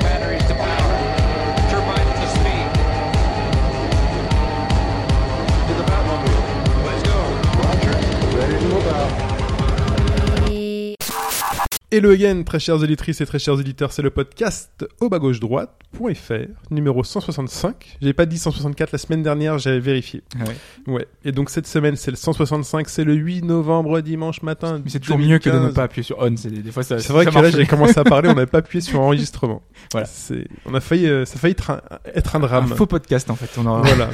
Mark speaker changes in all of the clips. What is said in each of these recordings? Speaker 1: batteries to power. Turbines to speed. To the Batmobile. Let's go.
Speaker 2: Hello again, très chères éditrices et très chers éditeurs, c'est le podcast au bas gauche droite.fr, numéro 165. J'avais pas dit 164 la semaine dernière, j'avais vérifié.
Speaker 3: Ah Ouais.
Speaker 2: Ouais. Et donc cette semaine, c'est le 165, c'est le 8 novembre, dimanche matin.
Speaker 3: Mais c'est toujours mieux que de ne
Speaker 2: 2015.
Speaker 3: pas appuyer sur on. C'est des, des fois ça.
Speaker 2: C'est vrai
Speaker 3: ça
Speaker 2: que là,
Speaker 3: marche.
Speaker 2: j'ai commencé à parler, on n'avait pas appuyé sur enregistrement.
Speaker 3: Voilà.
Speaker 2: C'est, on a failli, euh, ça a failli être un, être un
Speaker 3: un
Speaker 2: drame.
Speaker 3: faux podcast en fait. On en...
Speaker 2: Voilà.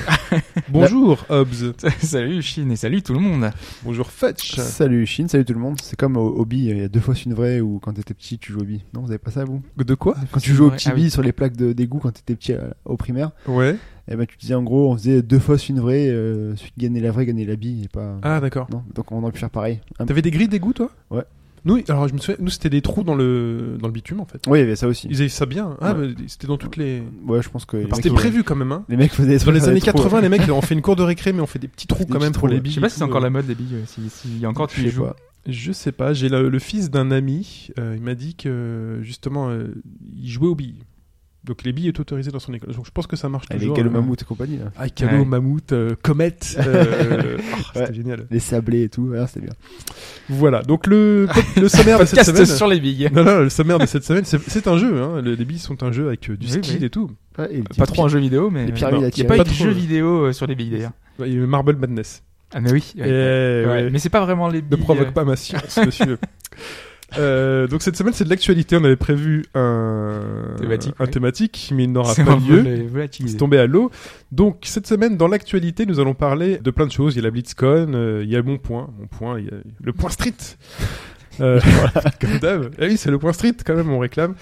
Speaker 2: Bonjour, Hobbs.
Speaker 3: salut Chine et salut tout le monde.
Speaker 2: Bonjour, Fetch.
Speaker 4: Salut Chine, salut tout le monde. C'est comme au, au billes, il y a deux fois une vraie ou quand t'étais petit tu joues au billes. Non, vous avez pas ça vous
Speaker 2: De quoi?
Speaker 4: Quand tu jouais au
Speaker 3: vrai,
Speaker 4: petit
Speaker 3: ah oui.
Speaker 4: billes sur les plaques de- d'égout quand t'étais petit euh, au primaire,
Speaker 2: Ouais.
Speaker 4: et ben tu disais en gros on faisait deux fois une vraie, euh, celui qui gagnait la vraie gagnait la bille et pas.
Speaker 2: Ah, d'accord.
Speaker 4: Non, donc on aurait pu faire pareil. Un-
Speaker 2: T'avais des grilles d'égout, toi?
Speaker 4: Ouais.
Speaker 2: Nous, alors, je me souviens, nous, c'était des trous dans le, dans le bitume, en fait.
Speaker 4: Oui, il y avait ça aussi.
Speaker 2: Ils avaient ça bien. Ah,
Speaker 4: Ouais.
Speaker 2: bah, c'était dans toutes les.
Speaker 4: Ouais, je pense que. les mecs,
Speaker 2: C'était
Speaker 4: ils-
Speaker 2: prévu quand même. Hein.
Speaker 4: Les mecs faisaient des
Speaker 2: Dans
Speaker 4: trucs,
Speaker 2: les
Speaker 4: faisaient
Speaker 2: années
Speaker 4: des trous,
Speaker 2: 80,
Speaker 4: ouais.
Speaker 2: les mecs, on fait une cour de récré, mais on fait des petits trous
Speaker 4: Des
Speaker 2: quand même
Speaker 4: petits
Speaker 2: pour
Speaker 4: trous,
Speaker 2: les
Speaker 4: ouais.
Speaker 2: billes.
Speaker 3: Je sais pas
Speaker 2: et
Speaker 3: si
Speaker 2: tout,
Speaker 3: c'est encore
Speaker 2: euh.
Speaker 3: la mode des billes. euh, Si, si il y a encore tu
Speaker 4: Je
Speaker 3: les
Speaker 4: sais
Speaker 3: joues.
Speaker 4: pas.
Speaker 2: Je sais pas. J'ai le, le fils d'un ami. euh, il m'a dit que justement, euh, il jouait aux billes. Donc les billes étaient autorisées dans son école. Donc je pense que ça marche
Speaker 4: Les
Speaker 2: toujours.
Speaker 4: galop
Speaker 2: hein.
Speaker 4: mammouth et compagnie là.
Speaker 2: Ah, Gallo,
Speaker 3: Ouais.
Speaker 2: mammouth, euh, comète. euh, oh, C'était
Speaker 4: Ouais.
Speaker 2: génial.
Speaker 4: Les sablés et tout, ouais, c'était bien.
Speaker 2: Voilà. Donc le, le sommaire de Ah, bah, cette
Speaker 3: Podcast
Speaker 2: semaine.
Speaker 3: sur les billes.
Speaker 2: Non, non, le sommaire de cette semaine, c'est c'est un jeu. Hein. Les les billes sont un jeu avec euh, du
Speaker 3: Oui,
Speaker 2: skill
Speaker 3: oui.
Speaker 2: et tout.
Speaker 4: Ouais, et les petites
Speaker 3: Pas trop en jeu vidéo, mais
Speaker 4: Les pyramides
Speaker 2: Non,
Speaker 4: à
Speaker 3: il y a
Speaker 4: tirer.
Speaker 3: pas,
Speaker 2: pas
Speaker 3: eu de
Speaker 2: trop,
Speaker 3: jeux
Speaker 2: euh.
Speaker 3: vidéo euh, sur les billes d'ailleurs.
Speaker 2: Il y a eu Marble Madness.
Speaker 3: Ah mais oui. ouais.
Speaker 2: Eh,
Speaker 3: Ouais,
Speaker 2: ouais.
Speaker 3: Mais c'est pas vraiment les
Speaker 2: Ne
Speaker 3: billes.
Speaker 2: provoque
Speaker 3: euh,
Speaker 2: pas ma science, monsieur. Euh, donc cette semaine c'est de l'actualité, on avait prévu un
Speaker 3: Thématique,
Speaker 2: un
Speaker 3: oui.
Speaker 2: thématique, mais il n'aura
Speaker 3: C'est
Speaker 2: pas
Speaker 3: un peu
Speaker 2: lieu.
Speaker 3: les- volatilisé.
Speaker 2: C'est tombé à l'eau. Donc cette semaine dans l'actualité nous allons parler de plein de choses. Il y a la BlitzCon, euh, il y a mon point, mon point, il y a le point street. Euh, comme d'hab. Ah oui c'est le point street quand même on réclame.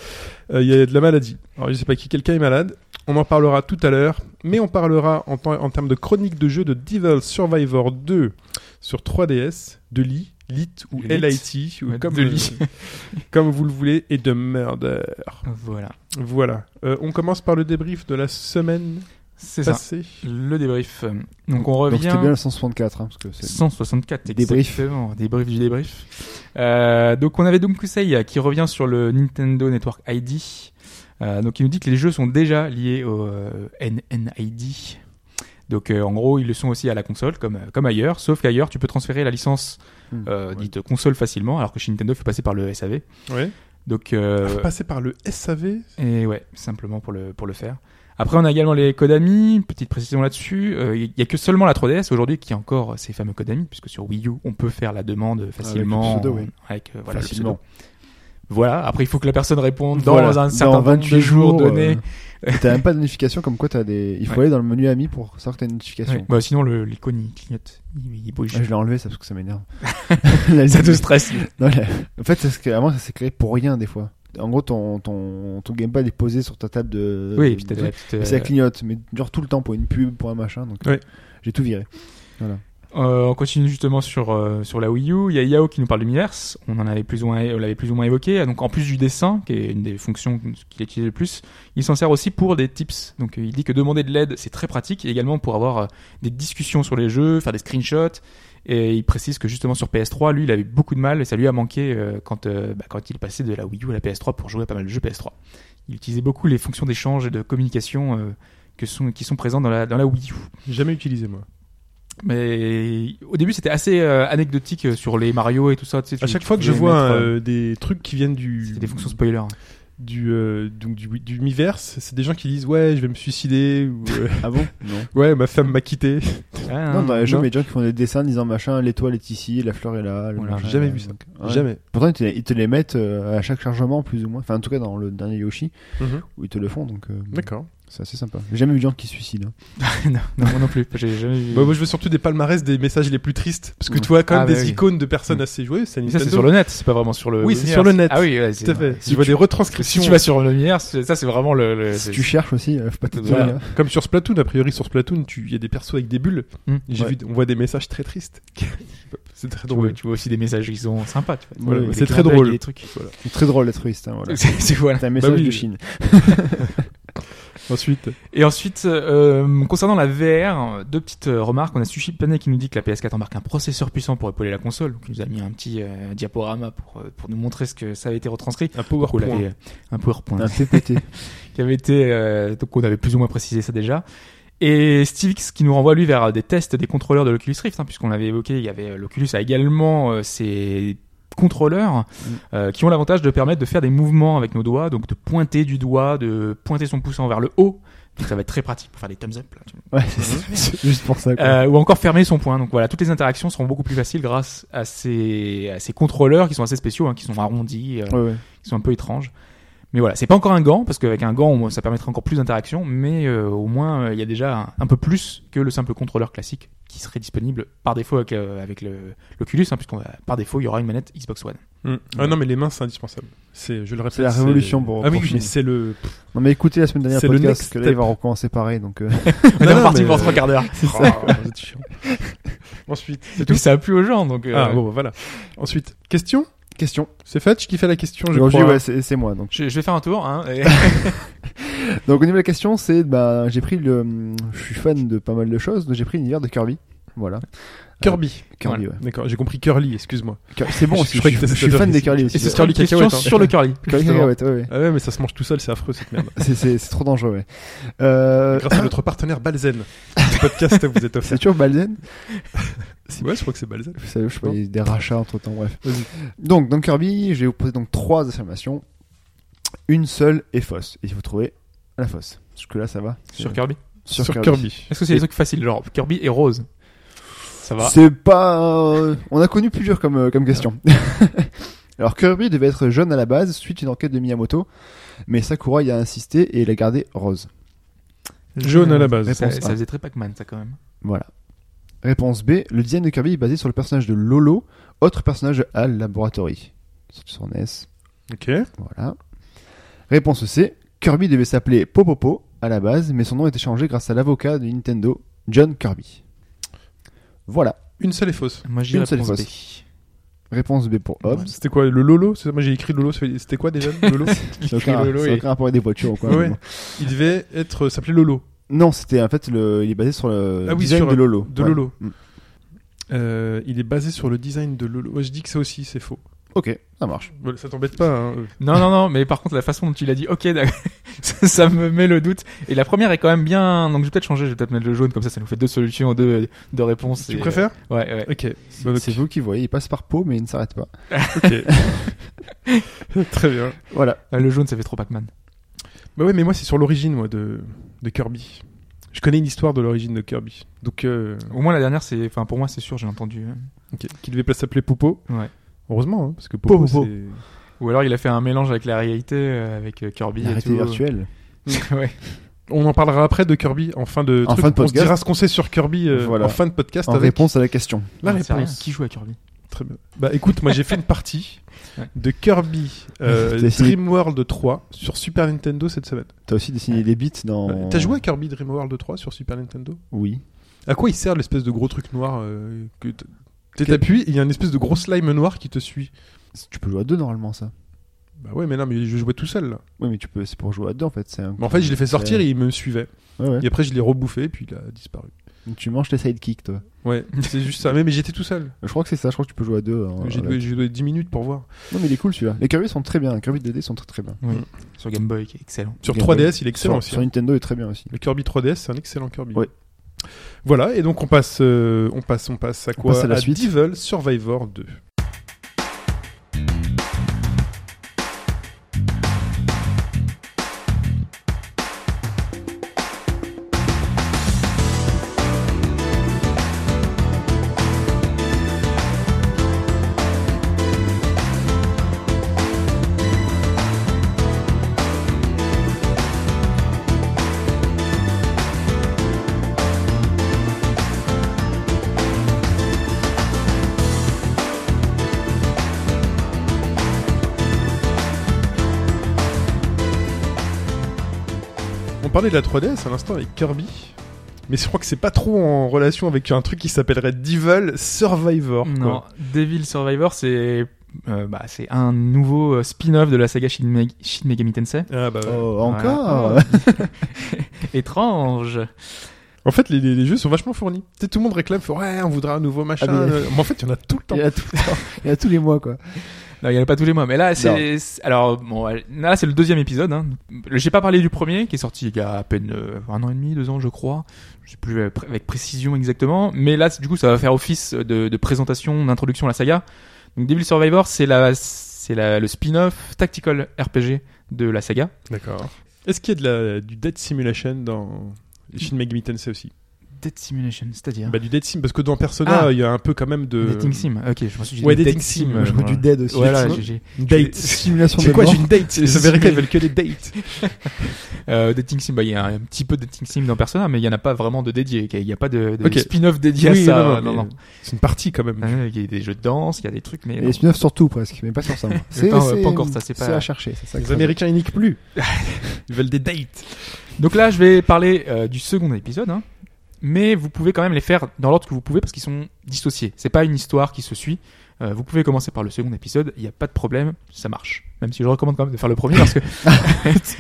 Speaker 2: Euh, il y a de la maladie. Alors je sais pas qui, quelqu'un est malade. On en parlera tout à l'heure, mais on parlera en, temps- en termes de chronique de jeu de Devil Survivor 2 sur 3DS, de Lee, Lit ou
Speaker 3: Lit.
Speaker 2: LIT, ou
Speaker 3: Ouais,
Speaker 2: comme,
Speaker 3: de
Speaker 2: euh,
Speaker 3: Lee.
Speaker 2: comme vous le voulez, et de Murder.
Speaker 3: Voilà.
Speaker 2: Voilà. Euh, on commence par le débrief de la semaine
Speaker 3: C'est ça.
Speaker 2: passée.
Speaker 3: Le débrief. Donc on
Speaker 4: Donc
Speaker 3: revient.
Speaker 4: c'était bien le 164, hein, parce que c'est.
Speaker 3: 164
Speaker 4: Débrief.
Speaker 3: exactement, débrief du débrief. Euh, donc on avait Doom Kusei euh, qui revient sur le Nintendo Network ID. Euh, donc il nous dit que les jeux sont déjà liés au euh, NNID. Donc euh, en gros ils le sont aussi à la console comme, euh, comme ailleurs, sauf qu'ailleurs tu peux transférer la licence
Speaker 4: Hmm,
Speaker 3: euh,
Speaker 4: ouais.
Speaker 3: dite console facilement, alors que chez Nintendo il faut passer par le SAV.
Speaker 2: Ouais.
Speaker 3: Donc euh,
Speaker 2: Passé par le SAV.
Speaker 3: et ouais, simplement pour le, pour le faire. Après, on a également les Kodami, petite précision là-dessus. Euh, Il n'y a que seulement la 3DS aujourd'hui qui a encore ces fameux Kodami, puisque sur Wii U, on peut faire la demande facilement.
Speaker 4: Ah, pseudo, oui.
Speaker 3: avec, euh, voilà, le
Speaker 4: Facilement.
Speaker 3: pseudo. Voilà, après, il faut que la personne réponde dans
Speaker 4: Voilà.
Speaker 3: un certain
Speaker 4: Dans
Speaker 3: nombre
Speaker 4: 28
Speaker 3: de jours
Speaker 4: jours, euh,
Speaker 3: donné.
Speaker 4: Et T'as même pas de notification comme quoi t'as des. Il faut
Speaker 3: Ouais.
Speaker 4: aller dans le menu ami pour savoir que t'as une notification.
Speaker 3: Ouais. Bah, sinon, le- l'icône, il clignote. Il, il bouge.
Speaker 4: Ah, je l'ai enlevé ça parce que ça m'énerve. La-
Speaker 3: ça te stresse.
Speaker 4: Non, la- En fait, c'est parce que avant ça s'est créé pour rien des fois. En gros, ton, ton, ton gamepad est posé sur ta table de.
Speaker 3: oui, et puis t'as
Speaker 4: de-
Speaker 3: la petite,
Speaker 4: et
Speaker 3: euh,
Speaker 4: ça clignote, mais genre tout le temps pour une pub, pour un machin. Donc,
Speaker 2: Ouais.
Speaker 4: j'ai tout viré.
Speaker 3: Euh, on continue justement sur euh, sur la Wii U. Il y a Yao qui nous parle du Miiverse. On en avait plus ou moins, on l'avait plus ou moins évoqué. Donc en plus du dessin, qui est une des fonctions qu'il utilise le plus, il s'en sert aussi pour des tips. Donc euh, il dit que demander de l'aide c'est très pratique, et également pour avoir euh, des discussions sur les jeux, faire des screenshots. Et il précise que justement sur PS3, lui, il avait beaucoup de mal et ça lui a manqué euh, quand euh, bah, quand il passait de la Wii U à la PS3 pour jouer à pas mal de jeux PS3. Il utilisait beaucoup les fonctions d'échange et de communication euh, que sont qui sont présentes dans la dans la Wii U.
Speaker 2: J'ai Jamais utilisé moi.
Speaker 3: Mais au début, c'était assez euh, anecdotique euh, sur les Mario et tout ça. tu sais,
Speaker 2: À
Speaker 3: tu-
Speaker 2: chaque
Speaker 3: tu
Speaker 2: fois que je
Speaker 3: pouvais
Speaker 2: vois
Speaker 3: mettre, euh,
Speaker 2: euh, des trucs qui viennent du
Speaker 3: c'était des fonctions spoiler. hein.
Speaker 2: du euh, donc du, du Miiverse, c'est des gens qui disent ouais je vais me suicider ou euh,
Speaker 4: Ah bon Non.
Speaker 2: ouais ma femme m'a quitté.
Speaker 4: Ah,
Speaker 3: Ah,
Speaker 4: Non, bah, dans les jeux,
Speaker 2: non.
Speaker 4: mais les gens qui font des dessins disant machin, l'étoile est ici, la fleur est là. le
Speaker 3: Voilà,
Speaker 4: machin
Speaker 2: j'ai jamais
Speaker 4: est là,
Speaker 2: vu ça.
Speaker 4: donc, ouais.
Speaker 2: Jamais.
Speaker 4: Pourtant, ils te, ils te les mettent euh, à chaque chargement, plus ou moins. Enfin, en tout cas, dans le dernier Yoshi,
Speaker 2: Mhm.
Speaker 4: où ils te le font. Donc, euh,
Speaker 2: D'accord.
Speaker 4: c'est assez sympa. J'ai jamais vu de gens qui se suicident. hein.
Speaker 3: non, non, moi non plus. J'ai jamais vu.
Speaker 2: Bah, moi je veux surtout des palmarès des messages les plus tristes parce que
Speaker 4: Mm.
Speaker 2: tu vois quand même
Speaker 3: Ah, bah
Speaker 2: des
Speaker 3: oui.
Speaker 2: icônes de personnes assez jouées. Ça
Speaker 3: Mais ça, c'est sur le net, c'est pas vraiment sur le.
Speaker 2: Oui, c'est sur le net.
Speaker 3: Ah oui, ouais, c'est
Speaker 2: Tout à fait.
Speaker 3: Si
Speaker 2: je vois
Speaker 3: tu-
Speaker 2: des retranscriptions.
Speaker 3: Si tu vas sur le lumière, ça, c'est vraiment le. le-
Speaker 4: Si
Speaker 3: c'est-
Speaker 4: tu cherches aussi, euh, faut pas te
Speaker 3: Voilà.
Speaker 4: dire, hein.
Speaker 2: Comme sur Splatoon, a priori sur Splatoon, tu- il y a des persos avec des bulles.
Speaker 3: Mm.
Speaker 2: J'ai
Speaker 4: Ouais.
Speaker 2: vu, on voit des messages très tristes. c'est très
Speaker 3: tu vois,
Speaker 2: drôle.
Speaker 3: tu vois aussi des messages qui sont sympas. tu vois.
Speaker 4: Voilà,
Speaker 3: Des
Speaker 2: c'est très
Speaker 3: clins d'œil,
Speaker 2: drôle.
Speaker 3: Des trucs.
Speaker 2: Bah
Speaker 4: C'est très drôle d'être triste, hein, voilà.
Speaker 3: C'est c'est- voilà.
Speaker 4: C'est un message
Speaker 2: oui.
Speaker 4: de Chine.
Speaker 2: Ensuite,
Speaker 3: Et ensuite, euh, concernant la VR, deux petites euh, remarques. On a Sushi Planet qui nous dit que la PS4 embarque un processeur puissant pour épauler la console. Donc, il nous a mis un petit euh, diaporama pour, euh, pour nous montrer ce que ça avait été retranscrit.
Speaker 2: un
Speaker 3: Vous
Speaker 2: PowerPoint.
Speaker 3: l'avez- Un PowerPoint.
Speaker 4: Un TPT.
Speaker 3: qui avait été euh, donc on avait plus ou moins précisé ça déjà et Steve X qui nous renvoie lui vers euh, des tests des contrôleurs de l'Oculus Rift hein, puisqu'on l'avait évoqué il y avait euh, l'Oculus a également euh, ses contrôleurs euh, qui ont l'avantage de permettre de faire des mouvements avec nos doigts donc de pointer du doigt de pointer son pouce en vers le haut donc ça va être très pratique pour faire des thumbs up là, tu vois.
Speaker 4: Ouais, c'est juste pour ça. quoi.
Speaker 3: Euh, ou encore fermer son poing donc voilà toutes les interactions seront beaucoup plus faciles grâce à ces, à ces contrôleurs qui sont assez spéciaux hein, qui sont arrondis euh,
Speaker 4: Ouais, ouais.
Speaker 3: qui sont un peu étranges. Mais voilà, c'est pas encore un gant, parce qu'avec un gant, on- ça permettra encore plus d'interaction, mais euh, au moins, euh, il y a déjà un, un peu plus que le simple contrôleur classique qui serait disponible par défaut avec, euh, avec le- l'Oculus, hein, puisqu'on va- par défaut, il y aura une manette Xbox One.
Speaker 2: Hmm. Ah non, mais les mains, c'est indispensable. C'est, je le répète.
Speaker 4: Mm. C'est la révolution pour.
Speaker 2: Ah oui,
Speaker 4: pour
Speaker 2: oui,
Speaker 4: Chine.
Speaker 2: mais c'est le.
Speaker 4: Non, mais écoutez la semaine dernière
Speaker 2: c'est le
Speaker 4: podcast,
Speaker 2: next
Speaker 4: parce que là, il
Speaker 2: step.
Speaker 4: va recommencer pareil. Donc, euh,
Speaker 3: On est
Speaker 2: non,
Speaker 3: reparti
Speaker 2: mais-
Speaker 3: pour trois quarts d'heure.
Speaker 2: Oh, vous êtes chiant. Ensuite, c'est tout.
Speaker 3: Mais ça a plu aux gens, donc... euh,
Speaker 2: Ah bon, bah, voilà. Ensuite, question.
Speaker 4: question.
Speaker 2: C'est Fetch qui fait la question, je
Speaker 4: Aujourd'hui,
Speaker 2: crois.
Speaker 4: ouais, c'est c'est moi. Donc.
Speaker 3: je, je vais faire un tour, hein, et-
Speaker 4: donc, au niveau de la question, c'est. Bah, j'ai pris le. hum, Je suis fan de pas mal de choses, donc j'ai pris l'univers de Kirby. Voilà.
Speaker 2: Kirby.
Speaker 4: Kirby,
Speaker 3: Voilà.
Speaker 4: ouais.
Speaker 2: D'accord, j'ai compris Curly, excuse-moi.
Speaker 4: Cur- C'est bon
Speaker 2: Je-
Speaker 4: aussi.
Speaker 2: je
Speaker 4: Je,
Speaker 2: croyais que
Speaker 4: suis- je
Speaker 2: t'étais
Speaker 4: suis fan
Speaker 2: adoré.
Speaker 4: des Kirby aussi.
Speaker 3: et ce
Speaker 4: ouais.
Speaker 3: sera
Speaker 2: Curly
Speaker 3: une question
Speaker 2: cacahuète, hein.
Speaker 3: sur le curly.
Speaker 4: Curly
Speaker 3: justement.
Speaker 4: cacahuète, ouais, ouais.
Speaker 2: Ah ouais, mais ça se mange tout seul, c'est affreux cette merde.
Speaker 4: C'est- C'est c'est trop dangereux, ouais. Euh,
Speaker 2: Grâce à notre partenaire Balzen. Ce podcast vous est
Speaker 4: c'est
Speaker 2: offert.
Speaker 4: toujours Balzen
Speaker 2: Ouais, je crois que c'est Balzen.
Speaker 4: Vous savez, je sais pas, il y a eu des rachats entre temps, bref. Donc, dans Kirby, je vais vous poser donc trois affirmations. Une seule est fausse. Et il faut trouver la fausse. Jusque-là, ça va
Speaker 3: Sur Kirby.
Speaker 4: Sur
Speaker 2: Sur
Speaker 4: Kirby.
Speaker 2: Kirby.
Speaker 3: Est-ce que c'est des trucs faciles, genre Kirby et Rose Ça va.
Speaker 4: C'est pas. euh, on a connu plus dur comme, euh, comme question. Alors Kirby devait être jaune à la base suite à une enquête de Miyamoto, mais Sakura y a insisté et il a gardé rose.
Speaker 2: Jaune à la base.
Speaker 3: Ça,
Speaker 4: Réponse
Speaker 3: ça
Speaker 4: A.
Speaker 3: faisait très Pac-Man, ça, quand même.
Speaker 4: Voilà. Réponse B. Le design de Kirby est basé sur le personnage de Lolo, autre personnage de HAL Laboratory. Sorti sur NES.
Speaker 2: Ok.
Speaker 4: Voilà. Réponse C. Kirby devait s'appeler Popopo à la base, mais son nom a été changé grâce à l'avocat de Nintendo, John Kirby. Voilà.
Speaker 2: Une seule est fausse.
Speaker 3: Moi, j'y
Speaker 4: Une seule
Speaker 3: réponse B.
Speaker 4: Réponse B pour Hobbes.
Speaker 2: C'était quoi le Lolo C'est- Moi j'ai écrit Lolo, c'était quoi déjà Lolo
Speaker 4: C'est aucun,
Speaker 2: Lolo
Speaker 4: c'est
Speaker 2: et-
Speaker 4: aucun rapport avec des voitures ou quoi.
Speaker 2: Ouais, ouais. Il devait être s'appelait Lolo.
Speaker 4: Non, c'était en fait le, il est basé sur le
Speaker 2: Ah oui,
Speaker 4: design
Speaker 2: sur,
Speaker 4: de Lolo.
Speaker 2: de
Speaker 4: Ouais.
Speaker 2: Lolo.
Speaker 4: Mm.
Speaker 2: Euh, il est basé sur le design de Lolo. Ouais, je dis que ça aussi c'est faux.
Speaker 4: Ok, ça marche.
Speaker 2: Voilà, Ça t'embête pas hein, euh.
Speaker 3: Non, non, non, mais par contre, la façon dont il a dit, ok, d'accord, ça, ça me met le doute. Et la première est quand même bien, donc je vais peut-être changer, je vais peut-être mettre le jaune, comme ça, ça nous fait deux solutions, deux, deux réponses.
Speaker 2: Tu
Speaker 3: et,
Speaker 2: préfères
Speaker 3: euh, Ouais, ouais.
Speaker 2: Ok. Bah,
Speaker 4: C'est vous qui voyez, il passe par peau mais il ne s'arrête pas.
Speaker 2: ok. Très bien.
Speaker 4: Voilà.
Speaker 3: Ah, Le jaune, ça fait trop Pac-Man.
Speaker 2: Bah ouais, mais moi c'est sur l'origine moi de de Kirby. Je connais une histoire de l'origine de Kirby. Donc euh,
Speaker 3: Au moins, la dernière, c'est, enfin, pour moi, c'est sûr, j'ai entendu. euh.
Speaker 2: ok, qu'il devait pas s'appeler Popo.
Speaker 3: Ouais.
Speaker 2: Heureusement hein, parce que Popo,
Speaker 4: Popo.
Speaker 2: c'est
Speaker 3: Ou alors, il a fait un mélange avec la réalité, euh, avec euh, Kirby et
Speaker 4: L'arrêté
Speaker 3: tout.
Speaker 4: virtuel.
Speaker 3: ouais.
Speaker 2: On en parlera après de Kirby en fin de
Speaker 4: En
Speaker 2: truc.
Speaker 4: fin de
Speaker 2: On se
Speaker 4: podcast.
Speaker 2: dira ce qu'on sait sur Kirby euh,
Speaker 4: Voilà.
Speaker 2: en fin de podcast
Speaker 4: En
Speaker 2: avec
Speaker 4: réponse à la question.
Speaker 2: la
Speaker 3: On sait rien.
Speaker 2: réponse.
Speaker 3: Qui joue à Kirby
Speaker 2: Très bien. Bah écoute, moi j'ai fait une partie
Speaker 3: Ouais.
Speaker 2: de Kirby euh,
Speaker 4: T'as essayé-
Speaker 2: Dream World 3 sur Super Nintendo cette semaine.
Speaker 4: T'as aussi dessiné des bits dans.
Speaker 2: Bah, T'as joué à Kirby Dream World 3 sur Super Nintendo
Speaker 4: Oui.
Speaker 2: À quoi il sert l'espèce de gros truc noir euh, que t- t'es
Speaker 4: Quel-
Speaker 2: t'appuies, il y a une espèce de gros slime noir qui te suit.
Speaker 4: Tu peux jouer à deux normalement ça.
Speaker 2: Bah ouais, mais non, mais je jouais tout seul. Là.
Speaker 4: Oui, mais tu peux, c'est pour jouer à deux en fait. c'est un-
Speaker 2: Mais en fait, je l'ai fait sortir et il me suivait.
Speaker 4: Ouais, ouais.
Speaker 2: Et après, je l'ai rebouffé et puis il a disparu.
Speaker 4: Tu manges tes sidekicks toi.
Speaker 2: Ouais, c'est juste ça. Mais, mais j'étais tout seul.
Speaker 4: Je crois que c'est ça, je crois que tu peux jouer à deux. hein,
Speaker 2: J'ai
Speaker 4: voilà.
Speaker 2: j'ai joué 10 minutes pour voir.
Speaker 4: Non, mais il est cool celui-là. Les Kirby sont très bien. Les Kirby 2D sont très très bien.
Speaker 3: Oui.
Speaker 2: Mm.
Speaker 3: Sur Game Boy, qui est excellent.
Speaker 2: Sur
Speaker 4: Game
Speaker 2: 3DS, il est excellent
Speaker 4: Sur,
Speaker 2: aussi.
Speaker 4: sur
Speaker 2: hein.
Speaker 4: Nintendo est très bien aussi.
Speaker 2: Le Kirby 3DS, c'est un excellent Kirby.
Speaker 4: Ouais.
Speaker 2: Voilà, et donc on passe, euh, on passe, on passe à quoi
Speaker 4: passe à la suite.
Speaker 2: Devil Survivor 2. On parlait de la 3DS à l'instant avec Kirby, mais je crois que c'est pas trop en relation avec un truc qui s'appellerait Devil Survivor. quoi.
Speaker 3: Non, Devil Survivor, c'est euh, bah, c'est un nouveau euh, spin-off de la saga Shin, Meg- Shin Megami Tensei.
Speaker 2: Ah bah ouais.
Speaker 4: Oh,
Speaker 3: Voilà.
Speaker 4: encore
Speaker 3: Étrange.
Speaker 2: En fait, les, les- les jeux sont vachement fournis. Tu sais, tout le monde réclame, fait, ouais, on voudra un nouveau machin.
Speaker 4: Ah, mais-
Speaker 2: euh, mais en fait, il y en a tout le temps.
Speaker 4: Il y, a tout le temps. Il y a tous les mois, quoi.
Speaker 3: Non, il n'y en a pas tous les mois, mais là, c'est. c'est- Alors, bon, euh, là, c'est le deuxième épisode. Hein. J'ai pas parlé du premier, qui est sorti il y a à peine euh, un an et demi, deux ans, je crois. Je sais plus euh, pr- avec précision exactement. Mais là, c'est- du coup, ça va faire office de, de présentation, d'introduction à la saga. Donc, Devil Survivor, c'est la, c'est la, le spin-off tactical RPG de la saga.
Speaker 2: D'accord. Est-ce qu'il y a de la, du Dead Simulation dans Shin Megami Tensei aussi
Speaker 3: Dead Simulation, c'est-à-dire.
Speaker 2: Bah, du Dead Sim, parce que dans Persona,
Speaker 3: Ah.
Speaker 2: il y a un peu quand même de.
Speaker 3: Dating Sim. Ok, je pense que j'ai
Speaker 2: Ouais,
Speaker 3: dit
Speaker 2: Dating
Speaker 3: Dead
Speaker 2: Sim,
Speaker 3: euh,
Speaker 2: je
Speaker 4: Ou
Speaker 3: voilà.
Speaker 4: du dead aussi.
Speaker 3: Voilà,
Speaker 4: Simu-
Speaker 3: j'ai- j'ai-
Speaker 2: Une Date.
Speaker 4: Simulation de
Speaker 2: C'est quoi,
Speaker 4: mort.
Speaker 2: j'ai une date Les Américains, ils veulent que des dates.
Speaker 3: Euh, dating sim, bah, il y a un petit peu de dating sim dans Persona, mais il n'y en a pas vraiment de dédié. Il n'y a pas de, de
Speaker 2: Ok.
Speaker 3: spin-off dédié à
Speaker 2: Oui,
Speaker 3: ça.
Speaker 2: non, non,
Speaker 3: Non,
Speaker 2: mais C'est une partie quand même.
Speaker 3: non. Euh, Il y a des jeux de danse, il y a des trucs, mais.
Speaker 4: Et
Speaker 3: non.
Speaker 4: les spin-offs sur tout, presque, mais pas sur ça. moi. C'est
Speaker 3: pas-
Speaker 4: c'est-
Speaker 3: pas encore ça, c'est pas-
Speaker 4: à chercher, c'est ça. que
Speaker 2: Les
Speaker 4: ça-
Speaker 2: Américains, ils niquent plus. Ils veulent des dates.
Speaker 3: Donc là, je vais parler euh, du second épisode, hein. mais vous pouvez quand même les faire dans l'ordre que vous pouvez parce qu'ils sont dissociés. C'est pas une histoire qui se suit. Euh, vous pouvez commencer par le second épisode, il n'y a pas de problème, ça marche. Même si je recommande quand même de faire le premier parce que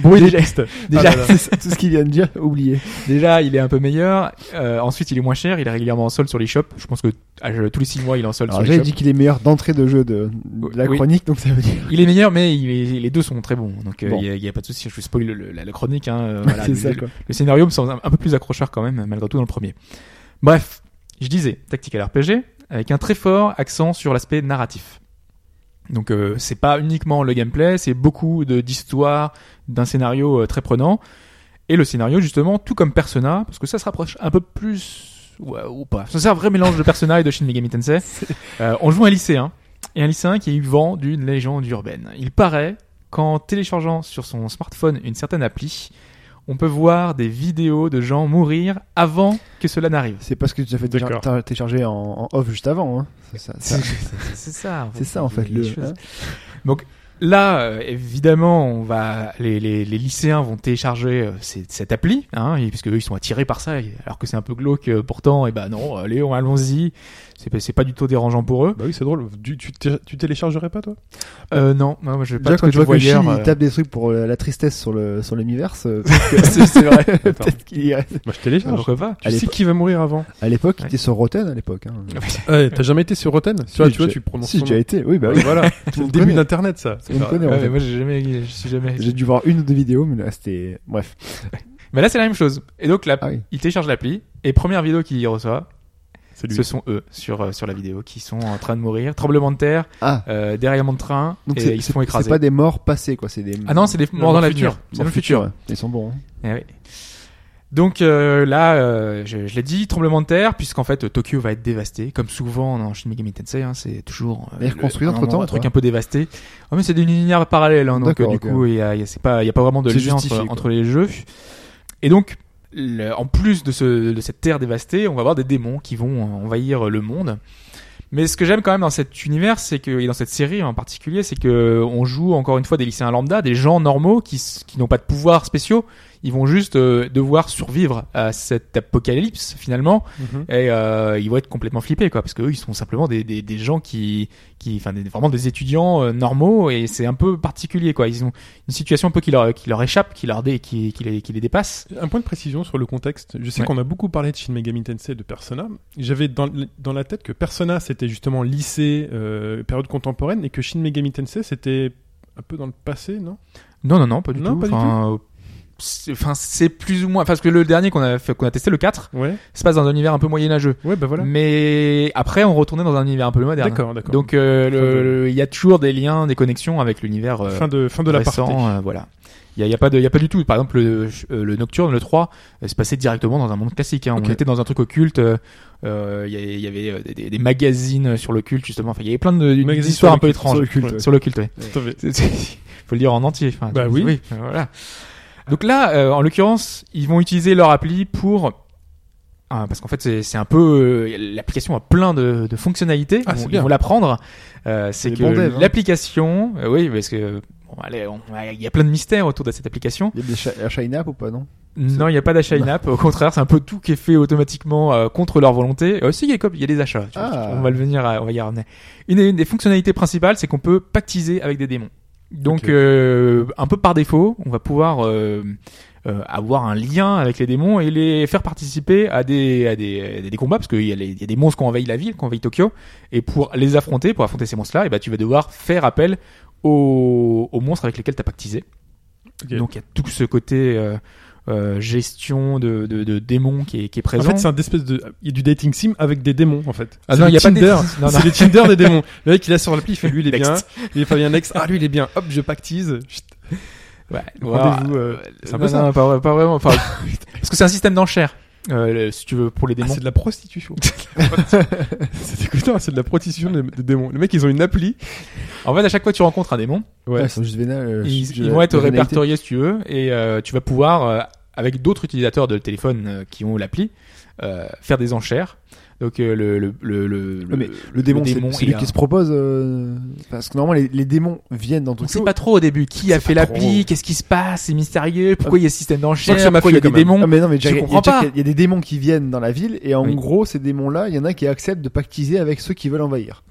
Speaker 2: Bruit
Speaker 3: Déjà-
Speaker 2: des textes.
Speaker 3: déjà,
Speaker 2: Ah, là là.
Speaker 4: C'est tout ce qu'il vient de dire, oublié.
Speaker 3: Déjà, il est un peu meilleur. Euh, ensuite, il est moins cher. Il est régulièrement en solde sur l'eShop. Je pense que ah, je- tous les 6 mois, il est en solde
Speaker 4: Alors
Speaker 3: sur
Speaker 4: j'avais
Speaker 3: l'eShop.
Speaker 4: dit qu'il est meilleur d'entrée de jeu de, de la
Speaker 3: Oui.
Speaker 4: chronique, donc ça veut dire.
Speaker 3: Il est meilleur, mais il est- les deux sont très bons. Donc, euh, il
Speaker 4: Bon.
Speaker 3: n'y a, il y a pas de souci. Je vous spoil le- le- la, la chronique. Hein, euh, voilà,
Speaker 4: c'est
Speaker 3: le,
Speaker 4: ça,
Speaker 3: le-
Speaker 4: quoi.
Speaker 3: le scénario me semble un, un peu plus accrocheur quand même, malgré tout, dans le premier. Bref, je disais, tactical RPG, avec un très fort accent sur l'aspect narratif. Donc, euh, c'est pas uniquement le gameplay, c'est beaucoup de- d'histoires, d'un scénario euh, très prenant. Et le scénario, justement, tout comme Persona, parce que ça se rapproche un peu plus, ouais, ou pas. C'est un vrai mélange de Persona et de Shin Megami Tensei. Euh, on joue un lycéen, et un lycéen qui a eu vent d'une légende urbaine. Il paraît qu'en téléchargeant sur son smartphone une certaine appli, on peut voir des vidéos de gens mourir avant que cela n'arrive.
Speaker 4: C'est parce que tu as fait
Speaker 2: D'accord.
Speaker 4: t'as téléchargé en, en off juste avant. Hein. C'est ça, ça-
Speaker 3: C'est ça.
Speaker 4: c'est ça, en fait. Le,
Speaker 3: Les choses. Là, euh, évidemment, on va les, les- les lycéens vont télécharger euh, cette, cette appli, hein, et- puisque eux, ils sont attirés par ça, et- alors que c'est un peu glauque euh, pourtant. Et ben non, allez, on- allons-y. C'est pas- c'est pas du tout dérangeant pour eux.
Speaker 2: Bah oui, c'est drôle. Tu, tu, té- tu téléchargerais pas, toi
Speaker 3: Euh, non, moi, je vais pas
Speaker 4: Déjà, quand
Speaker 3: être
Speaker 4: tu vois que Chine,
Speaker 3: voyeur,
Speaker 4: il
Speaker 3: euh,
Speaker 4: tape des trucs pour euh, la tristesse sur le sur l'univers, euh,
Speaker 3: c'est c'est vrai. Ah,
Speaker 4: peut-être qu'il y reste.
Speaker 2: Moi, je télécharge.
Speaker 3: Pourquoi pas
Speaker 2: Tu
Speaker 4: Allez,
Speaker 2: sais
Speaker 4: pas-
Speaker 2: qui va mourir avant
Speaker 4: À l'époque, il
Speaker 3: Ouais. Ah,
Speaker 4: était sur Rotten à l'époque. Hein.
Speaker 2: Ah Ouais, T'as jamais été sur Rotten Tu vois,
Speaker 4: Si,
Speaker 2: tu, vois,
Speaker 4: j'ai-
Speaker 2: tu prononces
Speaker 4: Si,
Speaker 2: son
Speaker 4: j'ai
Speaker 2: nom.
Speaker 4: déjà été. Oui, bah oui.
Speaker 2: Voilà,
Speaker 4: Tout
Speaker 2: c'est
Speaker 4: le
Speaker 2: le
Speaker 4: monde
Speaker 2: début
Speaker 4: connaît.
Speaker 2: d'Internet, ça.
Speaker 4: Tout le monde connaît, en
Speaker 3: Ouais,
Speaker 4: fait.
Speaker 3: mais moi j'ai jamais, je suis jamais.
Speaker 4: J'ai dû voir une ou deux vidéos, mais là, c'était. Bref.
Speaker 3: Mais là c'est la même chose. Et donc là,
Speaker 4: Ah oui.
Speaker 3: il télécharge l'appli et première vidéo qu'il reçoit,
Speaker 2: C'est lui.
Speaker 3: ce sont eux sur euh, sur la vidéo qui sont en train de mourir, tremblement de terre,
Speaker 4: Ah,
Speaker 3: euh, dérèglement de train
Speaker 4: donc
Speaker 3: et
Speaker 4: c'est
Speaker 3: ils se font
Speaker 4: c'est- c'est
Speaker 3: écraser.
Speaker 4: pas des morts passés, quoi. C'est des.
Speaker 3: Ah non, c'est des morts dans l'avenir,
Speaker 4: futur.
Speaker 3: c'est dans le futur.
Speaker 4: ouais. Ils sont bons. hein.
Speaker 3: Eh oui. Donc euh, là, euh, je, je l'ai dit, tremblement de terre, puisqu'en fait euh, Tokyo va être dévasté, comme souvent dans Shin Megami Tensei, hein, c'est toujours euh,
Speaker 4: Mais ils reconstruisent
Speaker 3: un
Speaker 4: entre-temps,
Speaker 3: endroit, un truc
Speaker 4: quoi.
Speaker 3: un peu dévasté. Oh, mais c'est des univers parallèles, hein, donc
Speaker 4: D'accord,
Speaker 3: euh, du
Speaker 4: ok.
Speaker 3: coup il y a, il y a- c'est pas, il y a pas vraiment de
Speaker 4: C'est
Speaker 3: lien entre,
Speaker 4: justifié, quoi.
Speaker 3: entre les jeux. Et donc, le- en plus de, ce, de cette terre dévastée, on va avoir des démons qui vont euh, envahir euh, le monde. Mais ce que j'aime quand même dans cet univers, c'est que et dans cette série en particulier, c'est que on joue encore une fois des lycéens lambda, des gens normaux qui, s- qui n'ont pas de pouvoirs spéciaux. Ils vont juste euh, devoir survivre à cet apocalypse finalement,
Speaker 2: Mhm.
Speaker 3: et euh, ils vont être complètement flippés quoi, parce que eux ils sont simplement des, des, des gens qui qui, enfin des- vraiment des étudiants euh, normaux et c'est un peu particulier quoi. Ils ont une situation un peu qui leur qui leur échappe, qui leur dé, qui qui les, qui les dépasse.
Speaker 2: Un point de précision sur le contexte. Je sais
Speaker 3: Ouais.
Speaker 2: qu'on a beaucoup parlé de Shin Megami Tensei et de Persona. J'avais dans, l- dans la tête que Persona, c'était justement lycée, euh, période contemporaine, et que Shin Megami Tensei, c'était un peu dans le passé, non
Speaker 3: Non, non, non, pas du
Speaker 2: Non,
Speaker 3: tout.
Speaker 2: pas du
Speaker 3: enfin, euh, c'est- enfin, c'est plus ou moins. Parce que le dernier qu'on a, fait- qu'on a testé, le 4,
Speaker 2: Ouais,
Speaker 3: se passe dans un univers un peu moyenâgeux.
Speaker 2: ouais, bah voilà.
Speaker 3: Mais après, on retournait dans un univers un peu moderne.
Speaker 2: D'accord, d'accord.
Speaker 3: Donc, euh,
Speaker 2: Fin de-
Speaker 3: le- le- il y a toujours des liens, des connexions avec l'univers euh,
Speaker 2: fin de, fin de la partie.
Speaker 3: récent. euh, voilà. Il y a, il y a pas de, il y a pas du tout. Par exemple, le, euh, le Nocturne, le 3, euh, se passait directement dans un monde classique. hein.
Speaker 2: Ok.
Speaker 3: On était dans un truc occulte. euh, euh, Il y, avait- il y avait euh, des, des- des magazines sur le culte justement. Enfin, il y avait plein de
Speaker 2: Magazine
Speaker 3: d'histoires
Speaker 2: sur
Speaker 3: un peu
Speaker 2: le culte,
Speaker 3: étranges
Speaker 2: sur le culte, ouais.
Speaker 3: sur le culte. ouais.
Speaker 2: Attendez.
Speaker 3: C'est- c'est- faut le dire en entier. Enfin,
Speaker 2: Bah oui.
Speaker 3: voilà. Donc là, euh, en l'occurrence, ils vont utiliser leur appli pour Ah, parce qu'en fait, c'est- c'est un peu. euh, L'application a plein de, de fonctionnalités.
Speaker 2: Ah,
Speaker 3: Ils
Speaker 2: c'est
Speaker 3: vont- ils
Speaker 2: bien.
Speaker 3: vont l'apprendre. Euh, c'est
Speaker 4: Les
Speaker 3: que
Speaker 4: bons devs, hein.
Speaker 3: l'application. euh, oui, parce que. bon, allez, on- il y a plein de mystères autour de cette application.
Speaker 4: Il y a des shi- un Shine App ou pas, non
Speaker 3: Non, il n'y a pas d'achat in-app. Au contraire, c'est un peu tout qui est fait automatiquement euh, contre leur volonté. Euh, si, il y a co- il y a des achats. tu vois,
Speaker 4: Ah.
Speaker 3: On va le venir, à- on va y revenir. Une, une des fonctionnalités principales, c'est qu'on peut pactiser avec des démons. Donc,
Speaker 2: Ok.
Speaker 3: euh, un peu par défaut, on va pouvoir euh, euh, avoir un lien avec les démons et les faire participer à des, à des, à des combats, parce qu'il y, a les- il y a des monstres qui ont envahi la ville, qui ont envahi Tokyo, et pour les affronter, pour affronter ces monstres-là, eh ben, tu vas devoir faire appel aux, aux monstres avec lesquels tu as pactisé.
Speaker 2: Ok.
Speaker 3: Donc il y a tout ce côté euh, euh, gestion de, de, de démons qui est, qui est
Speaker 2: en
Speaker 3: présent.
Speaker 2: fait, c'est un espèce de. Il y a du dating sim avec des démons, en fait.
Speaker 3: Ah
Speaker 2: C'est
Speaker 3: non,
Speaker 2: le
Speaker 3: il y a pas de
Speaker 2: Tinder.
Speaker 3: dating- non, non.
Speaker 2: C'est le Tinder des démons. Le mec, il est sur l'appli, il fait lui, il est bien.
Speaker 3: Next.
Speaker 2: Il est pas bien next. Ah, lui, il est bien. Hop, je pactise. Ah, Chut.
Speaker 3: Ouais.
Speaker 2: Rendez-vous, euh, c'est un peu
Speaker 3: Non,
Speaker 2: ça.
Speaker 3: non, pas, vrai- pas vraiment. Enfin, parce que c'est un système d'enchères, euh, le- si tu veux, pour les
Speaker 2: Ah,
Speaker 3: démons.
Speaker 2: c'est de la prostitution. c'est écoutant, c'est de la prostitution des, des démons. Les mecs, ils ont une appli.
Speaker 3: en fait, à chaque fois que tu rencontres un démon,
Speaker 2: Ouais.
Speaker 4: ils sont juste vénales. euh,
Speaker 3: ils,
Speaker 4: je-
Speaker 3: ils vont être
Speaker 4: la vénalité.
Speaker 3: répertoriés si tu veux, et euh, tu vas pouvoir, euh, avec d'autres utilisateurs de téléphone euh, qui ont l'appli, euh, faire des enchères. Donc euh, le, le, le, le,
Speaker 4: Ouais, mais Le démon, c'est
Speaker 3: démon
Speaker 4: c'est
Speaker 3: est
Speaker 4: lui
Speaker 3: un-
Speaker 4: qui se propose. euh, Parce que normalement, les, les démons viennent dans
Speaker 3: On
Speaker 4: ton
Speaker 3: sait pas trop au début qui a fait
Speaker 4: euh, pas
Speaker 3: l'appli,
Speaker 4: trop.
Speaker 3: qu'est-ce qui se passe, c'est mystérieux, pourquoi il y a ce système d'enchères,
Speaker 2: Moi, ça m'a
Speaker 3: pourquoi il y a
Speaker 2: fait
Speaker 3: des
Speaker 2: quand même.
Speaker 3: démons.
Speaker 4: Ah, mais non, mais
Speaker 3: Je
Speaker 4: Jack-
Speaker 3: comprends
Speaker 4: Jack-
Speaker 3: pas.
Speaker 4: Il y a des démons qui viennent dans la ville et en
Speaker 3: Oui.
Speaker 4: gros, ces démons-là, il y en a qui acceptent de pactiser avec ceux qui veulent envahir.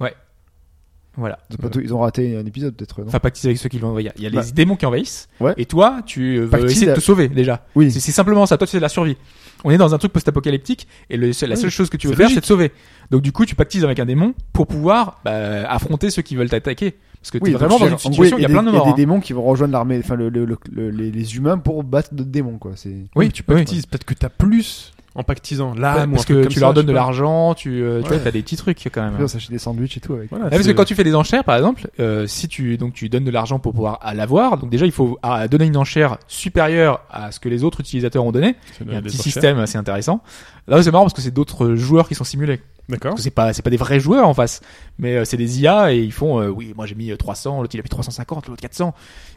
Speaker 3: Voilà.
Speaker 4: Ils ont, pas tout- ils ont raté un épisode peut-être, non
Speaker 3: Enfin, pactiser avec ceux qui l'ont envoyé. Il y a les
Speaker 4: Bah.
Speaker 3: démons qui envahissent.
Speaker 4: Ouais.
Speaker 3: Et toi, tu euh, veux
Speaker 4: Pactise
Speaker 3: essayer de
Speaker 4: à-
Speaker 3: te sauver déjà.
Speaker 4: Oui.
Speaker 3: C'est c'est simplement ça. Toi, tu fais de la survie. On est dans un truc post-apocalyptique et le, seul- la
Speaker 4: Oui.
Speaker 3: seule chose que tu veux
Speaker 4: C'est
Speaker 3: faire,
Speaker 4: logique.
Speaker 3: c'est te sauver. Donc, du coup, tu pactises avec un démon pour pouvoir bah, affronter ceux qui veulent t'attaquer. Parce que tu es
Speaker 4: donc,
Speaker 3: vraiment dans
Speaker 4: c'est-à-dire,
Speaker 3: une
Speaker 4: en gros,
Speaker 3: situation où il y a
Speaker 4: des-
Speaker 3: plein de morts.
Speaker 4: Il y a
Speaker 3: hein.
Speaker 4: des démons qui vont rejoindre l'armée, enfin le- le- le- le- les, les humains pour battre d'autres démons, quoi. C'est
Speaker 3: Oui,
Speaker 2: tu
Speaker 3: oui.
Speaker 2: pactises. Peut-être que t'as plus en pactisant.
Speaker 3: Ouais,
Speaker 2: Là,
Speaker 3: parce que tu leur donnes de l'argent, tu, euh, tu
Speaker 2: Ouais.
Speaker 3: vois, as des petits trucs quand même.
Speaker 4: Après, on s'achète des sandwichs et tout avec.
Speaker 3: Ouais, parce que quand tu fais des enchères, par exemple, euh, si tu donc tu donnes de l'argent pour pouvoir à l'avoir, donc déjà il faut à, donner une enchère supérieure à ce que les autres utilisateurs ont donné. Il y a un petit système assez intéressant. Là c'est marrant parce que c'est d'autres joueurs qui sont simulés.
Speaker 2: D'accord.
Speaker 3: Parce que c'est pas c'est pas des vrais joueurs en face, mais euh, c'est des IA et ils font euh, oui moi j'ai mis euh, 300, l'autre il a mis 350, l'autre 400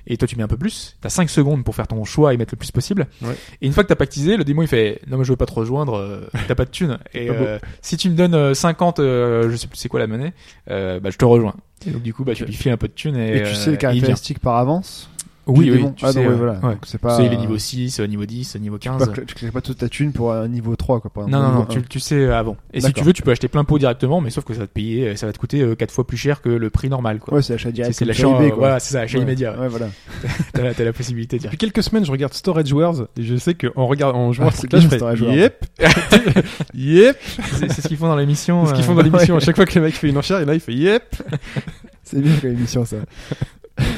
Speaker 3: et toi tu mets un peu plus. T'as 5 secondes pour faire ton choix et mettre le plus possible.
Speaker 2: Ouais.
Speaker 3: Et une fois que t'as pactisé, le démon il fait non mais je veux pas te rejoindre, euh, t'as pas de thune et
Speaker 2: pas beau.
Speaker 3: euh, si tu me donnes euh, 50, euh, je sais plus c'est quoi la monnaie, euh, bah je te rejoins. Et donc du coup bah tu
Speaker 2: Ok.
Speaker 3: lui files un peu de thune et,
Speaker 4: Et
Speaker 3: euh,
Speaker 4: tu sais les
Speaker 3: il vient.
Speaker 4: caractéristiques par avance du
Speaker 3: Oui oui,
Speaker 4: démon
Speaker 3: tu
Speaker 4: Ah
Speaker 3: sais,
Speaker 4: non, ouais,
Speaker 3: euh,
Speaker 4: voilà.
Speaker 3: ouais.
Speaker 4: Donc, C'est pas.
Speaker 3: Tu sais, il est niveau 6, euh, niveau 10, euh, niveau
Speaker 4: tu
Speaker 3: 15.
Speaker 4: pas cl- Tu claques pas toute ta thune pour un niveau 3, quoi. par exemple,
Speaker 3: Non, non,
Speaker 4: niveau
Speaker 3: non,
Speaker 4: un.
Speaker 3: tu, tu le sais avant. Et si
Speaker 4: D'accord.
Speaker 3: tu veux, tu peux acheter plein pot directement, mais sauf que ça va te payer, euh, ça va te coûter 4 fois plus cher que le prix normal, quoi.
Speaker 4: Ouais, c'est l'achat
Speaker 3: c'est
Speaker 4: direct.
Speaker 3: c'est
Speaker 4: comme
Speaker 3: l'achat,
Speaker 4: sur eBay,
Speaker 3: euh,
Speaker 4: quoi.
Speaker 3: voilà, c'est ça, l'achat
Speaker 4: Ouais.
Speaker 3: immédiat.
Speaker 4: Ouais, voilà.
Speaker 3: T'as, la- t'as la possibilité de dire.
Speaker 2: Depuis quelques semaines, je regarde Storage Wars et je sais qu'en regardant, en jouant
Speaker 4: Ah,
Speaker 2: à ce
Speaker 4: c'est
Speaker 2: truc-là, je
Speaker 4: bien,
Speaker 2: fais
Speaker 4: Storage Wars.
Speaker 2: Yep, yep.
Speaker 3: C'est, c'est ce qu'ils font dans l'émission.
Speaker 2: C'est ce qu'ils font
Speaker 3: euh,
Speaker 2: dans l'émission. À chaque fois que le mec fait une enchère, et là, il fait Yep.
Speaker 4: C'est bien comme émission, ça.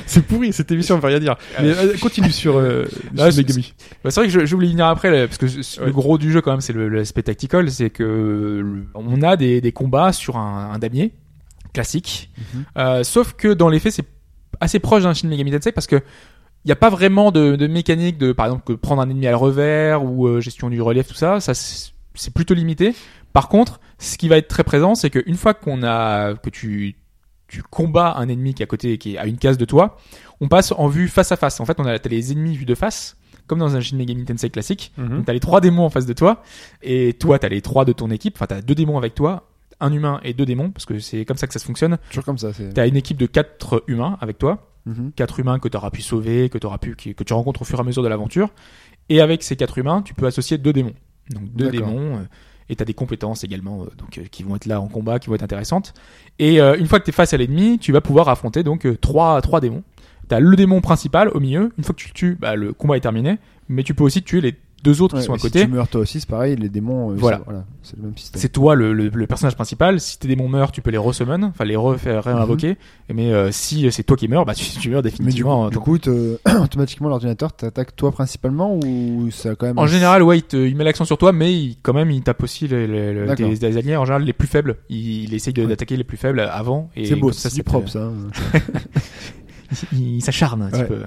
Speaker 2: C'est pourri, cette émission, on ne rien dire. Mais euh, continue sur, euh,
Speaker 3: Ah,
Speaker 2: sur
Speaker 3: c'est-
Speaker 2: Megami.
Speaker 3: Bah, c'est vrai que je- j'oublie de venir après, là, parce que c-
Speaker 2: Ouais.
Speaker 3: le gros du jeu, quand même, c'est le, l'aspect tactical, c'est que le- on a des, des combats sur un, un damier classique.
Speaker 4: Mhm.
Speaker 3: Euh, sauf que dans les faits, c'est assez proche d'un Shin Megami Tensei parce que il n'y a pas vraiment de, de mécanique de, par exemple, que prendre un ennemi à le revers ou euh, gestion du relief, tout ça. Ça, c'est c'est plutôt limité. Par contre, ce qui va être très présent, c'est qu'une fois qu'on a, que tu, tu combats un ennemi qui est à côté, qui est à une case de toi, on passe en vue face à face. En fait, on a t'as les ennemis vus de face, comme dans un Shin Megami Tensei classique.
Speaker 2: Mhm.
Speaker 3: Donc t'as les trois démons en face de toi, et toi t'as les trois de ton équipe. Enfin t'as deux démons avec toi, un humain et deux démons, parce que c'est comme ça que ça se fonctionne.
Speaker 4: Toujours comme ça. c'est-
Speaker 3: T'as une équipe de quatre humains avec toi,
Speaker 4: Mhm.
Speaker 3: quatre humains que t'auras pu sauver, que t'auras pu, qui- que tu rencontres au fur et à mesure de l'aventure. Et avec ces quatre humains, tu peux associer deux démons. Donc deux
Speaker 4: D'accord.
Speaker 3: démons. euh, et t'as des compétences également euh, donc euh, qui vont être là en combat, qui vont être intéressantes. Et euh, une fois que t'es face à l'ennemi, tu vas pouvoir affronter donc euh, trois trois démons. T'as le démon principal au milieu. Une fois que tu le tues, bah, le combat est terminé. Mais tu peux aussi tuer les deux autres
Speaker 4: Ouais,
Speaker 3: qui sont à
Speaker 4: mais si
Speaker 3: côté.
Speaker 4: tu meurs toi aussi, c'est pareil, les démons. euh,
Speaker 3: Voilà.
Speaker 4: ça- Voilà. C'est le même système.
Speaker 3: C'est toi le, le, le personnage principal. Si tes démons meurent, tu peux les resummon, enfin les refaire réinvoquer. Mais euh, si c'est toi qui meurs, bah tu, tu meurs
Speaker 4: Mhm. Mais du
Speaker 3: définitivement. hein,
Speaker 4: coup, du
Speaker 3: Donc,
Speaker 4: coup, te- automatiquement, l'ordinateur t'attaque toi principalement ou ça a quand même.
Speaker 3: en
Speaker 4: un-
Speaker 3: général, ouais, il, te- il met l'accent sur toi, mais il, quand même, il tape aussi les, les, les-
Speaker 4: D'accord.
Speaker 3: des- des alliés en général les plus faibles. Il, il essaye de-
Speaker 4: Ouais.
Speaker 3: d'attaquer les plus faibles avant. et
Speaker 4: C'est beau,
Speaker 3: comme
Speaker 4: ça hein.
Speaker 3: ça
Speaker 4: c'est propre ça.
Speaker 3: Il, il s'acharne un petit
Speaker 4: Ouais.
Speaker 3: peu.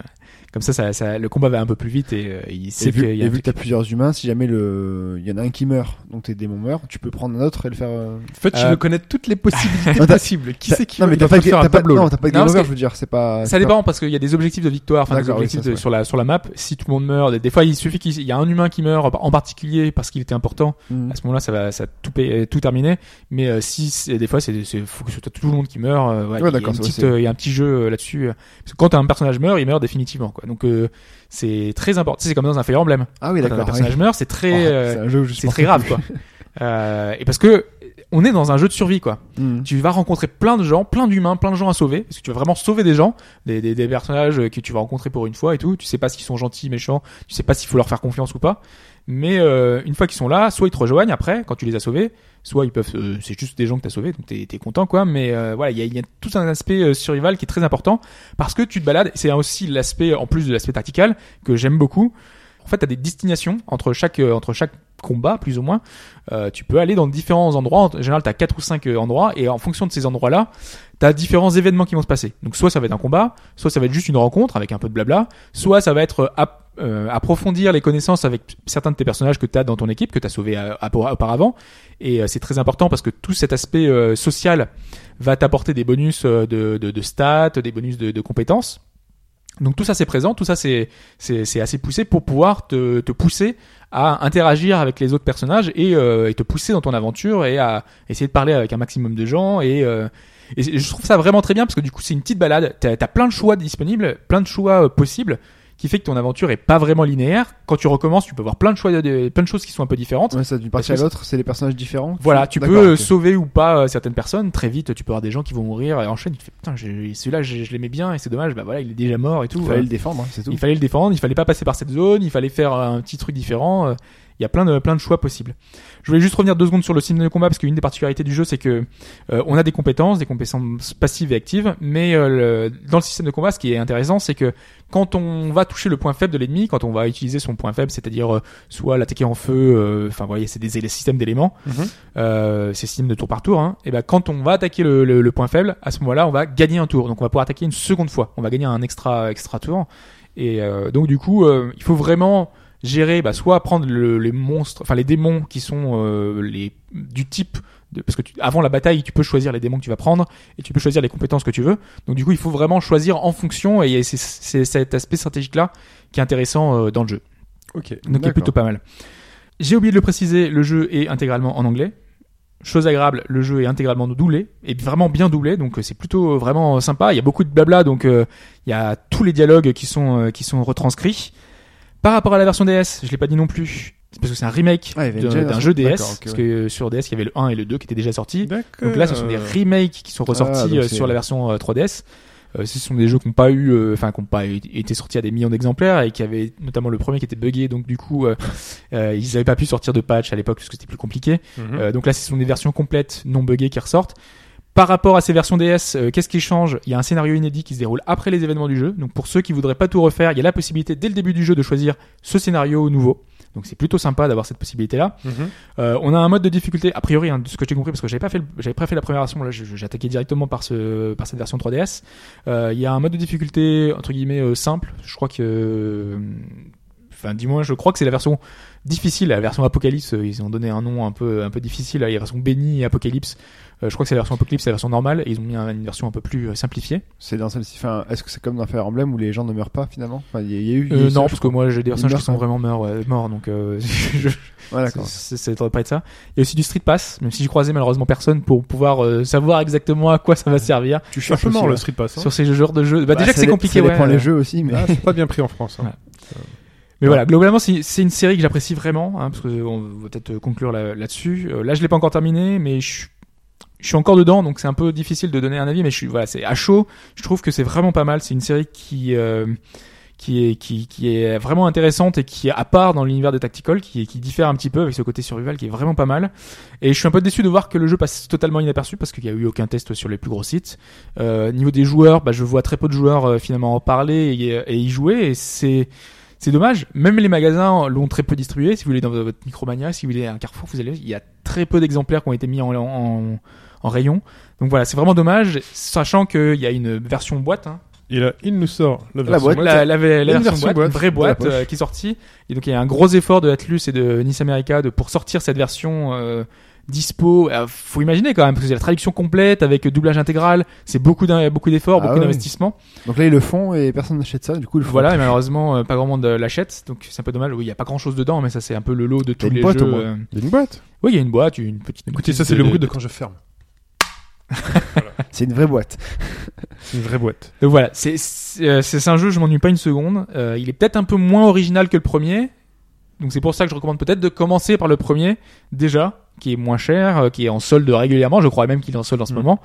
Speaker 3: Comme ça, ça, ça- le combat va un peu plus vite et euh, il sait
Speaker 4: et vu,
Speaker 3: qu'il y a
Speaker 4: et
Speaker 3: un
Speaker 4: vu que
Speaker 3: truc.
Speaker 4: t'as plusieurs humains, si jamais le, il y en a un qui meurt, donc tes démons meurent, tu peux prendre un autre et le faire. euh,
Speaker 2: En fait, je
Speaker 3: Euh,
Speaker 2: veux connaître toutes les possibilités
Speaker 4: t'as-
Speaker 2: possibles. Qui
Speaker 4: t'as-
Speaker 2: c'est qui
Speaker 4: Non,
Speaker 2: va-
Speaker 4: mais
Speaker 2: il
Speaker 4: t'as
Speaker 2: va
Speaker 4: pas,
Speaker 2: falloir
Speaker 4: t'as
Speaker 2: faire un
Speaker 4: pas,
Speaker 2: tableau.
Speaker 4: non,
Speaker 2: là.
Speaker 4: t'as pas de
Speaker 3: Non,
Speaker 4: game
Speaker 3: parce
Speaker 4: over,
Speaker 3: que
Speaker 4: je veux dire, c'est pas.
Speaker 3: Ça
Speaker 4: c'est
Speaker 3: dépend parce qu'il y a des objectifs de victoire, enfin des
Speaker 4: D'accord, oui,
Speaker 3: objectifs
Speaker 4: ça,
Speaker 3: de-
Speaker 4: c'est
Speaker 3: sur la sur la map. Si tout le monde meurt, des, des fois il suffit qu'il y a un humain qui meurt en particulier parce qu'il était important.
Speaker 4: pas- Mm.
Speaker 3: À ce moment-là, ça va ça tout paye- tout terminer. Mais euh, si c'est- des fois c'est c'est- faut que ce soit tout le monde qui meurt. euh, ouais,
Speaker 4: Ouais,
Speaker 3: il y a
Speaker 4: d'accord,
Speaker 3: une
Speaker 4: ça,
Speaker 3: petite,
Speaker 4: c'est-
Speaker 3: euh, il y a un petit jeu euh, là-dessus. euh, Parce que quand un personnage meurt, il meurt définitivement quoi. Donc euh, c'est très important. Tu sais, C'est comme dans un Fire Emblem.
Speaker 4: Ah oui,
Speaker 3: Quand un
Speaker 4: d'accord.
Speaker 3: personnage
Speaker 4: oui.
Speaker 3: meurt, c'est
Speaker 4: Oh,
Speaker 3: très euh,
Speaker 4: c'est un jeu où je
Speaker 3: c'est
Speaker 4: pense
Speaker 3: très
Speaker 4: que-
Speaker 3: grave quoi. Euh, et parce que on est dans un jeu de survie quoi.
Speaker 4: Mm.
Speaker 3: Tu vas rencontrer plein de gens, plein d'humains, plein de gens à sauver, parce que tu vas vraiment sauver des gens, des, des, des personnages euh, que tu vas rencontrer pour une fois et tout. Tu sais pas s'ils sont gentils, méchants, tu sais pas s'il faut leur faire confiance ou pas. Mais euh, une fois qu'ils sont là, soit ils te rejoignent après quand tu les as sauvés, soit ils peuvent. euh, c'est juste des gens que t'as sauvés, donc t'es t'es content quoi. Mais euh, voilà, il y a, il y a tout un aspect euh, survival qui est très important parce que tu te balades. C'est aussi l'aspect en plus de l'aspect tactical que j'aime beaucoup. En fait, t'as des destinations entre chaque euh, entre chaque combat plus ou moins euh, tu peux aller dans différents endroits. En général, tu as 4 ou 5 endroits, et en fonction de ces endroits-là, tu as différents événements qui vont se passer. Donc, soit ça va être un combat, soit ça va être juste une rencontre avec un peu de blabla, soit ça va être euh, ap- euh, approfondir les connaissances avec certains de tes personnages que tu as dans ton équipe, que tu as sauvé euh, app- auparavant. Et euh, c'est très important parce que tout cet aspect euh, social va t'apporter des bonus euh, de, de, de stats, des bonus de, de compétences. Donc tout ça c'est présent, tout ça c'est c'est c'est assez poussé pour pouvoir te, te pousser à interagir avec les autres personnages et, euh, et te pousser dans ton aventure et à essayer de parler avec un maximum de gens et, euh, et c'est- je trouve ça vraiment très bien parce que du coup c'est une petite balade t'as as plein de choix disponibles plein de choix euh, possibles qui fait que ton aventure est pas vraiment linéaire quand tu recommences tu peux voir plein de choix de, plein de choses qui sont un peu différentes
Speaker 4: Ouais, ça d'une partie à
Speaker 3: Parce que
Speaker 4: l'autre, c'est les personnages différents.
Speaker 3: voilà, tu
Speaker 4: D'accord,
Speaker 3: peux euh,
Speaker 4: ok.
Speaker 3: sauver ou pas euh, certaines personnes très vite. Tu peux avoir des gens qui vont mourir et enchaîne. Tu te fais putain, j'ai- celui-là, j'ai- je l'aimais bien et c'est dommage. Bah voilà, il est déjà mort et tout.
Speaker 4: Il fallait
Speaker 3: Euh,
Speaker 4: le défendre, hein, c'est tout.
Speaker 3: il fallait le défendre, il fallait pas passer par cette zone, il fallait faire un petit truc différent. euh, Il y a plein de, plein de choix possibles. Je voulais juste revenir deux secondes sur le système de combat parce qu'une des particularités du jeu, c'est que euh, on a des compétences, des compétences passives et actives, mais euh, le- dans le système de combat, ce qui est intéressant, c'est que quand on va toucher le point faible de l'ennemi, quand on va utiliser son point faible, c'est-à-dire euh, soit l'attaquer en feu, euh, enfin, vous voyez, c'est des éle- systèmes d'éléments,
Speaker 2: Mhm.
Speaker 3: euh, c'est système de tour par tour. Hein, et ben, quand on va attaquer le, le- le point faible, à ce moment-là, on va gagner un tour, donc on va pouvoir attaquer une seconde fois, on va gagner un extra extra tour. Et euh, donc du coup, euh, il faut vraiment gérer, bah, soit prendre le- les monstres, enfin les démons qui sont euh, les du type, de, parce que tu- avant la bataille, tu peux choisir les démons que tu vas prendre et tu peux choisir les compétences que tu veux. Donc du coup, il faut vraiment choisir en fonction et c'est- c'est cet aspect stratégique là qui est intéressant euh, dans le jeu.
Speaker 2: Ok.
Speaker 3: Donc il est
Speaker 4: D'accord.
Speaker 3: plutôt pas mal. J'ai oublié de le préciser, le jeu est intégralement en anglais. Chose agréable, le jeu est intégralement doublé, et vraiment bien doublé, donc euh, c'est plutôt euh, vraiment sympa. Il y a beaucoup de blabla, donc euh, il y a tous les dialogues qui sont, euh, qui sont retranscrits. Par rapport à la version DS, je l'ai pas dit non plus, c'est parce que c'est un remake
Speaker 4: Ah, il y avait
Speaker 3: d'un
Speaker 4: déjà la
Speaker 3: d'un
Speaker 4: version-
Speaker 3: jeu DS,
Speaker 4: d'accord, ok,
Speaker 3: parce
Speaker 4: ouais.
Speaker 3: que euh, sur DS, il y avait le 1 et le 2 qui étaient déjà sortis.
Speaker 2: D'accord.
Speaker 3: Donc là, ce sont des remakes qui sont
Speaker 4: Euh, Ah,
Speaker 3: ressortis
Speaker 4: donc
Speaker 3: euh,
Speaker 4: c'est-
Speaker 3: sur la version euh, 3DS. Euh, ce sont des jeux qui n'ont pas eu, euh, enfin, qui n'ont pas eu- été sortis à des millions d'exemplaires et qui avaient notamment le premier qui était buggé. Donc du coup, euh, euh, ils n'avaient pas pu sortir de patch à l'époque parce que c'était plus compliqué.
Speaker 4: Mmh.
Speaker 2: Mhm.
Speaker 3: Euh, donc là, ce sont des versions complètes, non buggées, qui ressortent. Par rapport à ces versions DS, euh, qu'est-ce qui change Il y a un scénario inédit qui se déroule après les événements du jeu. Donc pour ceux qui voudraient pas tout refaire, il y a la possibilité dès le début du jeu de choisir ce scénario nouveau. Donc c'est plutôt sympa d'avoir cette possibilité-là.
Speaker 2: Mhm.
Speaker 3: Euh, on a un mode de difficulté, a priori, hein, de ce que j'ai compris, parce que j'avais pas fait, le- j'avais pas fait la première version. Là, je- je- j'ai attaqué directement par ce, par cette version 3DS. Euh, Il y a un mode de difficulté entre guillemets euh, simple. Je crois que, euh, enfin, du moins, je crois que c'est la version difficile, la version apocalypse. euh, Ils ont donné un nom un peu, un peu difficile. Il y a la version bénie et apocalypse. Euh, je crois que c'est la version apocalypse, c'est la version normale. Et ils ont mis un- une version un peu plus euh, simplifiée.
Speaker 4: C'est dans celle-ci. Enfin, est-ce que c'est comme dans Fire Emblem où les gens ne meurent pas finalement Enfin, il y, a- il y a eu. il y a
Speaker 3: Euh,
Speaker 4: eu
Speaker 3: non,
Speaker 4: ça,
Speaker 3: parce que moi, j'ai des personnages
Speaker 4: meurt,
Speaker 3: qui sont
Speaker 4: hein.
Speaker 3: vraiment morts, ouais, morts. Donc, euh, je-
Speaker 4: je- Ouais, Ah, d'accord.
Speaker 3: C'est- c'est- Ça devrait pas être ça. Il y a aussi du Street Pass, même si j'y croisais malheureusement personne pour pouvoir euh, savoir exactement à quoi ça va servir
Speaker 2: Tu cherches
Speaker 4: cherches aussi,
Speaker 2: mort le
Speaker 4: ouais.
Speaker 2: Street Pass. hein.
Speaker 3: sur ces genres de jeux. Bah, déjà que
Speaker 4: ça
Speaker 3: c'est
Speaker 4: dé-
Speaker 3: compliqué,
Speaker 4: Ça
Speaker 3: ouais.
Speaker 4: dépend les jeux aussi, mais.
Speaker 2: Ah, c'est pas bien pris en France. hein.
Speaker 3: Ouais. Mais voilà, globalement, c'est c'est une série que j'apprécie vraiment, hein, parce que euh, on va peut-être conclure là- là-dessus. Euh, là, je l'ai pas encore terminé, mais je suis- je suis encore dedans, donc c'est un peu difficile de donner un avis, mais je suis voilà, c'est à chaud. Je trouve que c'est vraiment pas mal. C'est une série qui euh, qui est qui, qui est vraiment intéressante et qui est à part dans l'univers des tactical, qui est- qui diffère un petit peu avec ce côté survival qui est vraiment pas mal. Et je suis un peu déçu de voir que le jeu passe totalement inaperçu parce qu'il y a eu aucun test sur les plus gros sites. Euh, niveau des joueurs, bah, je vois très peu de joueurs euh, finalement en parler et, et y jouer. Et c'est c'est dommage. Même les magasins l'ont très peu distribué. Si vous voulez dans votre Micromania, si vous voulez un Carrefour, vous allez, il y a très peu d'exemplaires qui ont été mis en, en, en rayon. Donc voilà, c'est vraiment dommage, sachant qu'il y a une version boîte hein,
Speaker 2: Et là, il nous sort la
Speaker 4: La
Speaker 2: version
Speaker 4: boîte.
Speaker 2: boîte.
Speaker 3: La, la, la,
Speaker 2: Une
Speaker 3: version
Speaker 2: version
Speaker 3: boîte,
Speaker 2: boîte
Speaker 3: vraie
Speaker 2: de
Speaker 3: boîte
Speaker 2: la poche.
Speaker 3: euh, qui est sortie. Et donc il y a un gros effort de Atlus et de Nice America de, pour sortir cette version euh, dispo. Euh, faut imaginer quand même, parce que c'est la traduction complète avec doublage intégral. C'est beaucoup d'in- beaucoup d'efforts,
Speaker 4: Ah
Speaker 3: beaucoup
Speaker 4: ouais.
Speaker 3: d'investissement.
Speaker 4: Donc là, ils le font et personne n'achète ça. Du coup, ils le font.
Speaker 3: Voilà, et malheureusement, euh, pas grand monde euh, l'achète. Donc c'est un peu dommage. Oui, il n'y a pas grand chose dedans, mais ça c'est un peu le lot de tous
Speaker 4: une
Speaker 3: les
Speaker 4: boîte,
Speaker 3: jeux.
Speaker 4: au moins.
Speaker 3: euh.
Speaker 2: Il y a une boîte.
Speaker 3: Oui, il y a une boîte, une petite.
Speaker 2: Écoutez, ça,
Speaker 3: petite euh,
Speaker 2: c'est le bruit de quand je ferme.
Speaker 4: C'est une vraie boîte.
Speaker 2: C'est une vraie boîte.
Speaker 3: Donc voilà, c'est c'est euh, c'est un jeu, je m'ennuie pas une seconde. Euh, il est peut-être un peu moins original que le premier, donc c'est pour ça que je recommande peut-être de commencer par le premier déjà, qui est moins cher, euh, qui est en solde régulièrement. Je crois même qu'il est en solde en ce
Speaker 2: Mm.
Speaker 3: moment.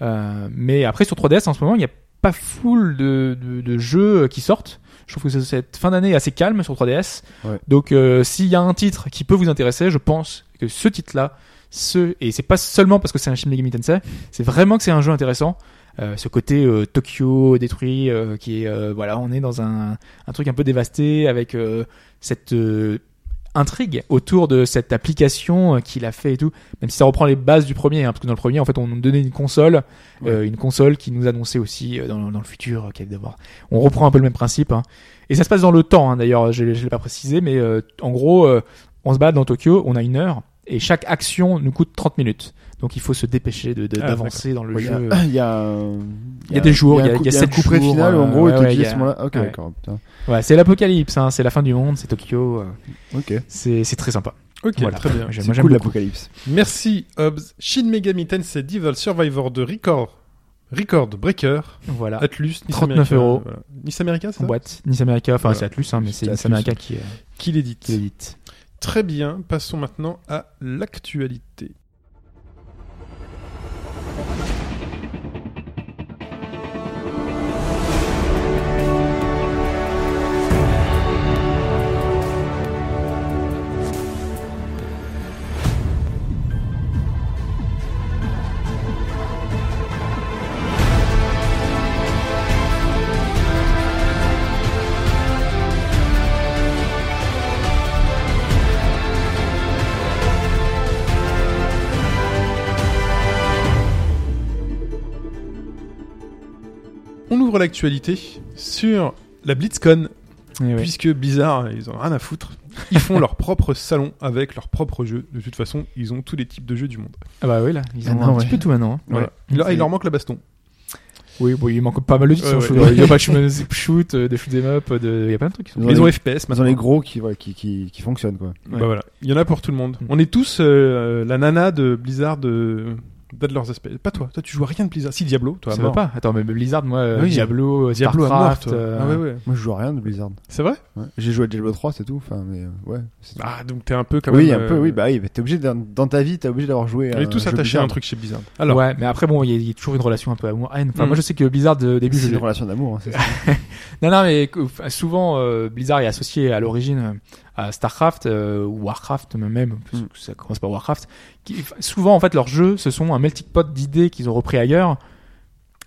Speaker 3: Euh, mais après sur 3DS en ce moment, il n'y a pas full de, de, de jeux euh, qui sortent. Je trouve que cette fin d'année est assez calme sur 3DS.
Speaker 4: Ouais.
Speaker 3: Donc euh, s'il y a un titre qui peut vous intéresser, je pense que ce titre-là, ce et c'est pas seulement parce que c'est un Shin Megami Tensei, c'est vraiment que c'est un jeu intéressant. Euh, ce côté euh, Tokyo détruit, euh, qui est euh, voilà, on est dans un, un truc un peu dévasté avec euh, cette euh, intrigue autour de cette application euh, qu'il a fait et tout. Même si ça reprend les bases du premier, hein, parce que dans le premier, en fait, on nous donnait une console, euh, une console qui nous annonçait aussi euh, dans, dans le futur euh, qu'elle allait avoir. On reprend un peu le même principe. hein. Et ça se passe dans le temps. hein, D'ailleurs, je, je l'ai pas précisé, mais euh, en gros, euh, on se bat dans Tokyo, on a une heure. Et chaque action nous coûte 30 minutes. Donc il faut se dépêcher de- de-
Speaker 2: Ah,
Speaker 3: d'avancer dans le
Speaker 4: Ouais, Il y a-
Speaker 3: jeu.
Speaker 4: il y a un-
Speaker 3: Il y a des jours, il y a-
Speaker 4: un coup-
Speaker 3: il y a
Speaker 4: un
Speaker 3: sept
Speaker 4: coup près
Speaker 3: jours,
Speaker 4: final où, en
Speaker 3: euh,
Speaker 4: gros,
Speaker 3: ouais,
Speaker 4: ils te
Speaker 3: ouais, il
Speaker 4: disent
Speaker 3: y
Speaker 4: à
Speaker 3: a-
Speaker 4: ce moment-là. Ok,
Speaker 3: ouais.
Speaker 4: d'accord. putain.
Speaker 3: Ouais, c'est l'apocalypse, hein, c'est la fin du monde, c'est Tokyo, euh,
Speaker 4: Ok.
Speaker 3: c'est c'est très sympa.
Speaker 2: Ok,
Speaker 3: Voilà.
Speaker 2: très bien.
Speaker 3: J'aime- moi,
Speaker 4: C'est
Speaker 3: j'aime
Speaker 4: cool
Speaker 3: beaucoup.
Speaker 4: l'apocalypse.
Speaker 2: Merci, Hobbs. Shin Megami Tensei Devil Survivor de Record. Record Breaker.
Speaker 3: Voilà,
Speaker 2: Atlus. Nice
Speaker 3: 39
Speaker 2: America,
Speaker 3: Ah. euros.
Speaker 2: voilà. Nice America,
Speaker 3: en
Speaker 2: ça
Speaker 3: boîte, Nice America, enfin
Speaker 2: Voilà.
Speaker 3: c'est Atlus, hein, mais c'est
Speaker 4: C'est
Speaker 3: Nice
Speaker 4: Atlus.
Speaker 3: America qui, euh,
Speaker 2: Qui l'édite
Speaker 3: qui l'édite.
Speaker 2: Très bien, passons maintenant à l'actualité. On ouvre l'actualité sur la BlitzCon,
Speaker 3: Eh ouais.
Speaker 2: puisque bizarre, ils en ont rien à foutre. Ils font leur propre salon avec leur propre jeu. De toute façon, ils ont tous les types de jeux du monde.
Speaker 3: Ah bah oui là, ils ont
Speaker 4: Maintenant,
Speaker 3: un
Speaker 4: ouais.
Speaker 3: petit peu tout maintenant. hein.
Speaker 2: Voilà. Il, leur- il leur manque le baston.
Speaker 3: Oui, bon, il manque pas mal de titres. hein,
Speaker 2: Ouais,
Speaker 3: sur
Speaker 2: ouais.
Speaker 3: le shoot- Il y a pas de shoot, shoot, euh, de shoot 'em up, de... il y a plein de trucs. qui sont-
Speaker 4: Dans
Speaker 2: Ils
Speaker 4: les-
Speaker 2: ont FPS
Speaker 4: Maintenant,
Speaker 2: maintenant.
Speaker 4: les gros qui, voilà, qui, qui, qui fonctionnent, quoi.
Speaker 2: Bah voilà, il y en a pour tout le monde.
Speaker 3: Mm.
Speaker 2: On est tous euh, la nana de Blizzard de, de leurs aspects. Pas toi, toi tu joues à rien de Blizzard. Si Diablo, toi à
Speaker 3: Ça va
Speaker 2: mort.
Speaker 3: pas. Attends, mais Blizzard, moi, euh,
Speaker 2: Oui.
Speaker 3: Diablo, euh,
Speaker 2: Diablo à mort,
Speaker 3: Starcraft.
Speaker 2: toi.
Speaker 3: euh,
Speaker 2: Ah ouais, ouais.
Speaker 4: Moi, je joue à rien de Blizzard.
Speaker 2: C'est vrai
Speaker 4: Ouais. J'ai joué à Diablo 3, c'est tout. Enfin, mais euh, ouais. c'est-
Speaker 3: Bah,
Speaker 2: Ah, donc t'es un peu quand
Speaker 4: oui,
Speaker 2: même.
Speaker 4: un peu,
Speaker 2: euh,
Speaker 4: oui, bah euh, oui, bah, t'es obligé, d'un- dans ta vie, t'es obligé d'avoir joué à.
Speaker 2: On est tous
Speaker 4: un jeu
Speaker 2: attachés à
Speaker 4: Blizzard.
Speaker 2: un truc chez Blizzard. Alors,
Speaker 3: Ouais, mais après bon, il y a- il y, a toujours une relation un peu amour-haine. Enfin,
Speaker 2: Mm.
Speaker 3: moi je sais que Blizzard euh, au début,
Speaker 4: C'est
Speaker 3: je,
Speaker 4: une relation d'amour, hein, c'est ça.
Speaker 3: Non, non, mais que- enfin, souvent, euh, Blizzard est associé à l'origine euh, à StarCraft euh, ou WarCraft même, parce
Speaker 4: Mm.
Speaker 3: que ça commence par WarCraft. Qui, enfin, souvent, en fait, leurs jeux, ce sont un melting pot d'idées qu'ils ont repris ailleurs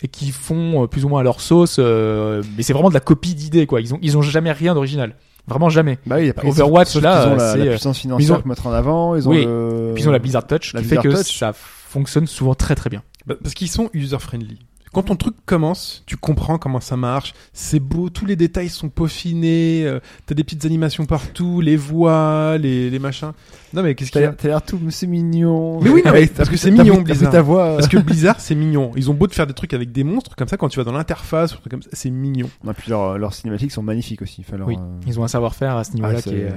Speaker 3: et qui font euh, plus ou moins à leur sauce, euh, mais c'est vraiment de la copie d'idées, quoi. Ils ont, ils ont jamais rien d'original. Vraiment jamais.
Speaker 4: Bah oui, après,
Speaker 3: Overwatch,
Speaker 4: sauf
Speaker 3: là,
Speaker 4: qu'ils ont la,
Speaker 3: c'est,
Speaker 4: la
Speaker 3: euh,
Speaker 4: puissance
Speaker 3: ils
Speaker 4: financière
Speaker 3: ont-
Speaker 4: qu'ils mettent en avant, ils ont
Speaker 3: Oui.
Speaker 4: le.
Speaker 3: Puis ils ont la Blizzard Touch,
Speaker 4: Euh, la
Speaker 3: qui
Speaker 4: Blizzard
Speaker 3: fait que
Speaker 4: Touch.
Speaker 3: ça fonctionne souvent très très bien.
Speaker 2: Bah, parce qu'ils sont user-friendly. Quand ton truc commence, tu comprends comment ça marche. C'est beau, tous les détails sont peaufinés. euh, T'as des petites animations partout, les voix, les, les machins. Non mais qu'est-ce
Speaker 4: T'as
Speaker 2: qu'il y a
Speaker 4: l'air- t'as l'air tout, c'est mignon.
Speaker 2: Mais oui, non, mais
Speaker 4: Avec-
Speaker 2: parce que c'est
Speaker 4: t'as
Speaker 2: mignon,
Speaker 4: pris- t'as pris
Speaker 2: Blizzard.
Speaker 4: ta voix. euh.
Speaker 2: Parce que Blizzard, c'est mignon. Ils ont beau de faire des trucs avec des monstres comme ça quand tu vas dans l'interface, ou un truc comme ça, c'est mignon.
Speaker 4: Non, puis leurs leurs cinématiques sont magnifiques aussi. Enfin, leur,
Speaker 3: Oui.
Speaker 4: euh,
Speaker 3: Ils ont un savoir-faire à ce niveau-là
Speaker 4: ah,
Speaker 3: qui
Speaker 4: c'est-
Speaker 3: est. euh,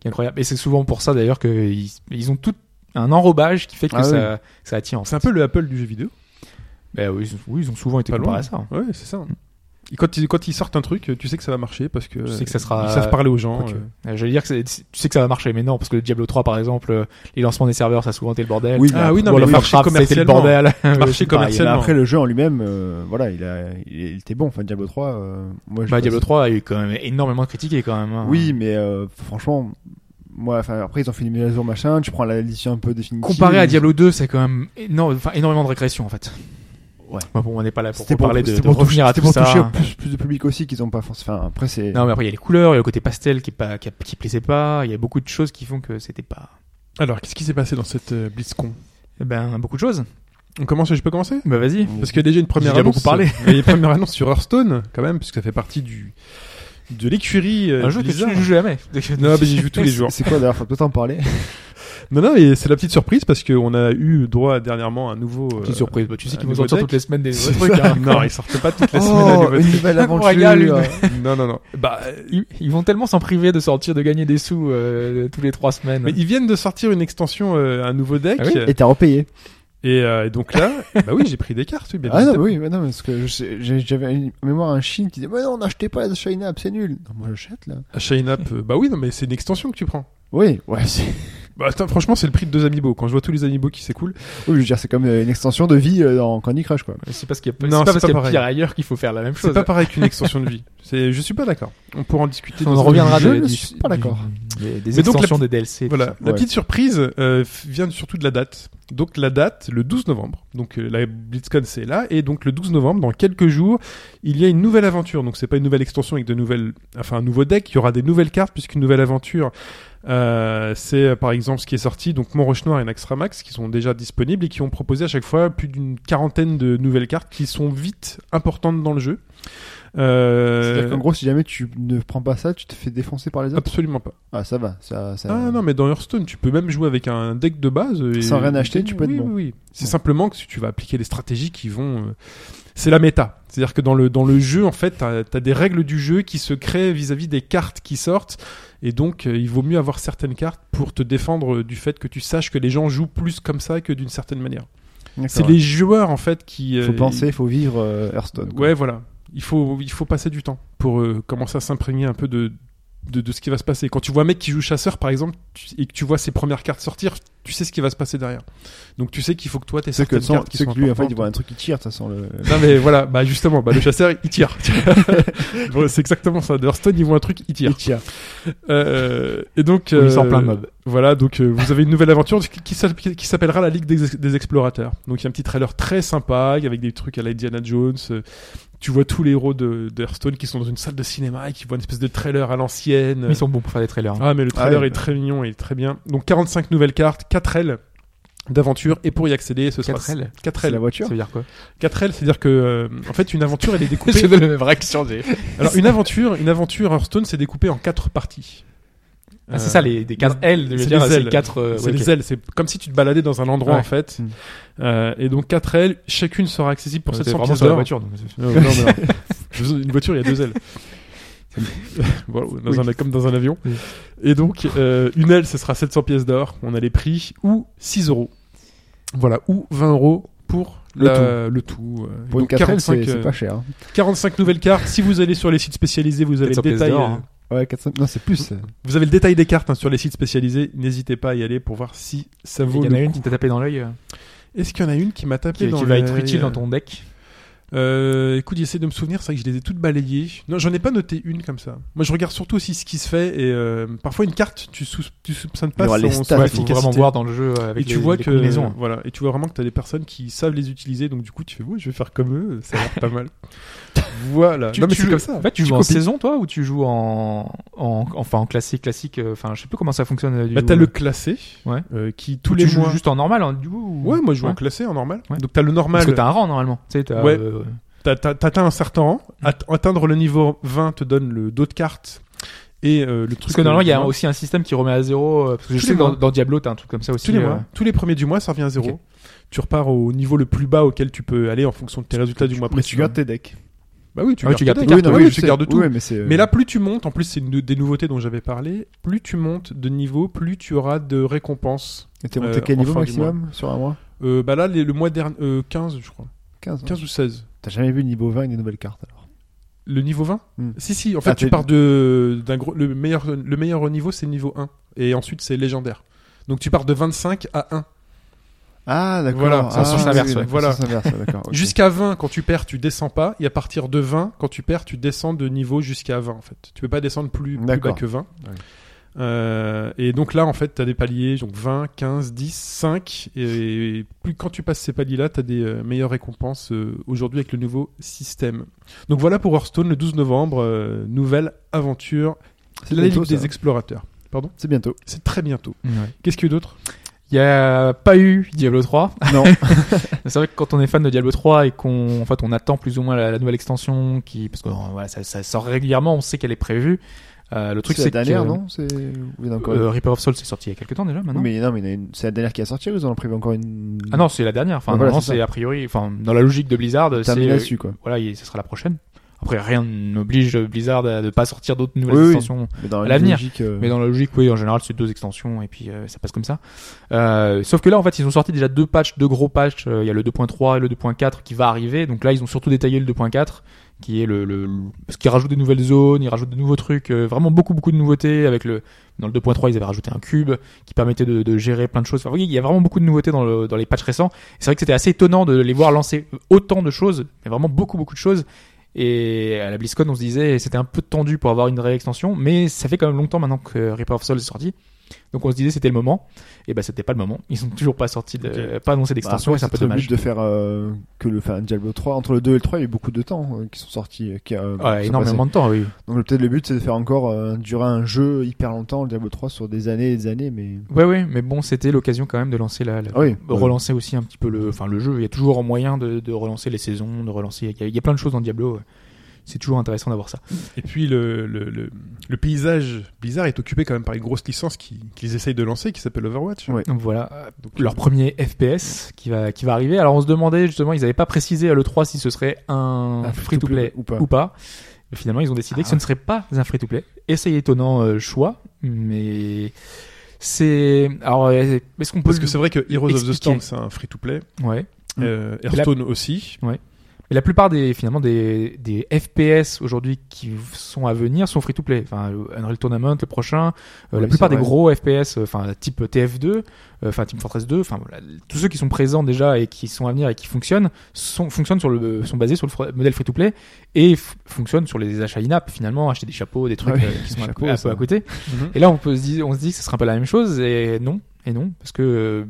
Speaker 3: qui est incroyable. Et c'est souvent pour ça d'ailleurs qu'ils ils ont tout un enrobage qui fait que
Speaker 4: Ah
Speaker 3: ça, ça attire. en
Speaker 2: C'est un
Speaker 3: fait.
Speaker 2: peu le Apple du jeu vidéo.
Speaker 3: Ben oui, ils ont- oui, ils ont souvent été
Speaker 2: Pas
Speaker 3: comparés
Speaker 2: loin.
Speaker 3: à ça.
Speaker 2: Ouais, c'est ça. hein. Et quand ils, quand ils sortent un truc, tu sais que ça va marcher parce que
Speaker 3: Tu sais que ça sera-
Speaker 2: ils savent parler aux gens.
Speaker 3: Quoique.
Speaker 2: euh.
Speaker 3: Euh, J'allais dire que c'est- tu sais que ça va marcher, mais non, parce que le Diablo 3, par exemple, euh, les lancements des serveurs, ça a souvent été le bordel.
Speaker 4: Oui, mais
Speaker 2: Ah oui, non,
Speaker 3: World
Speaker 2: mais
Speaker 3: of
Speaker 2: le marché
Speaker 3: Warcraft, ça a été le
Speaker 2: commercialement.
Speaker 3: bordel. Bah,
Speaker 2: marché
Speaker 3: Pareil.
Speaker 2: commercial.
Speaker 4: Mais
Speaker 2: Tellement.
Speaker 4: après, le jeu en lui-même, euh, voilà, il, a, il, il était bon. Enfin, Diablo 3, euh, moi, j'ai
Speaker 3: Bah,
Speaker 4: pas-
Speaker 3: Diablo 3 a eu quand même énormément critiqué quand même. hein.
Speaker 4: Oui, mais euh, franchement, moi, enfin, après, ils ont fait des mises à jour, machin. Tu prends l'édition un peu définitive.
Speaker 3: Comparé à Diablo 2, c'est quand même énorme, enfin, énormément de régression en fait.
Speaker 4: Ouais.
Speaker 3: Bah, bon, on n'est pas là pour
Speaker 4: C'était pour,
Speaker 3: parler de,
Speaker 4: c'était
Speaker 3: de
Speaker 4: pour toucher,
Speaker 3: revenir à
Speaker 4: c'était
Speaker 3: tout
Speaker 4: pour
Speaker 3: ça. hein.
Speaker 4: toucher au plus, plus de public aussi qu'ils ont pas forcément. Enfin, après, c'est.
Speaker 3: Non, mais après, il y a les couleurs, il y a le côté pastel qui, est pas, qui, a- qui plaisait pas, il y a beaucoup de choses qui font que c'était pas.
Speaker 2: Alors, qu'est-ce qui s'est passé dans cette euh, BlizzCon
Speaker 3: Eh Ben, beaucoup de choses.
Speaker 2: On commence, je peux commencer
Speaker 3: Bah vas-y.
Speaker 2: Parce qu'il y a déjà une première
Speaker 3: J'ai déjà
Speaker 2: annonce.
Speaker 3: beaucoup parlé.
Speaker 2: Il y a une première annonce sur Hearthstone, quand même, puisque ça fait partie du de l'écurie. euh,
Speaker 3: Un jeu que tu
Speaker 2: Blizzard.
Speaker 3: ne joues jamais.
Speaker 2: Non, mais j'y joue tous les jours.
Speaker 4: C'est quoi d'ailleurs Faut peut-être en parler.
Speaker 2: Non, non, et c'est la petite surprise parce qu'on a eu droit dernièrement à un nouveau. euh,
Speaker 3: Petite surprise. Bah, tu sais qu'ils
Speaker 2: un
Speaker 3: vont sortir
Speaker 2: nouveau
Speaker 3: toutes les semaines des
Speaker 2: C'est
Speaker 3: trucs.
Speaker 2: ça.
Speaker 3: hein.
Speaker 2: Non, ils sortent pas toutes les semaines à
Speaker 4: Oh,
Speaker 2: nouveau.
Speaker 4: une nouvelle
Speaker 3: Royal, une-
Speaker 4: aventure. Ah
Speaker 2: Non, non, non.
Speaker 3: Bah, ils, ils vont tellement s'en priver de sortir, de gagner des sous euh, tous les trois semaines.
Speaker 2: Mais ils viennent de sortir une extension, euh, un nouveau deck.
Speaker 3: Ah oui
Speaker 4: Et t'as repayé.
Speaker 2: et, euh, et donc là, bah oui, j'ai pris des cartes. Oui, bien
Speaker 4: Ah
Speaker 2: évidemment.
Speaker 4: non, mais oui, mais non, parce que je sais- j'ai- j'avais une- en mémoire un Chine qui disait Mais non, n'achetez pas la Shine Up, c'est nul. Non, moi j'achète là.
Speaker 2: Shine Up, euh, bah oui, non, mais c'est une extension que tu prends.
Speaker 4: Oui, ouais, c'est.
Speaker 2: Bah attends, franchement, c'est le prix de deux amiibo. Quand je vois tous les amiibo qui s'écoulent,
Speaker 4: Oui, je veux dire, c'est comme euh, une extension de vie euh, dans Candy Crush, quoi.
Speaker 3: C'est parce qu'il y a, c'est
Speaker 2: Non, c'est
Speaker 3: pas parce
Speaker 2: pas
Speaker 3: qu'il y a
Speaker 2: pareil.
Speaker 3: pire ailleurs qu'il faut faire la même
Speaker 2: c'est
Speaker 3: chose.
Speaker 2: pas pareil qu'une extension de vie. C'est, je suis pas d'accord. On pourra en discuter.
Speaker 3: On
Speaker 2: dans
Speaker 3: en
Speaker 2: un
Speaker 3: reviendra
Speaker 2: jeu.
Speaker 4: je
Speaker 3: de-
Speaker 4: ne
Speaker 3: du-
Speaker 4: suis pas d'accord.
Speaker 3: Des, des
Speaker 2: Mais donc,
Speaker 3: extensions
Speaker 2: la-
Speaker 3: des DLC. tout
Speaker 2: Voilà.
Speaker 3: ça.
Speaker 2: La
Speaker 4: Ouais.
Speaker 2: petite surprise euh, f- vient surtout de la date. Donc la date, le 12 novembre. Donc euh, la BlitzCon c'est là et donc le 12 novembre, dans quelques jours, il y a une nouvelle aventure. Donc c'est pas une nouvelle extension avec de nouvelles, enfin un nouveau deck. Il y aura des nouvelles cartes puisqu'une nouvelle aventure, euh, c'est euh, par exemple ce qui est sorti. Donc Mon Roche Noir et Naxxramax qui sont déjà disponibles et qui ont proposé à chaque fois plus d'une quarantaine de nouvelles cartes qui sont vite importantes dans le jeu. Euh,
Speaker 4: C'est-à-dire qu'en gros, si jamais tu ne prends pas ça, tu te fais défoncer par les autres.
Speaker 2: absolument pas.
Speaker 4: Ah, ça va. Ça, ça...
Speaker 2: Ah non, mais dans Hearthstone, tu peux même jouer avec un deck de base. Et...
Speaker 4: Euh, Sans rien acheter, tu peux être
Speaker 2: oui,
Speaker 4: bon.
Speaker 2: Oui, oui. C'est
Speaker 4: Ouais.
Speaker 2: simplement que si tu vas appliquer des stratégies qui vont. euh, C'est la méta. C'est-à-dire que dans le, dans le jeu, en fait, t'as as des règles du jeu qui se créent vis-à-vis des cartes qui sortent. Et donc, euh, il vaut mieux avoir certaines cartes pour te défendre euh, du fait que tu saches que les gens jouent plus comme ça que d'une certaine manière.
Speaker 4: D'accord,
Speaker 2: C'est
Speaker 4: ouais.
Speaker 2: les joueurs, en fait, qui. euh,
Speaker 4: Faut penser, faut vivre euh, Hearthstone. quoi.
Speaker 2: Ouais, voilà. Il faut, il faut passer du temps pour euh, commencer à s'imprégner un peu de, de, de ce qui va se passer. Quand tu vois un mec qui joue chasseur, par exemple, tu- et que tu vois ses premières cartes sortir, tu sais ce qui va se passer derrière. Donc tu sais qu'il faut que toi, t'aies
Speaker 4: C'est que,
Speaker 2: certaines
Speaker 4: sans-
Speaker 2: cartes qui
Speaker 4: c'est
Speaker 2: sont
Speaker 4: que lui, en fait, il
Speaker 2: importantes.
Speaker 4: voit un truc qui tire, de toute façon. Le...
Speaker 2: Non mais voilà, bah justement, bah le chasseur il tire. Bon, c'est exactement ça. Hearthstone il voit un truc, il tire.
Speaker 4: Il tire.
Speaker 2: Euh, et donc
Speaker 3: Où il sort plein de
Speaker 2: euh,
Speaker 3: mobs.
Speaker 2: voilà, donc euh, vous avez une nouvelle aventure qui, qui s'app- qui s'appellera la Ligue des, des Explorateurs. Donc il y a un petit trailer très sympa avec des trucs à la Indiana Jones. euh, Tu vois tous les héros de, de Hearthstone qui sont dans une salle de cinéma et qui voient une espèce de trailer à l'ancienne.
Speaker 3: Ils sont bons pour faire des trailers. hein.
Speaker 2: Ah mais le
Speaker 4: Ah
Speaker 2: trailer
Speaker 4: ouais.
Speaker 2: est très mignon et très bien. Donc 45 nouvelles cartes, 4 ailes d'aventure et pour y accéder ce sera
Speaker 3: 4 L.
Speaker 2: 4
Speaker 4: C'est la
Speaker 2: ailes.
Speaker 4: voiture.
Speaker 3: Ça veut dire quoi
Speaker 2: 4 ailes, c'est-à-dire que euh, en fait une aventure elle est
Speaker 3: Je
Speaker 2: découpée
Speaker 3: donne la même réaction. j'ai-
Speaker 2: Alors une aventure, une aventure Hearthstone c'est découpé en 4 parties.
Speaker 3: Ah, c'est ça, les, des 4 L. Je veux
Speaker 2: Euh, c'est
Speaker 3: dire,
Speaker 2: les
Speaker 3: c'est
Speaker 2: ailes.
Speaker 3: 4. euh,
Speaker 2: c'est
Speaker 3: ouais,
Speaker 2: les
Speaker 3: ok.
Speaker 2: ailes, c'est comme si tu te baladais dans un endroit
Speaker 3: Ouais. Hmm.
Speaker 2: en fait.
Speaker 4: Mm.
Speaker 2: Euh, et donc quatre ailes, chacune sera accessible pour
Speaker 3: Ouais, c'est
Speaker 2: 700
Speaker 3: vraiment
Speaker 2: pièces
Speaker 3: sur la
Speaker 2: d'or.
Speaker 3: voiture. donc.
Speaker 2: Non, non, mais non. Je vous- Une voiture, il y a deux ailes. Voilà, dans
Speaker 3: Oui.
Speaker 2: un- comme dans un avion.
Speaker 3: Oui.
Speaker 2: Et donc, euh, une aile, ce sera 700 pièces d'or. On a les prix. Ou 6 euros. Voilà, ou 20 euros pour
Speaker 4: Le
Speaker 2: la- le tout. euh,
Speaker 4: Pour une
Speaker 2: donc
Speaker 4: 4L, c'est
Speaker 2: euh,
Speaker 4: c'est pas cher. hein.
Speaker 2: 45 nouvelles cartes. Si vous allez sur les sites spécialisés, vous avez
Speaker 3: 400
Speaker 2: le
Speaker 3: pièces
Speaker 2: détail.
Speaker 3: d'or,
Speaker 2: euh,
Speaker 3: hein.
Speaker 4: Ouais, 400... Non, c'est plus.
Speaker 2: Vous avez le détail des cartes hein, sur les sites spécialisés. N'hésitez pas à y aller pour voir si ça vaut
Speaker 3: Il y en
Speaker 2: le
Speaker 3: a une
Speaker 2: coup.
Speaker 3: qui t'a tapé dans l'œil, euh,
Speaker 2: Est-ce qu'il y en a une qui m'a tapé
Speaker 3: qui,
Speaker 2: dans
Speaker 3: qui va être
Speaker 2: l'œil,
Speaker 3: utile
Speaker 2: euh,
Speaker 3: dans ton deck.
Speaker 2: Euh, écoute, j'essaie de me souvenir, c'est vrai que je les ai toutes balayées. Non, j'en ai pas noté une comme ça. Moi, je regarde surtout aussi ce qui se fait et euh, parfois une carte, tu, sous tu soupçonnes pas
Speaker 4: Il y aura
Speaker 2: son,
Speaker 4: les
Speaker 2: son
Speaker 4: stats,
Speaker 3: Ouais, faut
Speaker 2: efficacité.
Speaker 3: vraiment voir dans le jeu euh, avec
Speaker 2: Bah, et tu
Speaker 3: les-
Speaker 2: vois
Speaker 3: les
Speaker 2: que
Speaker 3: combinaisons. hein.
Speaker 2: voilà, et tu vois vraiment que t'as des personnes qui savent les utiliser, donc du coup, tu fais, ouais, je vais faire comme eux, ça a l'air pas mal. voilà.
Speaker 3: Tu-
Speaker 2: non mais
Speaker 3: tu-
Speaker 2: c'est comme ça.
Speaker 3: En fait, tu,
Speaker 2: Tu
Speaker 3: joues en
Speaker 2: copies.
Speaker 3: saison, toi, ou tu joues en, en enfin en classique, classique. euh, Enfin, je sais plus comment ça fonctionne. euh, du
Speaker 2: Bah,
Speaker 3: coup,
Speaker 2: t'as
Speaker 3: euh,
Speaker 2: le classé,
Speaker 3: Ouais.
Speaker 2: euh, qui
Speaker 3: ou
Speaker 2: tous
Speaker 3: tu
Speaker 2: les
Speaker 3: joues
Speaker 2: mois.
Speaker 3: juste en normal, hein, du coup. ou-
Speaker 2: Ouais, moi je joue en
Speaker 3: Ouais.
Speaker 2: classé, en normal.
Speaker 3: Ouais.
Speaker 2: Donc t'as le normal.
Speaker 3: Parce que t'as un rang normalement. Tu sais, t'as,
Speaker 2: Ouais.
Speaker 3: euh,
Speaker 2: T'as- t'as- T'atteins un certain rang, At- atteindre le niveau 20 te donne le dos de cartes et euh, le truc.
Speaker 3: Parce que normalement, il y a
Speaker 2: euh,
Speaker 3: aussi un système qui remet à zéro. euh, Parce que je
Speaker 2: Tous
Speaker 3: sais
Speaker 2: les
Speaker 3: que dans,
Speaker 2: mois.
Speaker 3: dans Diablo, t'as un truc comme ça aussi.
Speaker 2: Tous les
Speaker 3: euh,
Speaker 2: mois, tous les premiers du mois, ça revient à zéro.
Speaker 3: Ok.
Speaker 2: Tu repars au niveau le plus bas auquel tu peux aller en fonction de tes résultats du mois
Speaker 4: Mais tu
Speaker 2: précédent.
Speaker 4: gardes tes decks.
Speaker 2: Bah oui, tu
Speaker 3: Ah oui,
Speaker 2: gardes.
Speaker 3: tu
Speaker 2: tes
Speaker 3: gardes tes
Speaker 2: decks.
Speaker 3: cartes,
Speaker 2: Oui,
Speaker 4: non,
Speaker 2: oui,
Speaker 4: je
Speaker 2: tu
Speaker 4: sais.
Speaker 2: gardes tout.
Speaker 4: Oui, mais c'est. euh,
Speaker 2: Mais là, plus tu montes, en plus c'est une des nouveautés dont j'avais parlé, plus tu montes de niveau, plus tu auras de récompenses.
Speaker 4: Et t'es
Speaker 2: euh,
Speaker 4: monté quel
Speaker 2: en
Speaker 4: niveau
Speaker 2: fin du
Speaker 4: maximum sur un mois
Speaker 2: Euh, bah là, les- le mois dernier, euh, 15 je crois,
Speaker 4: 15. hein.
Speaker 2: 15 ou 16.
Speaker 4: T'as jamais vu le niveau 20 avec des nouvelles cartes alors
Speaker 2: Le niveau 20
Speaker 4: Hmm.
Speaker 2: Si, si, en fait
Speaker 4: Ah,
Speaker 2: tu
Speaker 4: t'es-
Speaker 2: pars de, d'un gros, le meilleur, le meilleur niveau c'est le niveau 1. Et ensuite c'est légendaire. Donc tu pars de 25 à 1.
Speaker 4: Ah, d'accord.
Speaker 2: Voilà,
Speaker 4: ah,
Speaker 2: c'est un sens
Speaker 4: oui,
Speaker 3: inverse,
Speaker 4: oui,
Speaker 3: ouais.
Speaker 4: d'accord,
Speaker 2: Voilà.
Speaker 4: sens inverse, ouais, d'accord. ok.
Speaker 2: Jusqu'à 20, quand tu perds, tu descends pas. Et à partir de 20, quand tu perds, tu descends de niveau jusqu'à 20, en fait. Tu peux pas descendre plus, plus bas
Speaker 4: D'accord.
Speaker 2: que 20.
Speaker 4: Ouais.
Speaker 2: Euh, et donc là, en fait, tu as des paliers, donc 20, 15, 10, 5. Et, et plus quand tu passes ces paliers-là, tu as des euh, meilleures récompenses euh, aujourd'hui avec le nouveau système. Donc voilà pour Hearthstone, le 12 novembre, euh, nouvelle aventure.
Speaker 4: C'est
Speaker 2: La
Speaker 4: bientôt,
Speaker 2: Ligue des
Speaker 4: ça.
Speaker 2: Explorateurs. Pardon
Speaker 4: C'est bientôt.
Speaker 2: C'est très bientôt.
Speaker 3: ouais.
Speaker 2: Qu'est-ce qu'il y a d'autre
Speaker 3: Il Il n'y a pas eu Diablo 3.
Speaker 4: Non.
Speaker 3: C'est vrai que quand on est fan de Diablo 3 et qu'on en fait, on attend plus ou moins la, la nouvelle extension, qui, parce que euh, voilà, ça, ça sort régulièrement, on sait qu'elle est prévue. Euh, le truc,
Speaker 4: c'est
Speaker 3: c'est
Speaker 4: la
Speaker 3: que
Speaker 4: dernière, non C'est ou il y en a encore une
Speaker 3: euh, Reaper of Souls, c'est sorti il y a quelques temps déjà maintenant.
Speaker 4: Oui, Mais non, mais il y en a une- c'est la dernière qui a sorti. ou Ils en ont prévu encore une.
Speaker 3: Ah non, c'est la dernière. Enfin,
Speaker 4: Ah, voilà,
Speaker 3: normalement,
Speaker 4: c'est ça.
Speaker 3: c'est a priori, enfin, dans la logique de Blizzard, c'est
Speaker 4: terminé là-dessus quoi.
Speaker 3: voilà, il- ce sera la prochaine. Après, rien n'oblige Blizzard à ne pas sortir d'autres nouvelles
Speaker 4: Oui, oui.
Speaker 3: extensions.
Speaker 4: Mais dans
Speaker 3: à
Speaker 4: une
Speaker 3: l'avenir.
Speaker 4: logique, euh,
Speaker 3: Mais dans la logique, oui, en général, c'est deux extensions et puis euh, ça passe comme ça. Euh, sauf que là, en fait, ils ont sorti déjà deux patchs, deux gros patchs. Euh, Il y a le 2.3 et le 2.4 qui va arriver. Donc là, ils ont surtout détaillé le 2.4 qui est le, le, le- parce qu'ils rajoutent des nouvelles zones, ils rajoutent de nouveaux trucs, euh, vraiment beaucoup beaucoup de nouveautés avec le dans le 2.3 ils avaient rajouté un cube qui permettait de, de gérer plein de choses. Enfin, vous voyez, il y a vraiment beaucoup de nouveautés dans, le, dans les patchs récents. Et C'est vrai que c'était assez étonnant de les voir lancer autant de choses, mais vraiment beaucoup beaucoup de choses. Et à la BlizzCon, on se disait c'était un peu tendu pour avoir une réextension, mais ça fait quand même longtemps maintenant que Reaper of Souls est sorti. Donc on se disait c'était le moment. Et ben c'était pas le moment. Ils ont toujours pas sorti, de, pas annoncé
Speaker 4: bah,
Speaker 3: d'extension.
Speaker 4: après,
Speaker 3: et c'est un peu
Speaker 4: c'était le
Speaker 3: dommage.
Speaker 4: but de faire euh, que le enfin, Diablo 3 entre le 2 et le 3 il y a eu beaucoup de temps euh, qui sont sortis euh, qui, euh, qui sont
Speaker 3: Ouais, énormément
Speaker 4: passés.
Speaker 3: de temps, oui.
Speaker 4: donc le- peut-être le but c'est de faire encore euh, durer un jeu hyper longtemps le Diablo 3 sur des années et des années mais
Speaker 3: Ouais, ouais, mais bon, c'était l'occasion quand même de lancer la, la-
Speaker 4: Ah oui,
Speaker 3: de relancer aussi un petit peu le, enfin le jeu. Il y a toujours un moyen de, de relancer les saisons, de relancer. Il y, a, il y a plein de choses dans Diablo. C'est toujours intéressant d'avoir ça.
Speaker 2: Et puis le, le, le, le paysage Blizzard est occupé quand même par une grosse licence qui- qu'ils essayent de lancer qui s'appelle Overwatch.
Speaker 4: Ouais.
Speaker 3: Donc voilà, donc leur premier FPS qui va qui va arriver. Alors on se demandait justement, ils n'avaient pas précisé à le 3 si ce serait un,
Speaker 4: Un
Speaker 3: free to play
Speaker 4: ou pas.
Speaker 3: ou pas. Mais finalement, ils ont décidé
Speaker 4: Ah
Speaker 3: que ce ne serait pas un free to play. Et c'est étonnant euh, choix, mais c'est alors euh, est-ce qu'on peut
Speaker 2: Parce que c'est vrai que Heroes of the
Speaker 3: Expliquer.
Speaker 2: Storm c'est un free-to-play,
Speaker 3: ouais.
Speaker 4: Mm.
Speaker 2: euh, Hearthstone aussi.
Speaker 3: Mais la plupart des finalement des, des FPS aujourd'hui qui sont à venir sont free to play. Enfin, le Unreal Tournament, le prochain, euh,
Speaker 4: Oui,
Speaker 3: la plupart
Speaker 4: c'est
Speaker 3: des
Speaker 4: vrai.
Speaker 3: gros FPS, euh, enfin type TF2, euh, enfin Team Fortress 2, enfin voilà, tous ceux qui sont présents déjà et qui sont à venir et qui fonctionnent sont fonctionnent sur le sont basés sur le fr- modèle free to play et f- fonctionnent sur les achats in-app finalement, acheter des chapeaux, des trucs
Speaker 4: Ah oui,
Speaker 3: euh, qui sont un
Speaker 4: chapeaux,
Speaker 3: peu- un
Speaker 4: ça.
Speaker 3: peu à côté.
Speaker 2: Mhm.
Speaker 3: Et là, on, peut se dire, on se dit que ce serait un peu la même chose, et non, et non, parce que euh,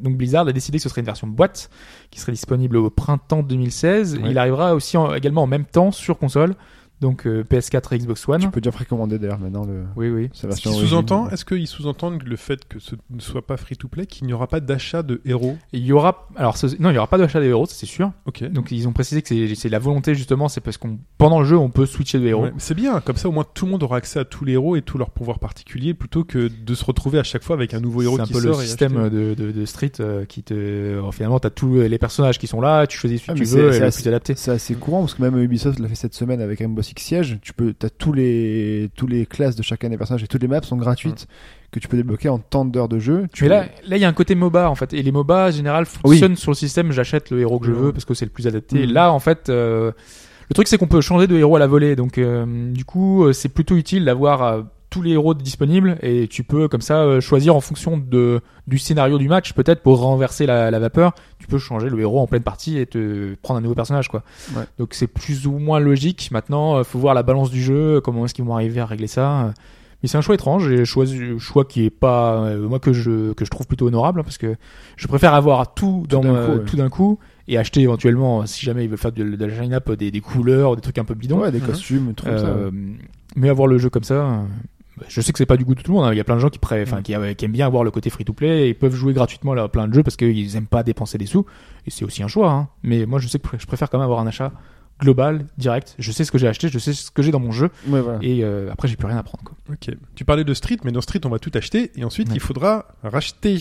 Speaker 3: donc Blizzard a décidé que ce serait une version boîte qui serait disponible au printemps 2016.
Speaker 2: Ouais.
Speaker 3: Il arrivera aussi en- également en même temps sur console, donc euh, PS4 et Xbox One.
Speaker 4: tu peux déjà précommander d'ailleurs maintenant le
Speaker 3: Oui, oui.
Speaker 4: sa
Speaker 2: Ce
Speaker 4: version
Speaker 2: qui
Speaker 4: origine.
Speaker 2: sous-entend, est-ce qu'ils sous-entendent le fait que ce ne soit pas free-to-play, qu'il n'y aura pas d'achat de héros
Speaker 3: Il y aura, alors ce- non, il y aura pas d'achat des héros, ça, c'est sûr.
Speaker 2: Ok.
Speaker 3: Donc ils ont précisé que c'est- c'est la volonté justement, c'est parce qu'on pendant le jeu on peut switcher de héros.
Speaker 2: Ouais, mais c'est bien, comme ça au moins tout le monde aura accès à tous les héros et tous leurs pouvoirs particuliers plutôt que de se retrouver à chaque fois avec un nouveau héros
Speaker 3: C'est un
Speaker 2: qui
Speaker 3: peu le
Speaker 2: sort. et
Speaker 3: système
Speaker 2: acheter.
Speaker 3: de, de, de Street euh, qui te. alors, finalement, t'as tous les personnages qui sont là, tu choisis celui
Speaker 4: Ah,
Speaker 3: que
Speaker 4: mais
Speaker 3: tu
Speaker 4: c'est-
Speaker 3: veux et
Speaker 4: c'est
Speaker 3: le
Speaker 4: assez-
Speaker 3: plus adapté.
Speaker 4: C'est assez courant parce que même Ubisoft l'a fait cette semaine avec Rainbow Six Siege. Tu peux, t'as tous les, tous les classes de chacun des personnages et toutes les maps sont gratuites que tu peux débloquer en tant d'heures de jeu. Tu
Speaker 3: Mais Hum. là, là, il y a un côté MOBA en fait, et les MOBA en général
Speaker 4: Oui.
Speaker 3: fonctionnent sur le système. J'achète le héros que je veux parce que c'est le plus adapté. Et
Speaker 4: Mhm.
Speaker 3: Là, en fait, euh, le truc c'est qu'on peut changer de héros à la volée, donc euh, du coup, euh, c'est plutôt utile d'avoir euh, tous les héros disponibles et tu peux comme ça euh, choisir en fonction de du scénario du match peut-être pour renverser la, la vapeur. Tu peux changer le héros en pleine partie et te prendre un nouveau personnage quoi.
Speaker 4: Ouais.
Speaker 3: Donc c'est plus ou moins logique. Maintenant, euh, faut voir la balance du jeu, euh, comment est-ce qu'ils vont arriver à régler ça. euh, mais c'est un choix étrange et choix, choix qui est pas euh, moi que je que je trouve plutôt honorable hein, parce que je préfère avoir tout dans
Speaker 4: d'un
Speaker 3: ma-
Speaker 4: coup, ouais.
Speaker 3: tout d'un coup et acheter éventuellement si jamais ils veulent faire de, de la line-up des, des couleurs, des trucs un peu bidons.
Speaker 4: ouais, des
Speaker 2: Mhm.
Speaker 4: costumes, tout comme ça.
Speaker 3: hum. Euh, mais avoir le jeu comme ça, euh, bah, je sais que c'est pas du goût de tout le monde. hein. Il y a plein de gens qui, pré-
Speaker 4: Mm.
Speaker 3: enfin, qui, euh, qui aiment bien avoir le côté free-to-play et ils peuvent jouer gratuitement là, à plein de jeux parce qu'ils aiment pas dépenser des sous. Et c'est aussi un choix. hein. Mais moi, je sais que pr- je préfère quand même avoir un achat global, direct. Je sais ce que j'ai acheté, je sais ce que j'ai dans mon jeu
Speaker 4: Ouais, voilà.
Speaker 3: et euh, après, j'ai plus rien à prendre. Quoi.
Speaker 2: Ok. Tu parlais de Street, mais dans Street on va tout acheter et ensuite
Speaker 3: Ouais.
Speaker 2: il faudra racheter.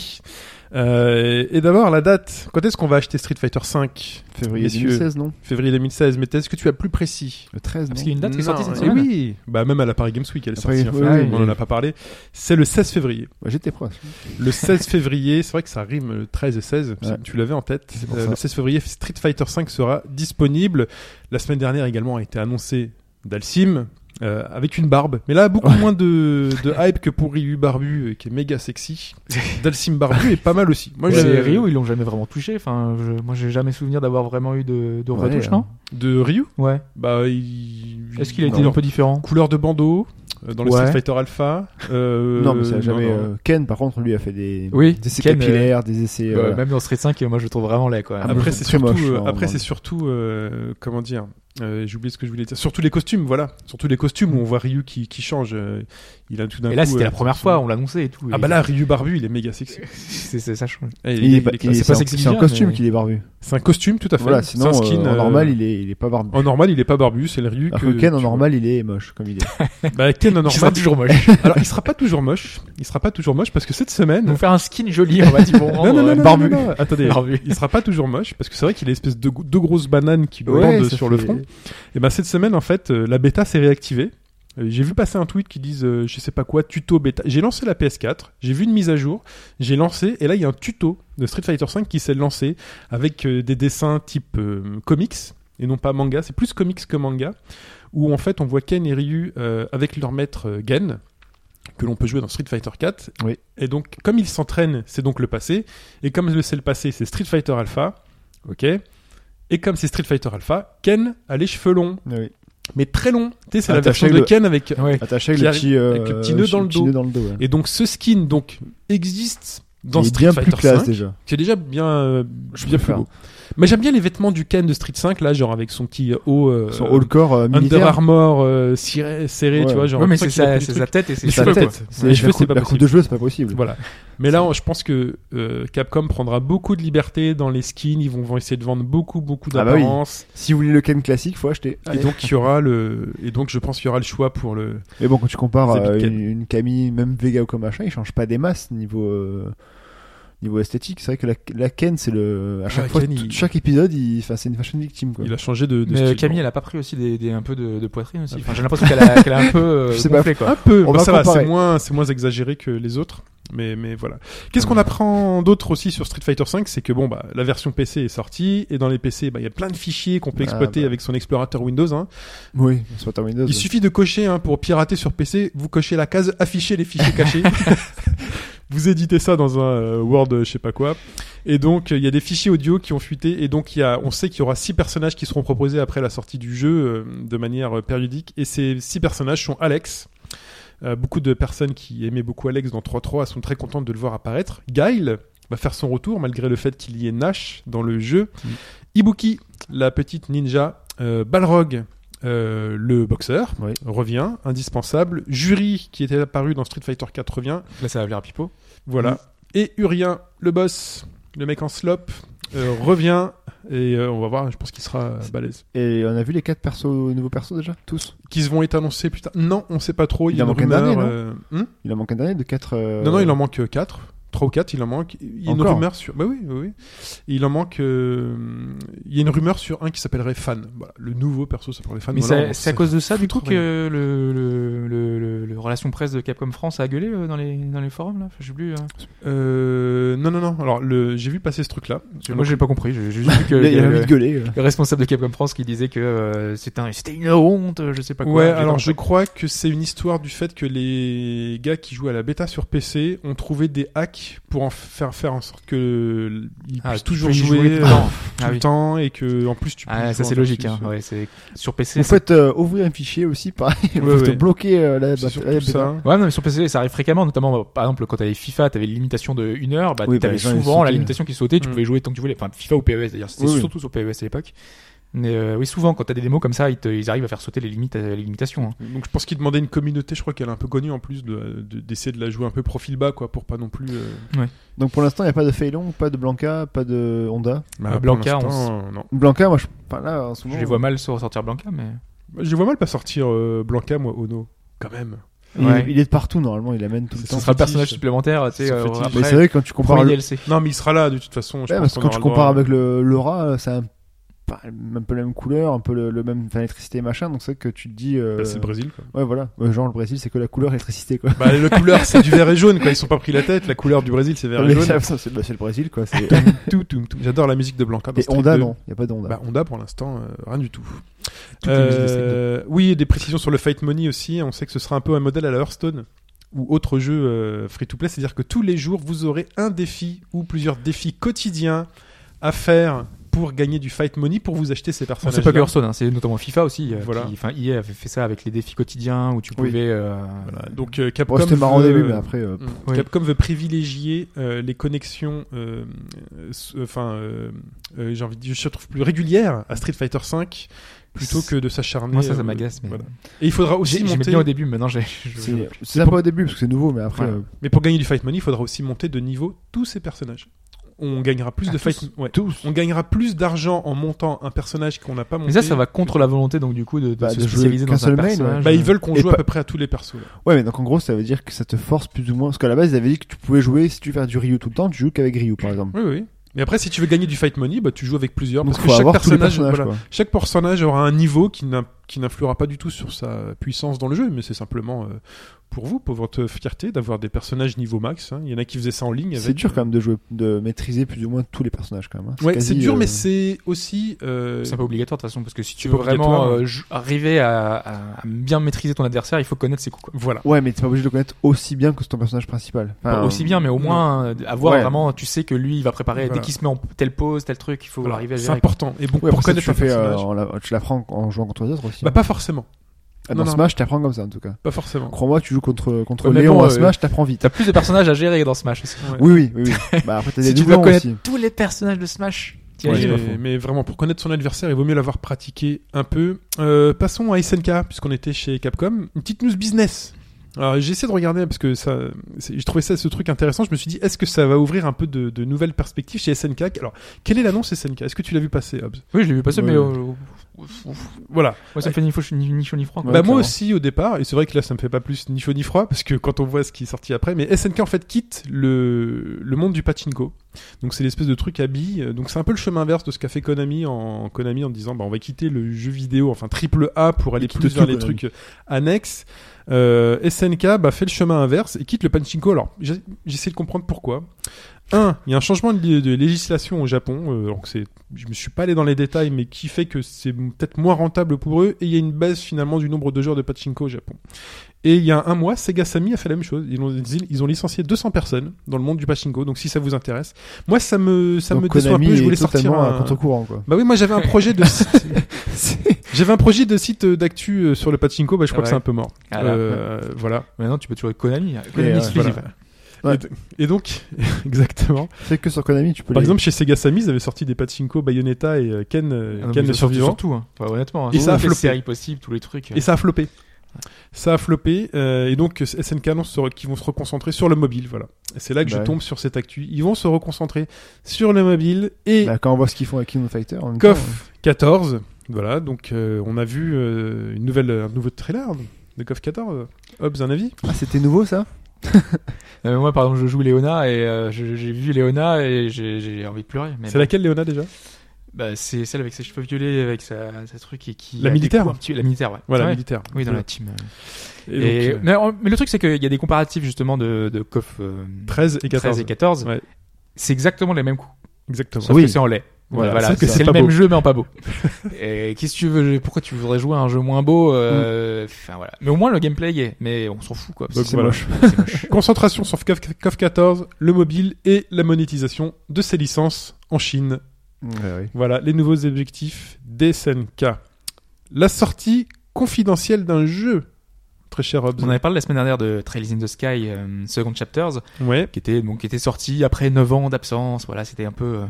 Speaker 2: Euh, et d'abord la date. Quand est-ce qu'on va acheter Street Fighter 5
Speaker 4: Février
Speaker 2: messieurs.
Speaker 4: 2016, non?
Speaker 2: Février 2016. Mais est-ce que tu as plus précis
Speaker 4: Le 13,
Speaker 3: Parce
Speaker 4: non
Speaker 3: qu'il y a une date qui est sortie
Speaker 2: Non,
Speaker 3: cette
Speaker 2: eh
Speaker 3: semaine.
Speaker 2: oui. Bah même à la Paris Games Week elle est
Speaker 4: Après,
Speaker 2: sortie.
Speaker 4: oui,
Speaker 2: enfin,
Speaker 3: oui.
Speaker 2: on en a pas parlé. C'est le 16 février.
Speaker 4: Ouais, J'étais proche.
Speaker 2: Le 16 février, c'est vrai que ça rime euh, 13 et 16,
Speaker 4: Ouais.
Speaker 2: tu l'avais en tête.
Speaker 4: C'est pour
Speaker 2: Euh,
Speaker 4: ça.
Speaker 2: le 16 février, Street Fighter 5 sera disponible. La semaine dernière également a été annoncé Dalsim. euh, avec une barbe, mais là beaucoup moins de, de hype que pour Ryu Barbu euh, qui est méga sexy. Dalsim Barbu est pas mal aussi. Moi
Speaker 3: c'est
Speaker 2: j'ai-
Speaker 3: Rio, ils l'ont jamais vraiment touché. Enfin, je- moi, j'ai jamais souvenir d'avoir vraiment eu de, de
Speaker 4: Ouais,
Speaker 3: retouche,
Speaker 4: euh,
Speaker 3: non
Speaker 2: de Ryu,
Speaker 3: Ouais.
Speaker 2: bah il-
Speaker 3: Est-ce qu'il a
Speaker 2: Non.
Speaker 3: été un peu différent
Speaker 2: couleur de bandeau euh, dans le
Speaker 3: Ouais.
Speaker 2: Street Fighter Alpha. euh,
Speaker 4: non, mais ça a jamais.
Speaker 2: non.
Speaker 4: euh, Ken, par contre, lui a fait des,
Speaker 3: Oui,
Speaker 4: des essais
Speaker 3: Ken, euh,
Speaker 4: capillaires, des essais.
Speaker 3: Euh,
Speaker 4: voilà.
Speaker 3: Même dans Street 5, moi, je le trouve vraiment laid, quoi.
Speaker 4: Ah,
Speaker 2: Après
Speaker 4: mais
Speaker 2: c'est
Speaker 4: très
Speaker 2: surtout,
Speaker 4: moche,
Speaker 2: euh,
Speaker 4: hein,
Speaker 2: après
Speaker 4: vraiment.
Speaker 2: c'est surtout euh, comment dire, Euh, J'ai oublié ce que je voulais dire. Surtout les costumes, voilà. Surtout les costumes où on voit Ryu qui, qui change. euh, il a tout d'un
Speaker 3: Et là,
Speaker 2: coup,
Speaker 3: c'était
Speaker 2: euh,
Speaker 3: la première
Speaker 2: son-
Speaker 3: fois, on l'annonçait et tout.
Speaker 2: Ah
Speaker 3: Et-
Speaker 2: bah là, Ryu barbu, il est méga sexy.
Speaker 3: c'est c'est- ça change.
Speaker 2: Eh, il
Speaker 4: hein. Il
Speaker 2: est-
Speaker 4: est pas-
Speaker 2: il est
Speaker 4: bah, il est-
Speaker 2: classe.
Speaker 4: C'est
Speaker 3: pas
Speaker 4: en-
Speaker 3: sexy
Speaker 4: c'est en
Speaker 3: bien,
Speaker 4: costume
Speaker 3: mais-
Speaker 4: qu'il est barbu.
Speaker 2: C'est un costume, tout à fait.
Speaker 4: Voilà,
Speaker 2: C'est un
Speaker 4: sinon
Speaker 2: skin.
Speaker 4: euh, en
Speaker 2: euh,
Speaker 4: normal il est il est pas barbu.
Speaker 2: En normal, il est pas barbu, c'est le Ryu
Speaker 4: Alors
Speaker 2: que.
Speaker 4: que Ken en
Speaker 2: tu vois.
Speaker 4: normal il est moche comme il est.
Speaker 2: Bah, Ken en
Speaker 3: Qui sera
Speaker 2: normal.
Speaker 3: toujours moche.
Speaker 2: Alors, il sera pas toujours moche. Il sera pas toujours moche parce que cette semaine.
Speaker 3: Nous faire un skin joli, on va dire bon.
Speaker 2: Non, non, non, non,
Speaker 4: Oh, barbu.
Speaker 2: non, non, non. Attendez.
Speaker 3: euh, Barbu.
Speaker 2: Il sera pas toujours moche parce que c'est vrai qu'il a une espèce de deux grosses bananes qui lui
Speaker 4: Ouais,
Speaker 2: pendent
Speaker 4: ça
Speaker 2: sur le
Speaker 4: fait-
Speaker 2: front. Et ben cette semaine en fait euh, la bêta s'est réactivée. Euh, J'ai vu passer un tweet qui disent euh, je sais pas quoi tuto bêta. J'ai lancé la PS4, j'ai vu une mise à jour, j'ai lancé et là il y a un tuto de Street Fighter V qui s'est lancé avec euh, des dessins type euh, comics et non pas manga, c'est plus comics que manga où en fait on voit Ken et Ryu euh, avec leur maître euh, Gen que l'on peut jouer dans Street Fighter 4.
Speaker 4: Oui.
Speaker 2: Et donc comme ils s'entraînent, c'est donc le passé et comme le c'est le passé, c'est Street Fighter Alpha. OK. Et comme c'est Street Fighter Alpha, Ken a les cheveux longs,
Speaker 4: Oui.
Speaker 2: mais très longs. Tu sais, c'est la
Speaker 4: Attaché
Speaker 2: version de
Speaker 4: le-
Speaker 2: Ken avec.
Speaker 3: Ouais.
Speaker 4: Attaché avec
Speaker 2: Qui
Speaker 4: le
Speaker 2: arrive-
Speaker 4: petit euh,
Speaker 2: avec le petit nœud dans le dos.
Speaker 4: dos, ouais.
Speaker 2: Et donc ce skin donc existe dans
Speaker 4: Il est
Speaker 2: Street
Speaker 4: bien
Speaker 2: Fighter
Speaker 4: plus classe
Speaker 2: 5,
Speaker 4: déjà.
Speaker 2: qui est déjà bien, euh, bien plus
Speaker 4: préfère.
Speaker 2: beau. Mais j'aime bien les vêtements du Ken de Street 5 là, genre avec son petit haut, euh,
Speaker 4: Son haut le corps euh,
Speaker 2: Under
Speaker 4: militaire.
Speaker 2: Armour euh, ciré- serré,
Speaker 4: Ouais.
Speaker 2: tu vois, genre.
Speaker 3: Ouais, mais
Speaker 2: on sent
Speaker 3: c'est
Speaker 2: qu'il a
Speaker 3: sa,
Speaker 2: pris
Speaker 3: c'est
Speaker 2: du
Speaker 3: sa
Speaker 2: truc.
Speaker 3: tête et ses
Speaker 2: Les
Speaker 4: sa
Speaker 3: cheveux,
Speaker 2: cheveux,
Speaker 3: quoi.
Speaker 2: quoi.
Speaker 4: C'est-
Speaker 2: Les cheveux,
Speaker 4: la
Speaker 2: c'est
Speaker 4: coupe-
Speaker 2: pas
Speaker 4: La coupe
Speaker 2: possible.
Speaker 4: de jeu c'est pas possible.
Speaker 2: Voilà. Mais là, on- je pense que euh, Capcom prendra beaucoup de liberté dans les skins. Ils vont, vont essayer de vendre beaucoup, beaucoup
Speaker 4: Ah bah oui.
Speaker 2: d'apparences.
Speaker 4: Si vous voulez le Ken classique, faut acheter.
Speaker 2: Et donc, il y aura le, et donc, je pense qu'il y aura le choix pour le,
Speaker 4: Mais bon, quand tu compares
Speaker 2: C'est
Speaker 4: euh,
Speaker 2: Big Ken.
Speaker 4: une, une Camille, même Vega ou comme machin, il change pas des masses niveau euh, niveau esthétique. C'est vrai que la, la Ken, c'est le à chaque
Speaker 2: Ah,
Speaker 4: fois,
Speaker 2: Ken,
Speaker 4: tout-
Speaker 2: il-
Speaker 4: chaque épisode, il, enfin, c'est une fashion victime quoi.
Speaker 2: il a changé de, de
Speaker 3: Mais
Speaker 2: style.
Speaker 3: Camille, elle a pas pris aussi des, des- un peu de, de poitrine aussi. Enfin, j'ai l'impression qu'elle a, qu'elle a un peu euh,
Speaker 4: Je sais
Speaker 3: gonflé,
Speaker 2: un
Speaker 3: quoi.
Speaker 2: peu.
Speaker 4: On
Speaker 2: Bah,
Speaker 4: va
Speaker 2: ça va,
Speaker 4: comparer.
Speaker 2: c'est moins, c'est moins exagéré que les autres. Mais, mais voilà. Qu'est-ce
Speaker 4: Ah.
Speaker 2: qu'on apprend d'autre aussi sur Street Fighter V C'est que bon, bah, la version PC est sortie et dans les PC, bah, il y a plein de fichiers qu'on peut
Speaker 4: Ah,
Speaker 2: exploiter
Speaker 4: bah.
Speaker 2: avec son explorateur Windows. Hein.
Speaker 4: Oui, soit en Windows.
Speaker 2: Il suffit de cocher hein, pour pirater sur PC. Vous cochez la case afficher les fichiers cachés. vous éditez ça dans un euh, Word, euh, je sais pas quoi. Et donc euh, il y a des fichiers audio qui ont fuité. Et donc il y a, on sait qu'il y aura six personnages qui seront proposés après la sortie du jeu euh, de manière euh, périodique. Et ces six personnages sont Alex. Euh, beaucoup de personnes qui aimaient beaucoup Alex dans 3-3 sont très contentes de le voir apparaître. Guile va faire son retour malgré le fait qu'il y ait Nash dans le jeu.
Speaker 3: Mm.
Speaker 2: Ibuki, la petite ninja. Euh, Balrog, euh, le boxeur
Speaker 4: Oui.
Speaker 2: revient, indispensable. Jury, qui était apparu dans Street Fighter 4, revient.
Speaker 3: Là, ça va venir à Pipo.
Speaker 2: Voilà. Et Urien, le boss, le mec en slop, euh, revient. Et euh, on va voir, je pense qu'il sera euh, balèze.
Speaker 4: Et on a vu les quatre persos, nouveaux persos déjà, tous.
Speaker 2: Qui se vont être annoncés plus tard Non, on sait pas trop. Il,
Speaker 4: Il
Speaker 2: y a
Speaker 4: en
Speaker 2: une
Speaker 4: manque un
Speaker 2: rumeur.
Speaker 4: dernier, non
Speaker 2: euh, hein
Speaker 4: Il en manque un dernier de quatre. euh,
Speaker 2: Non, non, il en manque 4. 3 ou 4, il en manque. Il y a une
Speaker 4: Encore
Speaker 2: rumeur sur. Bah oui, oui, oui. Il en manque. euh, Il y a une rumeur sur un qui s'appellerait Fan. Voilà, le nouveau perso s'appellerait Fan.
Speaker 3: Mais
Speaker 2: Ah, Voilà, on
Speaker 3: c'est- c'est à
Speaker 2: sait-
Speaker 3: cause de ça, du coup,
Speaker 2: foutre
Speaker 3: que le, le, le, le, le relation presse de Capcom France a gueulé euh, dans les, dans les forums, là. Enfin, je sais plus. euh.
Speaker 2: Euh, non, non, non. Alors, le... j'ai vu passer ce truc-là.
Speaker 3: Moi, j'ai pas compris. J'ai j'ai juste vu que.
Speaker 4: Il a- il a envie
Speaker 3: le-
Speaker 4: de gueuler. euh.
Speaker 3: le responsable de Capcom France qui disait que euh, c'était un- c'était une honte, euh, je sais pas quoi.
Speaker 2: ouais,
Speaker 3: J'ai
Speaker 2: alors
Speaker 3: pas
Speaker 2: je
Speaker 3: compris.
Speaker 2: crois que c'est une histoire du fait que les gars qui jouent à la bêta sur PC ont trouvé des hacks pour en faire faire en sorte que ils
Speaker 3: Ah,
Speaker 2: puissent
Speaker 3: tu
Speaker 2: toujours
Speaker 3: peux y
Speaker 2: jouer,
Speaker 3: jouer tout le
Speaker 2: euh,
Speaker 3: temps.
Speaker 2: tout
Speaker 3: Ah
Speaker 2: le
Speaker 3: oui.
Speaker 2: temps et que en plus tu peux
Speaker 3: Ah,
Speaker 2: jouer
Speaker 3: ça
Speaker 2: en
Speaker 3: c'est logique, hein.
Speaker 2: versus, euh,
Speaker 3: ouais, c'est sur
Speaker 4: Vous
Speaker 3: PC. ça-
Speaker 4: faites euh, ouvrir un fichier aussi, pareil.
Speaker 2: Ouais,
Speaker 4: vous faites
Speaker 2: ouais.
Speaker 4: bloquer euh, la,
Speaker 2: c'est
Speaker 4: la-
Speaker 2: surtout
Speaker 4: la-
Speaker 2: ça.
Speaker 3: Ouais, non, mais sur PC, ça arrive fréquemment, notamment, bah, par exemple, quand t'avais FIFA, t'avais une limitation de 1 heure, bah,
Speaker 4: Oui, bah,
Speaker 3: t'avais
Speaker 4: les gens, ils
Speaker 3: souvent la
Speaker 4: sautaient.
Speaker 3: limitation qui sautait, tu
Speaker 2: Mm.
Speaker 3: pouvais jouer tant que tu voulais. Enfin, FIFA ou PES d'ailleurs, c'était
Speaker 4: Oui, oui.
Speaker 3: surtout sur PES à l'époque. Mais euh, oui, souvent, quand t'as des démos comme ça, ils, te- ils arrivent à faire sauter les limites, les limitations. hein.
Speaker 2: Donc je pense qu'ils demandaient une communauté, je crois qu'elle est un peu connue en plus de- de- d'essayer de, la jouer un peu profil bas quoi pour pas non plus euh,
Speaker 4: Donc pour l'instant, il n'y a pas de Feilong, pas de Blanca, pas de Honda.
Speaker 2: pour
Speaker 3: Bah, Blanca,
Speaker 2: l'instant, euh, non.
Speaker 4: Blanca, moi, je. Enfin, là, en ce
Speaker 3: Je
Speaker 4: moment.
Speaker 3: les vois mal sur- sortir Blanca, mais.
Speaker 2: Je les vois mal pas sortir euh, Blanca moi Ono quand même.
Speaker 4: Il,
Speaker 3: Ouais.
Speaker 4: il est de partout normalement, il amène tout le
Speaker 2: C'est
Speaker 4: temps.
Speaker 3: Ce sera le
Speaker 2: fétiche.
Speaker 3: personnage supplémentaire, tu sais,
Speaker 2: Son
Speaker 3: euh,
Speaker 2: fétiche.
Speaker 4: Mais
Speaker 3: après,
Speaker 4: c'est vrai que quand tu compares,
Speaker 3: premier
Speaker 4: le-
Speaker 3: DLC.
Speaker 2: Non, mais il sera là de toute façon, je
Speaker 4: Ouais,
Speaker 2: pense
Speaker 4: parce que
Speaker 2: qu'on
Speaker 4: quand tu
Speaker 2: aura le
Speaker 4: compares
Speaker 2: droit. euh.
Speaker 4: avec le l'aura, c'est un pas- un peu la même couleur, un peu le, le même enfin, électricité machin, donc c'est vrai que tu te dis. euh,
Speaker 2: Bah, c'est le Brésil quoi.
Speaker 4: Ouais, voilà. Ouais, genre le Brésil, c'est que la couleur électricité quoi.
Speaker 2: Bah, la couleur, c'est du vert et jaune, quoi. Ils sont pas pris la tête. La couleur du Brésil, c'est vert et
Speaker 4: Mais
Speaker 2: jaune.
Speaker 4: ça, ça, c'est bah, c'est le Brésil quoi. c'est-
Speaker 2: Tout, tout, tout. J'adore la musique de Blanca. dans
Speaker 4: Et
Speaker 2: Street
Speaker 4: Honda,
Speaker 2: 2.
Speaker 4: non, il n'y a pas de Honda.
Speaker 2: Bah, Honda, pour l'instant, euh, rien du tout.
Speaker 3: Tout est musique de Street
Speaker 2: Euh, oui, et des précisions sur le Fight Money aussi. On sait que ce sera un peu un modèle à la Hearthstone ou autre jeu euh, free-to-play. C'est-à-dire que tous les jours, vous aurez un défi ou plusieurs défis quotidiens à faire pour gagner du Fight Money pour vous acheter ces
Speaker 3: On
Speaker 2: personnages.
Speaker 3: sait pas que Hearthstone, hein, c'est notamment FIFA aussi. euh,
Speaker 2: Voilà.
Speaker 3: qui- Enfin, EA avait fait ça avec les défis quotidiens où tu
Speaker 4: Oui.
Speaker 3: pouvais. euh,
Speaker 2: Donc, euh, Capcom.
Speaker 4: Bon, c'était marrant au
Speaker 2: veut-
Speaker 4: début, mais après. euh,
Speaker 2: Mm.
Speaker 3: Oui.
Speaker 2: Capcom veut privilégier euh, les connexions, euh, euh, s- enfin, euh, euh, j'ai envie de dire, je trouve plus régulières à Street Fighter V plutôt que de s'acharner.
Speaker 3: Moi, ça, ça
Speaker 2: euh,
Speaker 3: m'agace. Mais...
Speaker 2: voilà. Et il faudra aussi
Speaker 3: J'ai- J'aimais
Speaker 2: monter.
Speaker 3: bien au début, mais maintenant j'ai. je-
Speaker 4: C'est c'est sympa au début parce que c'est nouveau, mais après.
Speaker 3: Voilà.
Speaker 4: euh,
Speaker 2: Mais pour gagner du fight money, il faudra aussi monter de niveau tous ces personnages. On gagnera plus
Speaker 3: Ah,
Speaker 2: de
Speaker 3: tous
Speaker 2: fight. ouais. On gagnera plus d'argent en montant un personnage qu'on n'a pas monté.
Speaker 3: Mais ça, ça va contre la volonté donc du coup de, de
Speaker 4: Bah,
Speaker 3: se
Speaker 4: de jouer
Speaker 3: spécialiser
Speaker 4: qu'un
Speaker 3: dans un
Speaker 4: seul main, ouais.
Speaker 3: personnage. euh,
Speaker 2: Bah, ils veulent qu'on
Speaker 4: Et
Speaker 2: joue à
Speaker 4: pas-
Speaker 2: peu près à tous les persos. là.
Speaker 4: Ouais, mais donc en gros, ça veut dire que ça te force plus ou moins. Parce qu'à la base, ils avaient dit que tu pouvais jouer, si tu veux faire du Ryu tout le temps, tu joues qu'avec Ryu par exemple.
Speaker 2: Oui, oui. Mais après, si tu veux gagner du fight money, bah, tu joues avec plusieurs.
Speaker 4: Donc
Speaker 2: parce
Speaker 4: faut
Speaker 2: que chaque
Speaker 4: avoir tous les
Speaker 2: personnage,
Speaker 4: personnages,
Speaker 2: voilà,
Speaker 4: quoi.
Speaker 2: chaque personnage aura un niveau qui n'in- qui n'influera pas du tout sur sa puissance dans le jeu, mais c'est simplement euh, pour vous, pour votre fierté, d'avoir des personnages niveau max. hein. Il y en a qui faisaient ça en ligne.
Speaker 4: C'est
Speaker 2: avec-
Speaker 4: dur quand même de jouer, de maîtriser plus ou moins tous les personnages quand même. hein.
Speaker 2: Ouais,
Speaker 4: quasi,
Speaker 2: c'est dur,
Speaker 4: euh,
Speaker 2: mais c'est aussi. euh,
Speaker 3: C'est un peu obligatoire de toute façon parce que si tu
Speaker 2: C'est
Speaker 3: veux vraiment
Speaker 2: obligatoire, hein.
Speaker 3: euh, jou- arriver à, à- à bien maîtriser ton adversaire, il faut connaître ses coups. Quoi.
Speaker 2: Voilà.
Speaker 4: Ouais, mais t'es pas obligé de le connaître aussi bien que ton personnage principal. Enfin,
Speaker 3: Pas aussi bien, mais au moins euh, avoir
Speaker 4: Ah, Ouais.
Speaker 3: vraiment, tu sais que lui, il va préparer
Speaker 2: Voilà.
Speaker 3: dès qu'il se met en telle pause, tel truc, il faut
Speaker 2: Voilà.
Speaker 3: arriver à
Speaker 2: C'est
Speaker 3: gérer.
Speaker 2: important. Et bon,
Speaker 4: Ouais,
Speaker 2: pour
Speaker 4: après, ça,
Speaker 2: connaître
Speaker 4: tu
Speaker 2: le
Speaker 4: le fais, euh,
Speaker 2: personnage.
Speaker 4: en la- tu l'apprends en jouant contre les autres aussi.
Speaker 2: Bah,
Speaker 4: hein.
Speaker 2: pas forcément.
Speaker 4: Ah, dans
Speaker 2: non, non.
Speaker 4: Smash, t'apprends comme ça en tout cas.
Speaker 2: Pas forcément.
Speaker 4: Crois-moi, tu joues contre, contre
Speaker 3: Honnêtement,
Speaker 4: Léon à
Speaker 3: euh,
Speaker 4: Smash, t'apprends vite.
Speaker 3: T'as plus de personnages à gérer dans Smash. aussi.
Speaker 2: Ouais.
Speaker 4: Oui, oui, oui. oui. bah, après, t'as
Speaker 3: Si
Speaker 4: des
Speaker 3: tu dois
Speaker 4: doublons
Speaker 3: connaître
Speaker 4: aussi.
Speaker 3: tous les personnages de Smash,
Speaker 2: Mais-
Speaker 3: t'imagines
Speaker 4: Ouais. pas faux.
Speaker 2: mais vraiment, pour connaître son adversaire, il vaut mieux l'avoir pratiqué un peu. Euh, passons à SNK, puisqu'on était chez Capcom. Une petite news business. Alors, j'ai essayé de regarder parce que ça, c'est- j'ai trouvé ça ce truc intéressant. Je me suis dit, est-ce que ça va ouvrir un peu de, de nouvelles perspectives chez SNK Alors, quelle est l'annonce SNK Est-ce que tu l'as vu passer, Hobbs
Speaker 3: Oui, je l'ai vu passer,
Speaker 4: Ouais.
Speaker 3: mais euh, ouf, ouf.
Speaker 2: Voilà.
Speaker 3: moi, ça me fait ni, faux- ni- ni chaud ni froid. quoi.
Speaker 4: Ouais,
Speaker 2: bah moi
Speaker 4: clairement.
Speaker 2: aussi au départ, et c'est vrai que là ça me fait pas plus ni chaud ni froid, parce que quand on voit ce qui est sorti après, mais SNK en fait quitte le, le monde du pachinko. Donc c'est l'espèce de truc à billes, euh, donc c'est un peu le chemin inverse de ce qu'a fait Konami en, Konami en disant bah on va quitter le jeu vidéo, enfin triple A pour aller
Speaker 4: quitte
Speaker 2: plus vers
Speaker 4: tout,
Speaker 2: les
Speaker 4: Konami.
Speaker 2: trucs annexes. Euh, SNK bah, fait le chemin inverse et quitte le pachinko. Alors j'ai- j'essaie de comprendre pourquoi. Un, il y a un changement de, li- de législation au Japon, euh, alors que c'est, je me suis pas allé dans les détails, mais qui fait que c'est m- peut-être moins rentable pour eux, et il y a une baisse finalement du nombre de joueurs de pachinko au Japon. Et il y a un mois, Sega Sammy a fait la même chose. Ils ont, ils ont licencié 200 personnes dans le monde du pachinko, donc si ça vous intéresse. Moi, ça me, ça
Speaker 4: Donc,
Speaker 2: me déçoit un
Speaker 4: Konami
Speaker 2: peu, je
Speaker 4: est
Speaker 2: voulais sortir
Speaker 4: totalement à
Speaker 2: un...
Speaker 4: contre-courant, quoi.
Speaker 2: Bah oui, moi j'avais un projet de site, j'avais un projet de site euh, d'actu euh, sur le pachinko, bah je
Speaker 3: Ah
Speaker 2: crois que
Speaker 3: ouais.
Speaker 2: c'est un peu mort.
Speaker 3: Ah là.
Speaker 2: Euh, voilà.
Speaker 3: Maintenant, tu peux toujours être Konami. hein.
Speaker 4: Et,
Speaker 3: Konami
Speaker 4: euh,
Speaker 3: exclusive.
Speaker 2: voilà.
Speaker 4: Ouais.
Speaker 2: Et d- et donc, exactement.
Speaker 4: C'est que sur Konami, tu peux
Speaker 2: Par
Speaker 4: les-
Speaker 2: exemple, chez Sega Sammy, ils avaient sorti des Pachinko, Bayonetta et euh, Ken, euh,
Speaker 3: Ah non, mais
Speaker 2: Ken le
Speaker 3: surtout-
Speaker 2: survivant.
Speaker 3: Surtout, hein. Enfin, honnêtement.
Speaker 2: Et
Speaker 3: Et
Speaker 2: ça
Speaker 3: ça
Speaker 2: a
Speaker 3: les
Speaker 2: floppé.
Speaker 3: séries possibles, tous les trucs. euh,
Speaker 2: Et ça a floppé. Ça a floppé. euh, et donc, SNK annonce sur- qu'ils vont se reconcentrer sur le mobile. Voilà. Et c'est là que
Speaker 4: Bah
Speaker 2: je
Speaker 4: ouais.
Speaker 2: tombe sur cette actu. Ils vont se reconcentrer sur le mobile et
Speaker 4: Bah, quand on voit ce qu'ils font avec King of Fighter, en même temps, euh,
Speaker 2: KOF 14. Voilà. Donc, euh, on a vu euh, une nouvelle, un nouveau trailer de KOF 14. Hobbs, un avis
Speaker 4: Ah, c'était nouveau ça
Speaker 3: Euh, moi, par exemple, je joue Léona et euh, je- j'ai vu Léona et j'ai j'ai envie de pleurer. mais
Speaker 2: C'est
Speaker 3: bon.
Speaker 2: laquelle, Léona, déjà
Speaker 3: Bah, c'est celle avec ses cheveux violets, avec sa, sa truc et qui.
Speaker 2: La
Speaker 3: a des
Speaker 2: militaire hein.
Speaker 3: coups un petit- La militaire, ouais.
Speaker 2: Voilà,
Speaker 3: Ah Ouais.
Speaker 2: militaire.
Speaker 3: Oui, dans
Speaker 2: Voilà.
Speaker 3: la team. euh.
Speaker 2: Et
Speaker 3: Et-
Speaker 2: donc, euh,
Speaker 3: mais, en- mais le truc, c'est qu'il y a des comparatifs justement de, de KOF euh,
Speaker 2: 13 et 14.
Speaker 3: 13 et 14.
Speaker 2: Ouais.
Speaker 3: C'est exactement les mêmes coups.
Speaker 2: Exactement.
Speaker 3: Sauf
Speaker 4: Oui.
Speaker 3: que c'est en lait.
Speaker 2: Voilà,
Speaker 3: Voilà,
Speaker 2: sauf que c'est
Speaker 3: c'est
Speaker 2: pas
Speaker 3: le
Speaker 2: beau.
Speaker 3: même jeu mais en pas beau. et qu'est-ce que tu veux Pourquoi tu voudrais jouer à un jeu moins beau euh, Enfin voilà. Mais au moins le gameplay est. Mais on s'en fout quoi. parce
Speaker 2: Mm. Donc,
Speaker 3: que
Speaker 2: voilà.
Speaker 4: moche.
Speaker 3: c'est moche.
Speaker 2: Concentration sur KOF KOF 14, le mobile et la monétisation de ses licences en Chine. Voilà les nouveaux objectifs d'SNK. La sortie confidentielle d'un jeu, très cher Hobbs.
Speaker 3: On en avait parlé la semaine dernière de Trails in the Sky euh, Second Chapters,
Speaker 2: Ouais.
Speaker 3: qui était donc qui était sorti après 9 ans d'absence. Voilà, c'était un peu euh,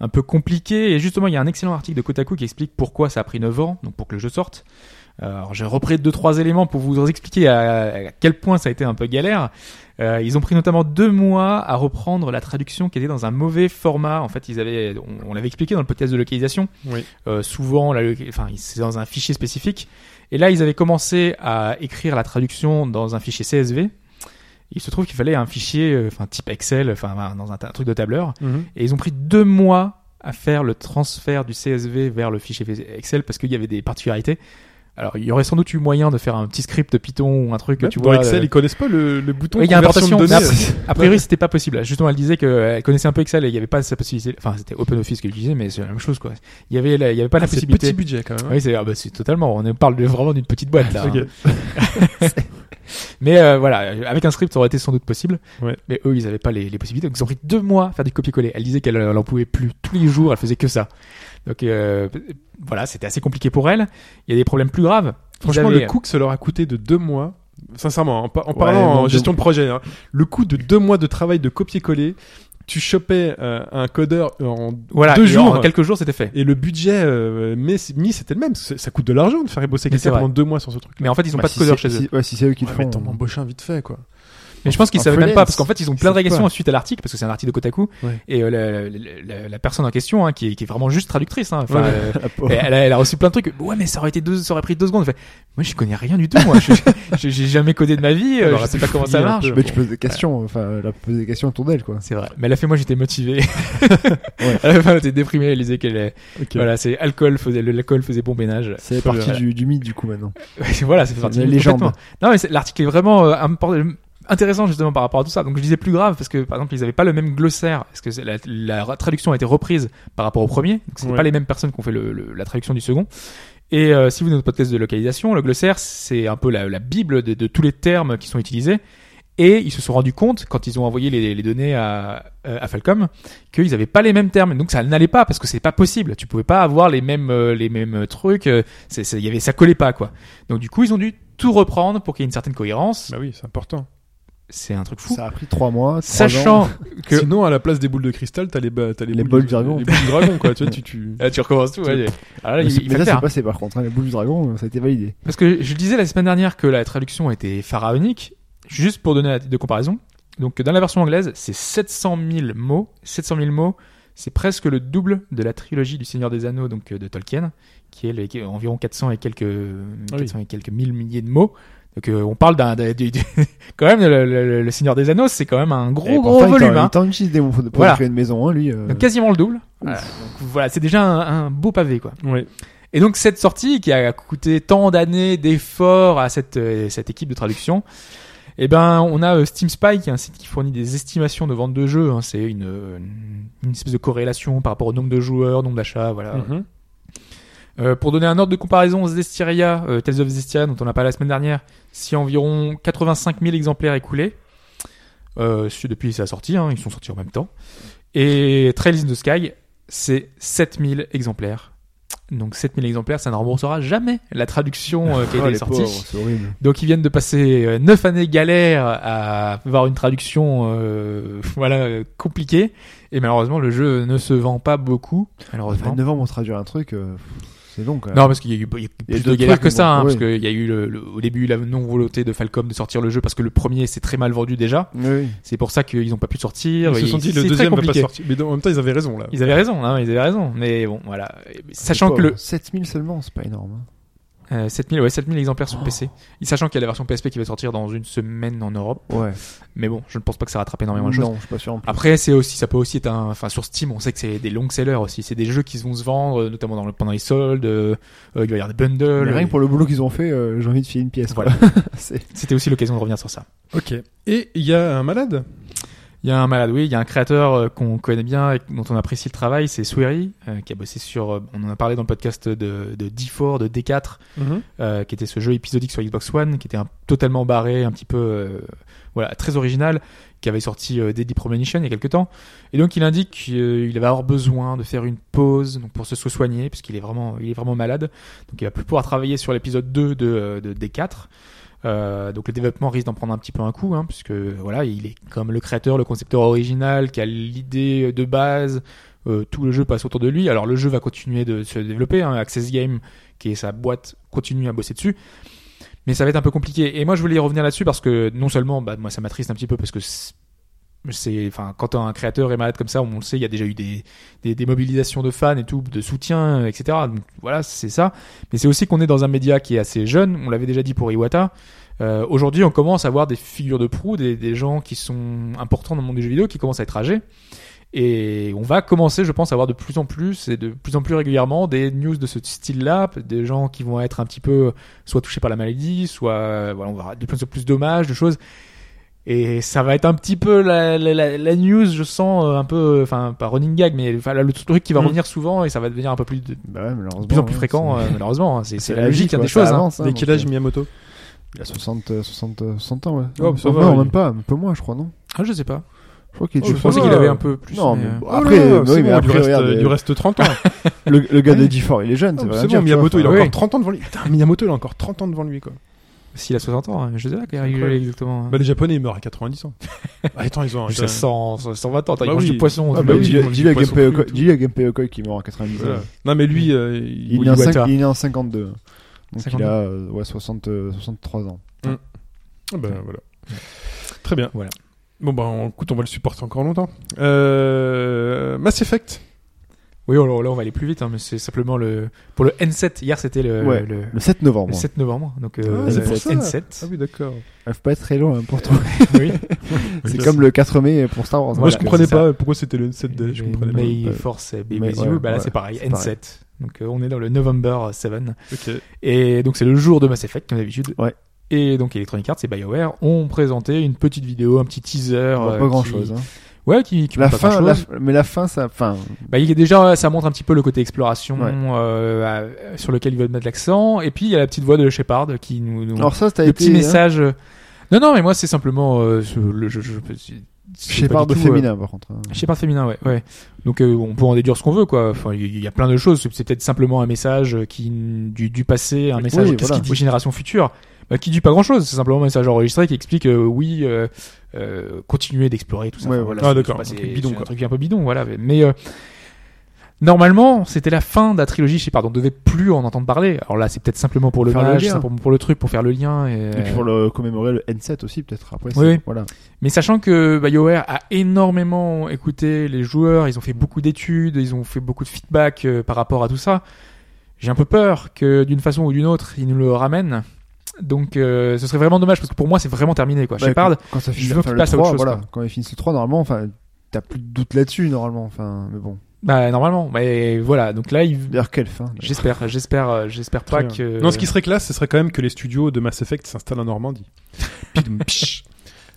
Speaker 3: un peu compliqué. Et justement, il y a un excellent article de Kotaku qui explique pourquoi ça a pris 9 ans, donc pour que le jeu sorte. Euh, Alors j'ai repris deux trois éléments pour vous expliquer à, à quel point ça a été un peu galère. Euh, ils ont pris notamment deux mois à reprendre la traduction qui était dans un mauvais format. En fait, ils avaient, on, on l'avait expliqué dans le podcast de localisation.
Speaker 2: Oui.
Speaker 3: Euh, souvent, la, loca- enfin, c'est dans un fichier spécifique. Et là, ils avaient commencé à écrire la traduction dans un fichier CSV. Il se trouve qu'il fallait un fichier, euh, enfin type Excel, enfin un- dans un, ta- un truc de tableur.
Speaker 2: Mhm.
Speaker 3: Et ils ont pris deux mois à faire le transfert du CSV vers le fichier Excel parce qu'il y avait des particularités. Alors, il y aurait sans doute eu moyen de faire un petit script Python ou un truc que
Speaker 2: Ouais,
Speaker 3: tu
Speaker 2: dans
Speaker 3: vois.
Speaker 2: Excel,
Speaker 3: euh,
Speaker 2: ils connaissent pas le, le bouton
Speaker 3: oui, il y a importation,
Speaker 2: conversion de
Speaker 3: mais
Speaker 2: données.
Speaker 3: après- a priori, c'était pas possible. Ah, Justement, elle disait qu'elle connaissait un peu Excel et il n'y avait pas sa possibilité. Enfin, c'était OpenOffice qu'elle utilisait, mais c'est la même chose, quoi. Il y avait, la- il y avait pas la
Speaker 2: Ah, c'est petit
Speaker 3: possibilité.
Speaker 2: budget quand même. hein.
Speaker 3: Oui, c'est ah bah, c'est totalement. On parle de- vraiment d'une petite boîte là.
Speaker 2: Ok.
Speaker 3: Mais euh, voilà, euh, avec un script, ça aurait été sans doute possible.
Speaker 2: Ouais.
Speaker 3: Mais eux, ils n'avaient pas les, les possibilités. Donc, ils ont pris deux mois à faire du copier-coller. Elle disait qu'elle n'en pouvait plus tous les jours. Elle faisait que ça. Donc, euh, voilà, c'était assez compliqué pour elle. Il y a des problèmes plus graves. Ils
Speaker 2: Franchement,
Speaker 3: avaient-
Speaker 2: le coût que ça leur a coûté de deux mois, sincèrement, en, par- en
Speaker 4: Ouais,
Speaker 2: parlant
Speaker 4: non,
Speaker 2: en
Speaker 4: deux
Speaker 2: gestion de projet, hein, le coût de deux mois de travail de copier-coller, tu chopais euh, un codeur en
Speaker 3: euh, Voilà,
Speaker 2: deux
Speaker 3: et
Speaker 2: jours.
Speaker 3: en quelques jours, c'était fait.
Speaker 2: Et le budget euh, mais mis, c'était le même. C'est- Ça coûte de l'argent de faire bosser
Speaker 3: Mais c'est
Speaker 2: quelqu'un
Speaker 3: vrai.
Speaker 2: pendant deux mois sur ce truc.
Speaker 3: Mais en fait, ils ont
Speaker 4: Bah,
Speaker 3: pas de
Speaker 4: si
Speaker 3: codeur
Speaker 4: c'est-
Speaker 3: chez eux.
Speaker 4: si- Ouais, si c'est eux qui le
Speaker 2: Ouais, mais
Speaker 4: font.
Speaker 2: t'en embauches un vite fait, quoi.
Speaker 3: Mais je pense qu'ils
Speaker 4: en
Speaker 3: savaient même pas,
Speaker 4: freelance.
Speaker 3: parce qu'en fait, ils ont plein
Speaker 2: Ils
Speaker 3: de réactions
Speaker 2: savent pas.
Speaker 3: ensuite à l'article, parce que c'est un article de Kotaku.
Speaker 2: Ouais.
Speaker 3: Et euh, la, la- la- la personne en question, hein, qui, est, qui est vraiment juste traductrice, hein, enfin,
Speaker 2: Ouais.
Speaker 3: euh,
Speaker 4: La pauvre.
Speaker 3: elle, elle a, elle a reçu plein de trucs. Ouais, mais ça aurait été deux, ça aurait pris deux secondes. Elle Fait, moi, je connais rien du tout. Moi, Je- j'ai j'ai jamais codé de ma vie. euh,
Speaker 2: Alors,
Speaker 3: je
Speaker 2: elle
Speaker 3: sais
Speaker 2: a
Speaker 3: pas
Speaker 2: pu
Speaker 3: comment ça
Speaker 2: fouiller un
Speaker 3: marche.
Speaker 2: peu.
Speaker 4: Mais tu poses des questions, enfin, la pose des questions autour d'elle, quoi.
Speaker 3: C'est vrai. Mais elle a fait moi, j'étais motivé. À la fin, elle était déprimée. Elle disait qu'elle,
Speaker 2: Ok.
Speaker 3: voilà, c'est alcool faisait, le- l'alcool faisait bon ménage.
Speaker 4: C'est
Speaker 2: Faut le-
Speaker 4: partie du, du mythe, du coup,
Speaker 3: Ouais,
Speaker 4: maintenant.
Speaker 3: voilà, c'est parti.
Speaker 4: La légende.
Speaker 3: complètement. Non, mais c'est- l'article est vraiment euh, impor- intéressant justement par rapport à tout ça. Donc je disais plus grave parce que par exemple ils n'avaient pas le même glossaire parce que c'est- la, la traduction a été reprise par rapport au premier. Donc c'est
Speaker 2: Ouais.
Speaker 3: pas les mêmes personnes qui ont fait le- le- la traduction du second. Et euh, si vous venez de notre podcast de localisation, le glossaire c'est un peu la, la bible de, de tous les termes qui sont utilisés. Et ils se sont rendus compte quand ils ont envoyé les, les données à, euh, à Falcom qu'ils n'avaient pas les mêmes termes. Donc ça n'allait pas parce que c'est pas possible. Tu pouvais pas avoir les mêmes euh, les mêmes trucs. euh, c'est, c'est- il y avait, ça collait pas quoi. Donc du coup, ils ont dû tout reprendre pour qu'il y ait une certaine cohérence.
Speaker 2: Bah oui, c'est important.
Speaker 3: C'est un truc fou.
Speaker 4: Ça a pris trois mois. trois ans.
Speaker 3: Sachant que
Speaker 2: Sinon, à la place des boules de cristal, t'as les, ba- t'as les,
Speaker 4: Les
Speaker 2: boules
Speaker 4: bols du dragon.
Speaker 2: Les boules du dragon, quoi. tu vois, tu, tu...
Speaker 3: Ah, tu recommences tout. ouais. Ah, là,
Speaker 4: Mais
Speaker 3: il-
Speaker 4: c'est-
Speaker 3: il
Speaker 4: mais
Speaker 3: fait
Speaker 4: ça,
Speaker 3: faire.
Speaker 4: c'est passé, par contre. hein, La boule du dragon, euh, ça a été validé.
Speaker 3: Parce que je disais la semaine dernière que la traduction était pharaonique. Juste pour donner la titre de comparaison. Donc dans la version anglaise, c'est 700 000 mots. 700 000 mots, c'est presque le double de la trilogie du Seigneur des Anneaux donc euh, de Tolkien, qui est, les- qui est environ 400 et quelques,
Speaker 4: Ah
Speaker 2: oui.
Speaker 3: 400 et quelques mille milliers de mots. Donc euh, on parle d'un, d'un- du- du- quand même le, le- le Seigneur des Anneaux, c'est quand même un gros
Speaker 4: Et
Speaker 3: gros
Speaker 4: pourtant, il
Speaker 3: volume.
Speaker 4: t'en-
Speaker 3: hein.
Speaker 4: Il t'en utilise des mots pour pour
Speaker 3: Voilà.
Speaker 4: créer une maison, hein, lui. euh,
Speaker 3: Donc quasiment le double. Voilà. Donc voilà, c'est déjà un, un beau pavé quoi.
Speaker 2: Ouais.
Speaker 3: Et donc cette sortie qui a coûté tant d'années d'efforts à cette euh, cette équipe de traduction, eh ben on a euh, Steam Spy qui est un site qui fournit des estimations de vente de jeux. hein. C'est une, euh, une espèce de corrélation par rapport au nombre de joueurs, nombre d'achats, voilà.
Speaker 2: Mhm.
Speaker 3: Euh, pour donner un ordre de comparaison, Zestiria, euh, Tales of Zestiria dont on a parlé la semaine dernière, si environ 85 000 exemplaires écoulés euh, su- depuis sa sortie, hein, ils sont sortis en même temps. Et Trails in the Sky, c'est 7000 exemplaires. Donc 7000 exemplaires, ça ne remboursera jamais la traduction euh, qui a
Speaker 4: oh,
Speaker 3: été
Speaker 4: les
Speaker 3: sortie.
Speaker 4: pauvres, C'est horrible.
Speaker 3: Donc ils viennent de passer euh, neuf années galère à avoir une traduction euh, voilà euh, compliquée et malheureusement le jeu ne se vend pas beaucoup malheureusement.
Speaker 4: 29 ans, on traduire un truc, euh, pff, c'est long, quand même.
Speaker 3: Non, parce qu'il y a eu il y a eu plus de
Speaker 4: d'autres
Speaker 3: galères
Speaker 4: trucs,
Speaker 3: que
Speaker 4: mais
Speaker 3: ça,
Speaker 4: bon,
Speaker 3: hein, parce
Speaker 4: ouais.
Speaker 3: qu'il y a eu le- le- au début la non-volonté de Falcom de sortir le jeu parce que le premier s'est très mal vendu déjà.
Speaker 4: Oui, oui.
Speaker 3: C'est pour ça qu'ils n'ont pas pu le sortir.
Speaker 2: Ils se
Speaker 3: Et
Speaker 2: sont dit,
Speaker 3: c'est
Speaker 2: le
Speaker 3: très
Speaker 2: deuxième va pas
Speaker 3: compliqué.
Speaker 2: sortir. Mais en même temps, ils avaient raison, là.
Speaker 3: Ils avaient raison, hein, ils avaient raison. Mais bon, voilà. Et- mais Sachant
Speaker 4: C'est
Speaker 3: que le
Speaker 4: pauvre. 7000 seulement, c'est pas énorme. hein.
Speaker 3: euh, 7000, ouais, Oh. 7000 exemplaires sur PC. Et Sachant qu'il y a la version PSP qui va sortir dans une semaine en Europe.
Speaker 4: Ouais.
Speaker 3: Mais bon, je ne pense pas que ça rattrape énormément de choses.
Speaker 4: Non, je suis pas sûr. en plus.
Speaker 3: Après, c'est aussi, ça peut aussi être un, enfin, sur Steam, on sait que c'est des longs sellers aussi. C'est des jeux qui vont se vendre, euh, notamment dans le- pendant les soldes, euh, euh, il va y avoir des
Speaker 4: Mais
Speaker 3: bundles.
Speaker 4: rien
Speaker 3: et-
Speaker 4: que pour le boulot qu'ils ont fait, euh, j'ai envie de filer une pièce. quoi.
Speaker 3: Voilà.
Speaker 4: C'est-
Speaker 3: C'était aussi l'occasion de revenir sur ça.
Speaker 2: Ok. Et il y a un malade.
Speaker 3: Il y a un malade, oui, il y a un créateur euh, qu'on connaît bien et dont on apprécie le travail, c'est Swery, euh, qui a bossé sur, euh, on en a parlé dans le podcast de, de D4, de D4,
Speaker 2: Mhm.
Speaker 3: euh, qui était ce jeu épisodique sur Xbox One, qui était un- totalement barré, un petit peu, euh, voilà, très original, qui avait sorti euh, Deadly Premonition il y a quelques temps. Et donc il indique qu'il va avoir besoin de faire une pause donc, pour se soigner, puisqu'il est vraiment, il est vraiment malade. Donc il va plus pouvoir travailler sur l'épisode 2 de, euh, de D4. Euh, donc le développement risque d'en prendre un petit peu un coup, hein, puisque voilà, il est comme le créateur, le concepteur original, qui a l'idée de base. euh, tout le jeu passe autour de lui. Alors le jeu va continuer de se développer. hein, Access Game, qui est sa boîte, continue à bosser dessus. Mais ça va être un peu compliqué. Et moi, je voulais y revenir là-dessus parce que non seulement, bah, moi, ça m'attriste un petit peu parce que c'est- c'est, enfin, quand un créateur est malade comme ça, on le sait, il y a déjà eu des, des, des mobilisations de fans et tout, de soutien, etc. Donc voilà, c'est ça. Mais c'est aussi qu'on est dans un média qui est assez jeune. On l'avait déjà dit pour Iwata. Euh, Aujourd'hui, on commence à voir des figures de proue, des, des gens qui sont importants dans le monde du jeu vidéo, qui commencent à être âgés. Et on va commencer, je pense, à avoir de plus en plus et de plus en plus régulièrement des news de ce style-là, des gens qui vont être un petit peu soit touchés par la maladie, soit euh, voilà, on va avoir de plus en plus d'hommages, de choses. Et ça va être un petit peu la, la, la- la news, je sens euh, un peu, euh, enfin pas running gag, mais enfin, le truc qui va
Speaker 2: Mm.
Speaker 3: revenir souvent et ça va devenir un peu plus de,
Speaker 4: Bah ouais, malheureusement.
Speaker 3: de plus en plus
Speaker 4: hein,
Speaker 3: fréquent,
Speaker 4: c'est-
Speaker 3: euh, malheureusement. hein. C'est c'est
Speaker 4: c'est
Speaker 3: la logique
Speaker 4: vie,
Speaker 3: hein,
Speaker 4: quoi,
Speaker 3: des
Speaker 4: ça
Speaker 3: choses. hein.
Speaker 4: avance, hein,
Speaker 2: Dès quel
Speaker 4: donc,
Speaker 2: âge,
Speaker 4: euh,
Speaker 2: Miyamoto
Speaker 4: Il a 60, euh, 60, euh, 60 ans, ouais.
Speaker 2: Oh, ça
Speaker 4: non,
Speaker 2: va,
Speaker 4: non,
Speaker 2: il-
Speaker 4: même pas, un peu moins, je crois, non
Speaker 3: Ah, je sais pas.
Speaker 4: Je crois qu'il est
Speaker 2: Oh,
Speaker 3: Je
Speaker 4: déjà-
Speaker 2: ça
Speaker 3: pensais
Speaker 2: va.
Speaker 3: qu'il avait un peu plus.
Speaker 4: Non,
Speaker 3: mais,
Speaker 4: mais
Speaker 3: euh,
Speaker 4: bon, après,
Speaker 2: Oh là là,
Speaker 4: bah
Speaker 2: c'est
Speaker 4: oui, mais
Speaker 2: bon, il
Speaker 4: après,
Speaker 2: lui reste,
Speaker 4: regarde,
Speaker 2: euh, il lui
Speaker 4: euh,
Speaker 2: reste 30 ans.
Speaker 4: le, le gars de
Speaker 2: Ouais.
Speaker 4: d il est jeune,
Speaker 2: Non,
Speaker 4: ça veut
Speaker 2: mais C'est bon,
Speaker 4: rien dire, tu vois,
Speaker 2: Miyamoto, il a
Speaker 4: enfin,
Speaker 3: ouais.
Speaker 2: encore 30 ans devant lui. Putain, Miyamoto, il a encore 30 ans devant lui, quoi.
Speaker 3: S'il a 60 ans, hein, je sais pas quel
Speaker 2: Incroyable.
Speaker 3: âge il a exactement. hein.
Speaker 2: Bah, les Japonais, ils meurent à 90 ans. Ah, Attends, ils ont un.
Speaker 3: Jusqu'à 100, 120 ans, t'as
Speaker 2: Bah
Speaker 3: mangé
Speaker 2: oui.
Speaker 3: du poisson.
Speaker 2: Ah
Speaker 4: Ah
Speaker 3: tu
Speaker 2: bah
Speaker 4: bah,
Speaker 3: vois.
Speaker 2: oui,
Speaker 4: dis-
Speaker 2: ils
Speaker 4: dis-le à
Speaker 2: mangent du
Speaker 4: Gunpei
Speaker 2: poisson
Speaker 4: Oko-
Speaker 2: cru et
Speaker 4: dis-le à Gunpei Okoi qui est mort en 90 ans.
Speaker 2: Voilà. Non, mais lui, euh,
Speaker 4: Il,
Speaker 2: il...
Speaker 4: est né en
Speaker 3: Iwata.
Speaker 4: cinq- il est né en 52. Donc
Speaker 3: 52.
Speaker 4: il a euh, ouais, 60, euh, 63 ans.
Speaker 2: Ah bah, voilà. Très bien.
Speaker 3: Voilà.
Speaker 2: Bon, bah, on- écoute, on va le supporter encore longtemps. Euh... Mass Effect.
Speaker 3: Oui, alors là, on va aller plus vite, hein, mais c'est simplement le. Pour le N7, hier c'était le,
Speaker 4: Ouais.
Speaker 3: le,
Speaker 4: Le 7
Speaker 3: le
Speaker 4: novembre.
Speaker 3: 7 novembre. Donc, euh,
Speaker 2: Ah, c'est
Speaker 3: le
Speaker 2: pour ça. Ah
Speaker 3: N7.
Speaker 2: oui, d'accord.
Speaker 4: Il faut pas être très loin pour trouver.
Speaker 3: oui.
Speaker 4: C'est comme le 4 mai pour Star Wars.
Speaker 2: Moi,
Speaker 3: Voilà,
Speaker 2: je comprenais
Speaker 3: c'est ça.
Speaker 2: pas pourquoi c'était le 7D. Je
Speaker 3: Mais
Speaker 2: comprenais pas.
Speaker 3: May
Speaker 4: pas.
Speaker 3: Force et Be
Speaker 4: Mais
Speaker 3: With
Speaker 4: ouais,
Speaker 3: You, bah là
Speaker 4: ouais,
Speaker 3: c'est pareil,
Speaker 4: c'est
Speaker 3: N7.
Speaker 4: pareil.
Speaker 3: Donc euh, on est dans le November 7.
Speaker 2: Ok.
Speaker 3: Et donc c'est le jour de Mass Effect comme d'habitude.
Speaker 4: Ouais.
Speaker 3: Et donc Electronic Arts et BioWare ont présenté une petite vidéo, un petit teaser. euh,
Speaker 4: pas grand
Speaker 3: qui-
Speaker 4: chose.
Speaker 3: Ouais, qui, qui
Speaker 4: La
Speaker 3: montre pas
Speaker 4: fin,
Speaker 3: grand-chose.
Speaker 4: la f- mais la fin, ça, enfin,
Speaker 3: Bah, il est déjà, ça montre un petit peu le côté exploration
Speaker 4: Ouais.
Speaker 3: euh, à- sur lequel ils veulent mettre l'accent. Et puis il y a la petite voix de Shepard qui nous, nous-
Speaker 4: alors ça, ça a
Speaker 3: le
Speaker 4: été.
Speaker 3: petit
Speaker 4: hein,
Speaker 3: message. euh, Non, non, mais moi c'est simplement euh, ce- le je, je, je- c'est pas
Speaker 4: Shepard
Speaker 3: du
Speaker 4: de
Speaker 3: tout, euh,
Speaker 4: féminin, par contre. hein.
Speaker 3: Shepard féminin, ouais, ouais. Donc euh, on peut en déduire ce qu'on veut, quoi. Enfin, il y- il y, a plein de choses. C'est- C'est peut-être simplement un message euh, qui du, du passé, un message
Speaker 4: voilà.
Speaker 3: qu'est-ce qu'il dit aux générations futures, bah, qui dit pas grand-chose. C'est simplement un message enregistré qui explique euh, oui, euh, euh, continuez d'explorer tout ça.
Speaker 4: Ouais,
Speaker 3: Enfin,
Speaker 4: voilà.
Speaker 3: c'est-
Speaker 2: Ah, d'accord.
Speaker 3: c'est pas- C'est
Speaker 2: Un truc bidon,
Speaker 3: c'est un
Speaker 2: quoi.
Speaker 3: truc un peu bidon, voilà. Mais, mais, euh, normalement, c'était la fin de la trilogie Shepard. On devait plus en entendre parler. Alors là, c'est peut-être simplement pour le
Speaker 4: Faire le
Speaker 3: match,
Speaker 4: lien.
Speaker 3: pour, pour le truc, pour faire le lien. Et,
Speaker 4: Et puis pour le commémorer le N7 aussi, peut-être après.
Speaker 3: Oui, Bah, oui.
Speaker 4: c'est- Voilà.
Speaker 3: mais sachant que bah, BioWare a énormément écouté les joueurs, ils ont fait beaucoup d'études, ils ont fait beaucoup de feedback euh, par rapport à tout ça, j'ai un peu peur que d'une façon ou d'une autre, ils nous le ramènent. Donc euh, ce serait vraiment dommage parce que pour moi c'est vraiment terminé quoi.
Speaker 4: Bah,
Speaker 3: Shepard,
Speaker 4: quand- Quand ça finit
Speaker 3: veux qu'il
Speaker 4: enfin, le
Speaker 3: passe à
Speaker 4: 3,
Speaker 3: autre chose,
Speaker 4: voilà.
Speaker 3: quoi.
Speaker 4: Quand il finit le 3, normalement, enfin, t'as plus de doute là-dessus, normalement. Enfin, mais bon.
Speaker 3: bah normalement, mais voilà, donc là il...
Speaker 4: D'ailleurs, quelle fin. d'ailleurs.
Speaker 3: j'espère, j'espère, euh, j'espère pas
Speaker 2: Très bien.
Speaker 3: que.
Speaker 2: Non, ce qui serait classe, ce serait quand même que les studios de Mass Effect s'installent en Normandie. Pidum, psh.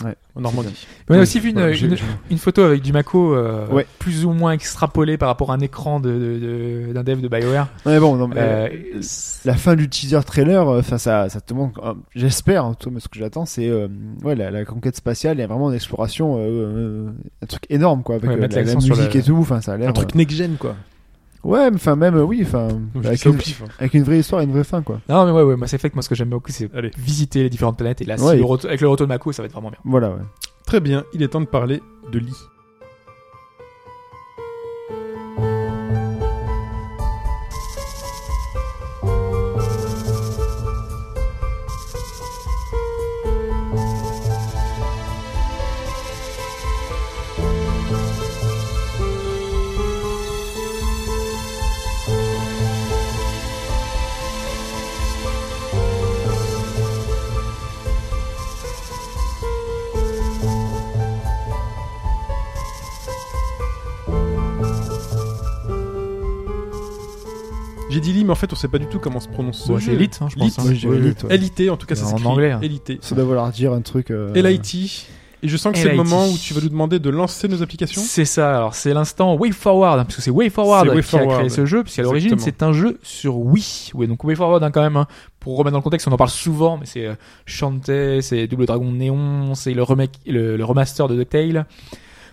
Speaker 4: Ouais.
Speaker 2: En Normandie.
Speaker 3: Mais on a aussi vu une,
Speaker 4: Voilà, j'ai-
Speaker 3: une,
Speaker 4: j'ai-
Speaker 3: une photo avec du Mako euh,
Speaker 4: Ouais.
Speaker 3: plus ou moins extrapolée par rapport à un écran de, de- de- d'un dev de BioWare.
Speaker 4: Non, mais bon, non, mais.
Speaker 3: Euh,
Speaker 4: la fin du teaser trailer, euh, enfin ça, ça te montre. euh, J'espère, en tout cas, mais ce que j'attends, c'est euh, ouais la, la conquête spatiale et vraiment une exploration, euh, euh, un truc énorme quoi, avec
Speaker 3: Ouais,
Speaker 4: euh,
Speaker 3: mettre
Speaker 4: la, la
Speaker 3: l'accent sur
Speaker 4: musique
Speaker 3: la-
Speaker 4: et tout. Enfin, ça a l'air.
Speaker 2: Un truc next-gen, quoi.
Speaker 4: euh, Ouais, mais enfin même euh, oui, enfin
Speaker 3: Bah,
Speaker 2: Donc, je dis
Speaker 4: avec,
Speaker 2: ça au
Speaker 4: une,
Speaker 2: pif, hein.
Speaker 4: avec une vraie histoire, et une vraie fin quoi.
Speaker 3: Non, mais ouais, ouais, Mass Effect, moi, ce que j'aime beaucoup, c'est
Speaker 2: Allez.
Speaker 3: visiter les différentes planètes. Et là, si
Speaker 4: Ouais.
Speaker 3: le retour- avec le retour de Mako, ça va être vraiment bien.
Speaker 4: Voilà. Ouais.
Speaker 2: Très bien, il est temps de parler de Lee. J'ai dit Lee, mais en fait, on sait pas du tout comment se prononce ce
Speaker 3: Bon,
Speaker 2: jeu.
Speaker 3: c'est Elite, hein, je pense.
Speaker 2: Elite,
Speaker 3: hein.
Speaker 4: Moi, je dirais
Speaker 3: Oui,
Speaker 4: Elite, ouais.
Speaker 2: LIT, en tout cas, c'est
Speaker 3: En
Speaker 2: écrit
Speaker 3: anglais, hein.
Speaker 2: LIT.
Speaker 4: Ça doit vouloir dire un truc. euh,
Speaker 2: LIT. Et je sens que c'est le
Speaker 3: LIT.
Speaker 2: moment où tu vas nous demander de lancer nos applications.
Speaker 3: C'est ça, alors c'est l'instant WayForward, hein, parce que c'est WayForward
Speaker 2: C'est
Speaker 3: qui a
Speaker 2: WayForward.
Speaker 3: créé ce jeu, puisqu'à l'origine
Speaker 2: Exactement.
Speaker 3: c'est un jeu sur Wii. Oui, donc WayForward hein, quand même, hein, pour remettre dans le contexte, on en parle souvent, mais c'est euh, Shantae, c'est Double Dragon Néon, c'est le, remake- le, le remaster de DuckTale.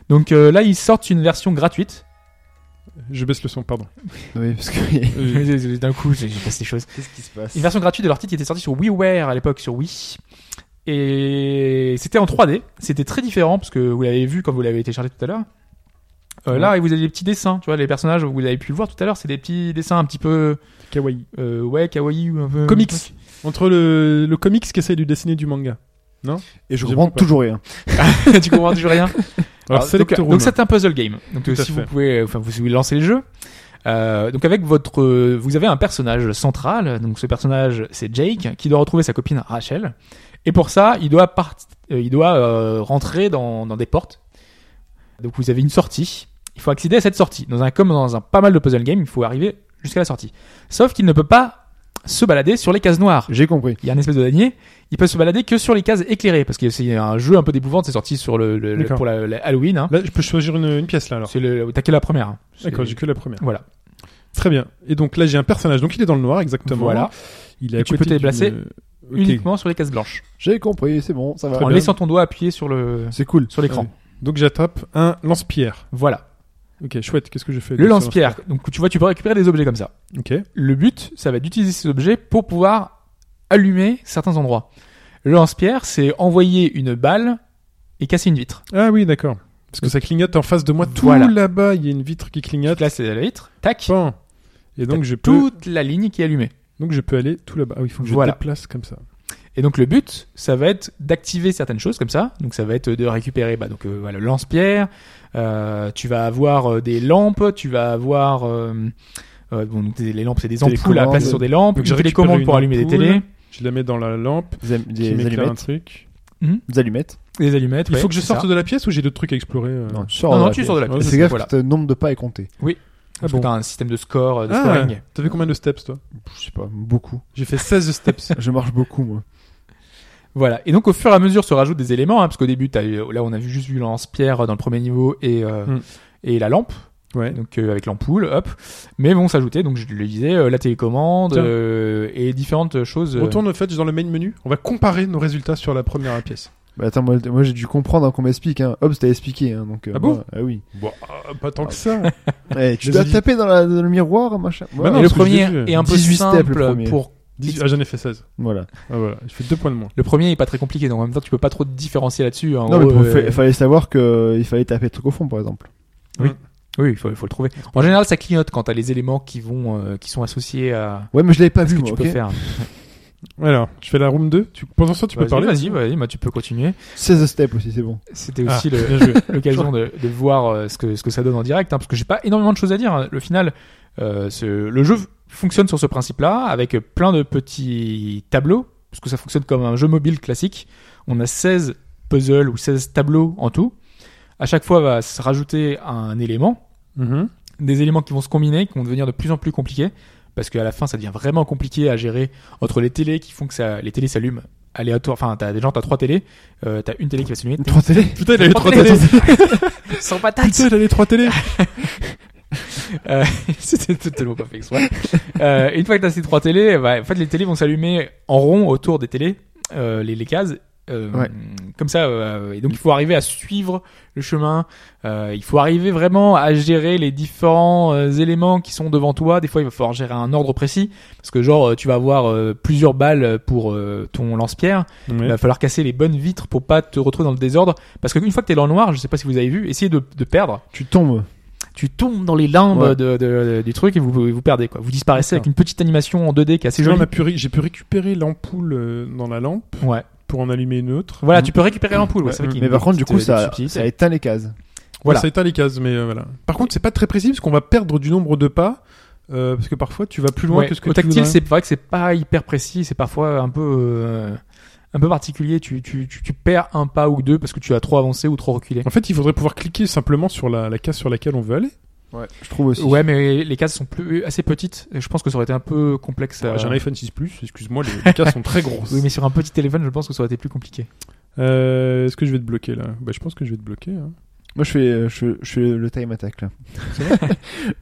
Speaker 3: Donc euh, là, ils sortent une version gratuite.
Speaker 2: Je baisse le son, pardon.
Speaker 4: Oui, parce que
Speaker 2: Euh,
Speaker 3: D'un coup, j'ai j'ai passé des choses.
Speaker 4: qu'est-ce qui se passe
Speaker 3: Une version gratuite de leur titre qui était sortie sur WiiWare à l'époque, sur Wii. Et c'était en 3D. C'était très différent parce que vous l'avez vu quand vous l'avez téléchargé tout à l'heure. Euh,
Speaker 4: Ouais.
Speaker 3: Là, vous avez des petits dessins, tu vois, les personnages, vous avez pu le voir tout à l'heure, c'est des petits dessins un petit peu,
Speaker 2: Kawaii.
Speaker 3: euh, ouais, kawaii, ou un peu.
Speaker 2: euh, Comics. Entre le, le comics qui essaye de dessiner du manga.
Speaker 4: Et je
Speaker 2: Je
Speaker 4: comprends
Speaker 2: comprends pas.
Speaker 4: toujours rien.
Speaker 3: tu comprends toujours rien.
Speaker 2: Alors,
Speaker 3: Alors, Ah, donc-
Speaker 2: Selectoroom.
Speaker 3: donc c'est un puzzle game. Donc
Speaker 2: Tout
Speaker 3: euh,
Speaker 2: à
Speaker 3: si vous
Speaker 2: fait.
Speaker 3: pouvez, enfin vous, si vous lancez le jeu, euh, donc avec votre, euh, vous avez un personnage central. Donc ce personnage c'est Jake qui doit retrouver sa copine Rachel. Et pour ça, il doit part- euh, il doit euh, rentrer dans, dans des portes. Donc vous avez une sortie. Il faut accéder à cette sortie. Dans un comme dans un pas mal de puzzle game, il faut arriver jusqu'à la sortie. Sauf qu'il ne peut pas se balader sur les cases noires
Speaker 4: J'ai compris.
Speaker 3: il y a un espèce de damier, il peut se balader que sur les cases éclairées parce que c'est un jeu un peu d'épouvante, c'est sorti sur le, le- le-
Speaker 2: D'accord.
Speaker 3: pour la, la Halloween. Hein.
Speaker 2: Là, je peux choisir une, une pièce, là, alors.
Speaker 3: C'est le t'as que la première. hein. C'est-
Speaker 2: D'accord, j'ai que la première.
Speaker 3: Voilà.
Speaker 2: Très bien. Et donc là, j'ai un personnage. Donc il est dans le noir, exactement.
Speaker 3: Voilà.
Speaker 2: Il est à
Speaker 3: Et tu peux
Speaker 2: côté
Speaker 3: te
Speaker 2: d'une- euh,
Speaker 3: déplacer
Speaker 2: Ok.
Speaker 3: Uniquement sur les cases blanches.
Speaker 4: J'ai compris. C'est bon, ça va.
Speaker 3: En
Speaker 2: bien. Ah
Speaker 3: laissant ton doigt appuyer sur le
Speaker 4: C'est cool.
Speaker 3: sur l'écran.
Speaker 2: Ouais. Donc j'attrape un lance-pierre.
Speaker 3: Voilà.
Speaker 2: Ok, chouette. Qu'est-ce que je fais
Speaker 3: Le
Speaker 2: de ce
Speaker 3: lance-pierre. Donc tu vois, tu peux récupérer des objets comme ça.
Speaker 2: lance-pierre Ok.
Speaker 3: Le but, ça va d'utiliser ces objets pour pouvoir allumer certains endroits. Le lance-pierre, c'est envoyer une balle et casser une vitre.
Speaker 2: Ah oui, d'accord. Parce que ça clignote en face de moi. Tout
Speaker 3: Voilà.
Speaker 2: là-bas, il y a une vitre qui
Speaker 3: Donc
Speaker 2: clignote.
Speaker 3: Là, c'est la vitre. Tac.
Speaker 2: Pan. Et donc
Speaker 3: T'as
Speaker 2: je, peux,
Speaker 3: Toute la ligne qui est allumée.
Speaker 2: donc je peux aller tout là-bas. Ah oui, il faut que je
Speaker 3: Voilà.
Speaker 2: déplace comme ça.
Speaker 3: Et donc le but, ça va être d'activer certaines choses comme ça. Donc ça va être de récupérer, bah donc euh, voilà, le lance-pierre. euh, tu vas avoir euh, des lampes, tu vas avoir euh, euh, bon, donc, des- les lampes, c'est des ampoules à
Speaker 4: Télécommandes.
Speaker 3: placer sur des lampes.
Speaker 2: Donc,
Speaker 3: Donc j'ai
Speaker 2: je
Speaker 3: des
Speaker 2: récupère
Speaker 3: commandes
Speaker 2: une
Speaker 3: pour allumer des
Speaker 2: ampoule.
Speaker 3: télés,
Speaker 2: Je la mets dans la lampe.
Speaker 4: Des, am- des
Speaker 2: qui m'éclaire un
Speaker 4: allumettes.
Speaker 2: truc.
Speaker 4: Des allumettes.
Speaker 3: des allumettes.
Speaker 2: Il
Speaker 3: ouais,
Speaker 2: faut que je
Speaker 3: c'est
Speaker 2: sorte
Speaker 3: ça.
Speaker 2: de la pièce ou j'ai d'autres trucs à explorer euh
Speaker 4: Non, tu sors
Speaker 3: Non,
Speaker 4: de
Speaker 3: non,
Speaker 4: la
Speaker 3: tu
Speaker 4: pièce.
Speaker 3: sors de la
Speaker 2: Ouais,
Speaker 3: pièce.
Speaker 2: c'est
Speaker 4: Fais gaffe,
Speaker 3: Voilà.
Speaker 4: le nombre de pas est compté.
Speaker 3: Parce que
Speaker 2: Ah bon.
Speaker 3: t'as Ah un système de score, euh, de
Speaker 2: Ah,
Speaker 3: scoring.
Speaker 2: t'as fait combien de steps toi
Speaker 4: Je sais pas, beaucoup.
Speaker 2: J'ai fait 16 steps.
Speaker 4: Je marche beaucoup, moi.
Speaker 3: Voilà. Et donc au fur et à mesure se rajoutent des éléments, hein, parce qu'au début, t'as eu- là on a vu juste vu le lance-pierre dans le premier niveau et euh,
Speaker 2: Hmm.
Speaker 3: et la lampe.
Speaker 2: Ouais.
Speaker 3: donc euh, avec l'ampoule, hop. Mais vont s'ajouter, donc je le disais, euh, la télécommande
Speaker 2: Tiens.
Speaker 3: euh, et différentes choses. euh,
Speaker 2: Retourne au fait dans le main menu. On va comparer nos résultats sur la première pièce.
Speaker 4: Bah attends, moi, moi, j'ai dû comprendre hein, qu'on m'explique. Hein. Hobbes t'a expliqué. Hein, donc, euh,
Speaker 2: Ah bon
Speaker 4: moi- Ah oui.
Speaker 2: Bon, euh, pas tant que ça.
Speaker 4: Eh, tu
Speaker 2: Les
Speaker 4: dois
Speaker 2: audits.
Speaker 4: taper dans, la- dans le miroir, machin.
Speaker 2: Bah non,
Speaker 3: et le
Speaker 2: parce que je l'ai
Speaker 3: premier
Speaker 2: vu.
Speaker 3: est un peu
Speaker 4: 18 steps, le
Speaker 3: simple
Speaker 4: premier.
Speaker 3: pour.
Speaker 2: Dix- Ah, j'en ai fait 16.
Speaker 4: Voilà.
Speaker 2: Ah, voilà. Je fais 2 points de moins.
Speaker 3: Le premier est pas très compliqué, donc en même temps tu peux pas trop te différencier là-dessus. en
Speaker 4: non, mais
Speaker 3: gros,
Speaker 4: pour-
Speaker 3: euh,
Speaker 4: fa- fallait savoir qu'il fallait taper le truc au fond, par exemple.
Speaker 3: Oui, il faut, il faut le trouver. En général, ça clignote quand t'as les éléments qui vont, euh, qui sont associés à.
Speaker 4: Ouais, mais je l'avais pas
Speaker 3: ce
Speaker 4: vu,
Speaker 3: que
Speaker 4: moi.
Speaker 3: tu
Speaker 4: ok
Speaker 3: peux faire.
Speaker 2: Alors, je fais la room 2. Tu... Pendant ce temps, tu peux
Speaker 3: Vas-y,
Speaker 2: parler
Speaker 3: Vas-y, vas-y, bah, tu peux continuer.
Speaker 4: 16 steps aussi, c'est bon.
Speaker 3: C'était
Speaker 2: Ah,
Speaker 3: aussi le-
Speaker 2: bien joué.
Speaker 3: l'occasion de, de voir euh, ce que, ce que ça donne en direct, hein, parce que j'ai pas énormément de choses à dire. hein. Le final, euh, ce- le jeu fonctionne sur ce principe-là, avec plein de petits tableaux, parce que ça fonctionne comme un jeu mobile classique. On a 16 puzzles ou 16 tableaux en tout. À chaque fois va se rajouter un élément,
Speaker 2: Mhm.
Speaker 3: des éléments qui vont se combiner, qui vont devenir de plus en plus compliqués, parce qu'à la fin, ça devient vraiment compliqué à gérer entre les télés qui font que ça, les télés s'allument aléatoire. Enfin, t'as des gens, t'as trois télés, euh, t'as une télé qui va s'allumer,
Speaker 4: Trois télé
Speaker 2: Putain, il a les 3
Speaker 3: Attends,
Speaker 2: télés.
Speaker 3: sans patate.
Speaker 2: Putain, il a les 3 télés.
Speaker 3: Euh, C'était totalement pas fait exprès. Euh, une fois que t'as ces trois télés, bah, en fait, les télés vont s'allumer en rond autour des télés, euh, les, les cases. euh,
Speaker 4: Ouais.
Speaker 3: Comme ça, euh, et donc il faut arriver à suivre le chemin. euh, il faut arriver vraiment à gérer les différents euh, éléments qui sont devant toi. Des fois, il va falloir gérer un ordre précis parce que genre, euh, tu vas avoir euh, plusieurs balles pour euh, ton lance-pierre. Il va falloir casser les bonnes vitres pour pas te retrouver dans le désordre. Parce qu'une fois que t'es dans le noir, je sais pas si vous avez vu, essayez de, de perdre
Speaker 4: Tu tombes.
Speaker 3: tu tombes dans les limbes
Speaker 4: Ouais.
Speaker 3: de, de- du truc et vous, vous perdez quoi. Vous disparaissez
Speaker 2: D'accord.
Speaker 3: avec une petite animation en 2D qui est assez
Speaker 2: Genre, on
Speaker 3: jolie.
Speaker 2: a pu ré- J'ai pu récupérer l'ampoule euh, dans la lampe
Speaker 3: Ouais.
Speaker 2: pour en allumer une autre.
Speaker 3: Voilà, tu peux récupérer l'ampoule. Ouais, c'est vrai
Speaker 2: Mm.
Speaker 3: qu'il y a
Speaker 4: Mais
Speaker 3: une
Speaker 4: par contre, du
Speaker 3: petite,
Speaker 4: coup,
Speaker 3: euh,
Speaker 4: ça,
Speaker 3: subtilité.
Speaker 4: ça éteint les cases.
Speaker 3: Voilà.
Speaker 2: Ça éteint les cases, mais euh, voilà. Par contre, c'est pas très précis parce qu'on va perdre du nombre de pas euh, parce que parfois tu vas plus loin
Speaker 3: Ouais,
Speaker 2: que ce que
Speaker 3: Au
Speaker 2: tu
Speaker 3: tactile,
Speaker 2: voudrais.
Speaker 3: c'est vrai que c'est pas hyper précis. C'est parfois un peu euh, un peu particulier. Tu, tu, tu, tu perds un pas ou deux parce que tu as trop avancé ou trop reculé.
Speaker 2: En fait, il faudrait pouvoir cliquer simplement sur la, la case sur laquelle on veut aller.
Speaker 4: Ouais. Je trouve aussi.
Speaker 3: Ouais, mais les cases sont plus assez petites. Et je pense que ça aurait été un peu complexe.
Speaker 4: Ah,
Speaker 3: à-
Speaker 2: Ouais, J'ai un iPhone 6 Plus, excuse-moi, les, les cases sont très grosses.
Speaker 3: Oui, mais sur un petit téléphone, je pense que ça aurait été plus compliqué.
Speaker 2: Euh, Est-ce que je vais te bloquer là bah, Je pense que je vais te bloquer. hein.
Speaker 4: Moi, je fais, euh, je, je fais le time attack, là.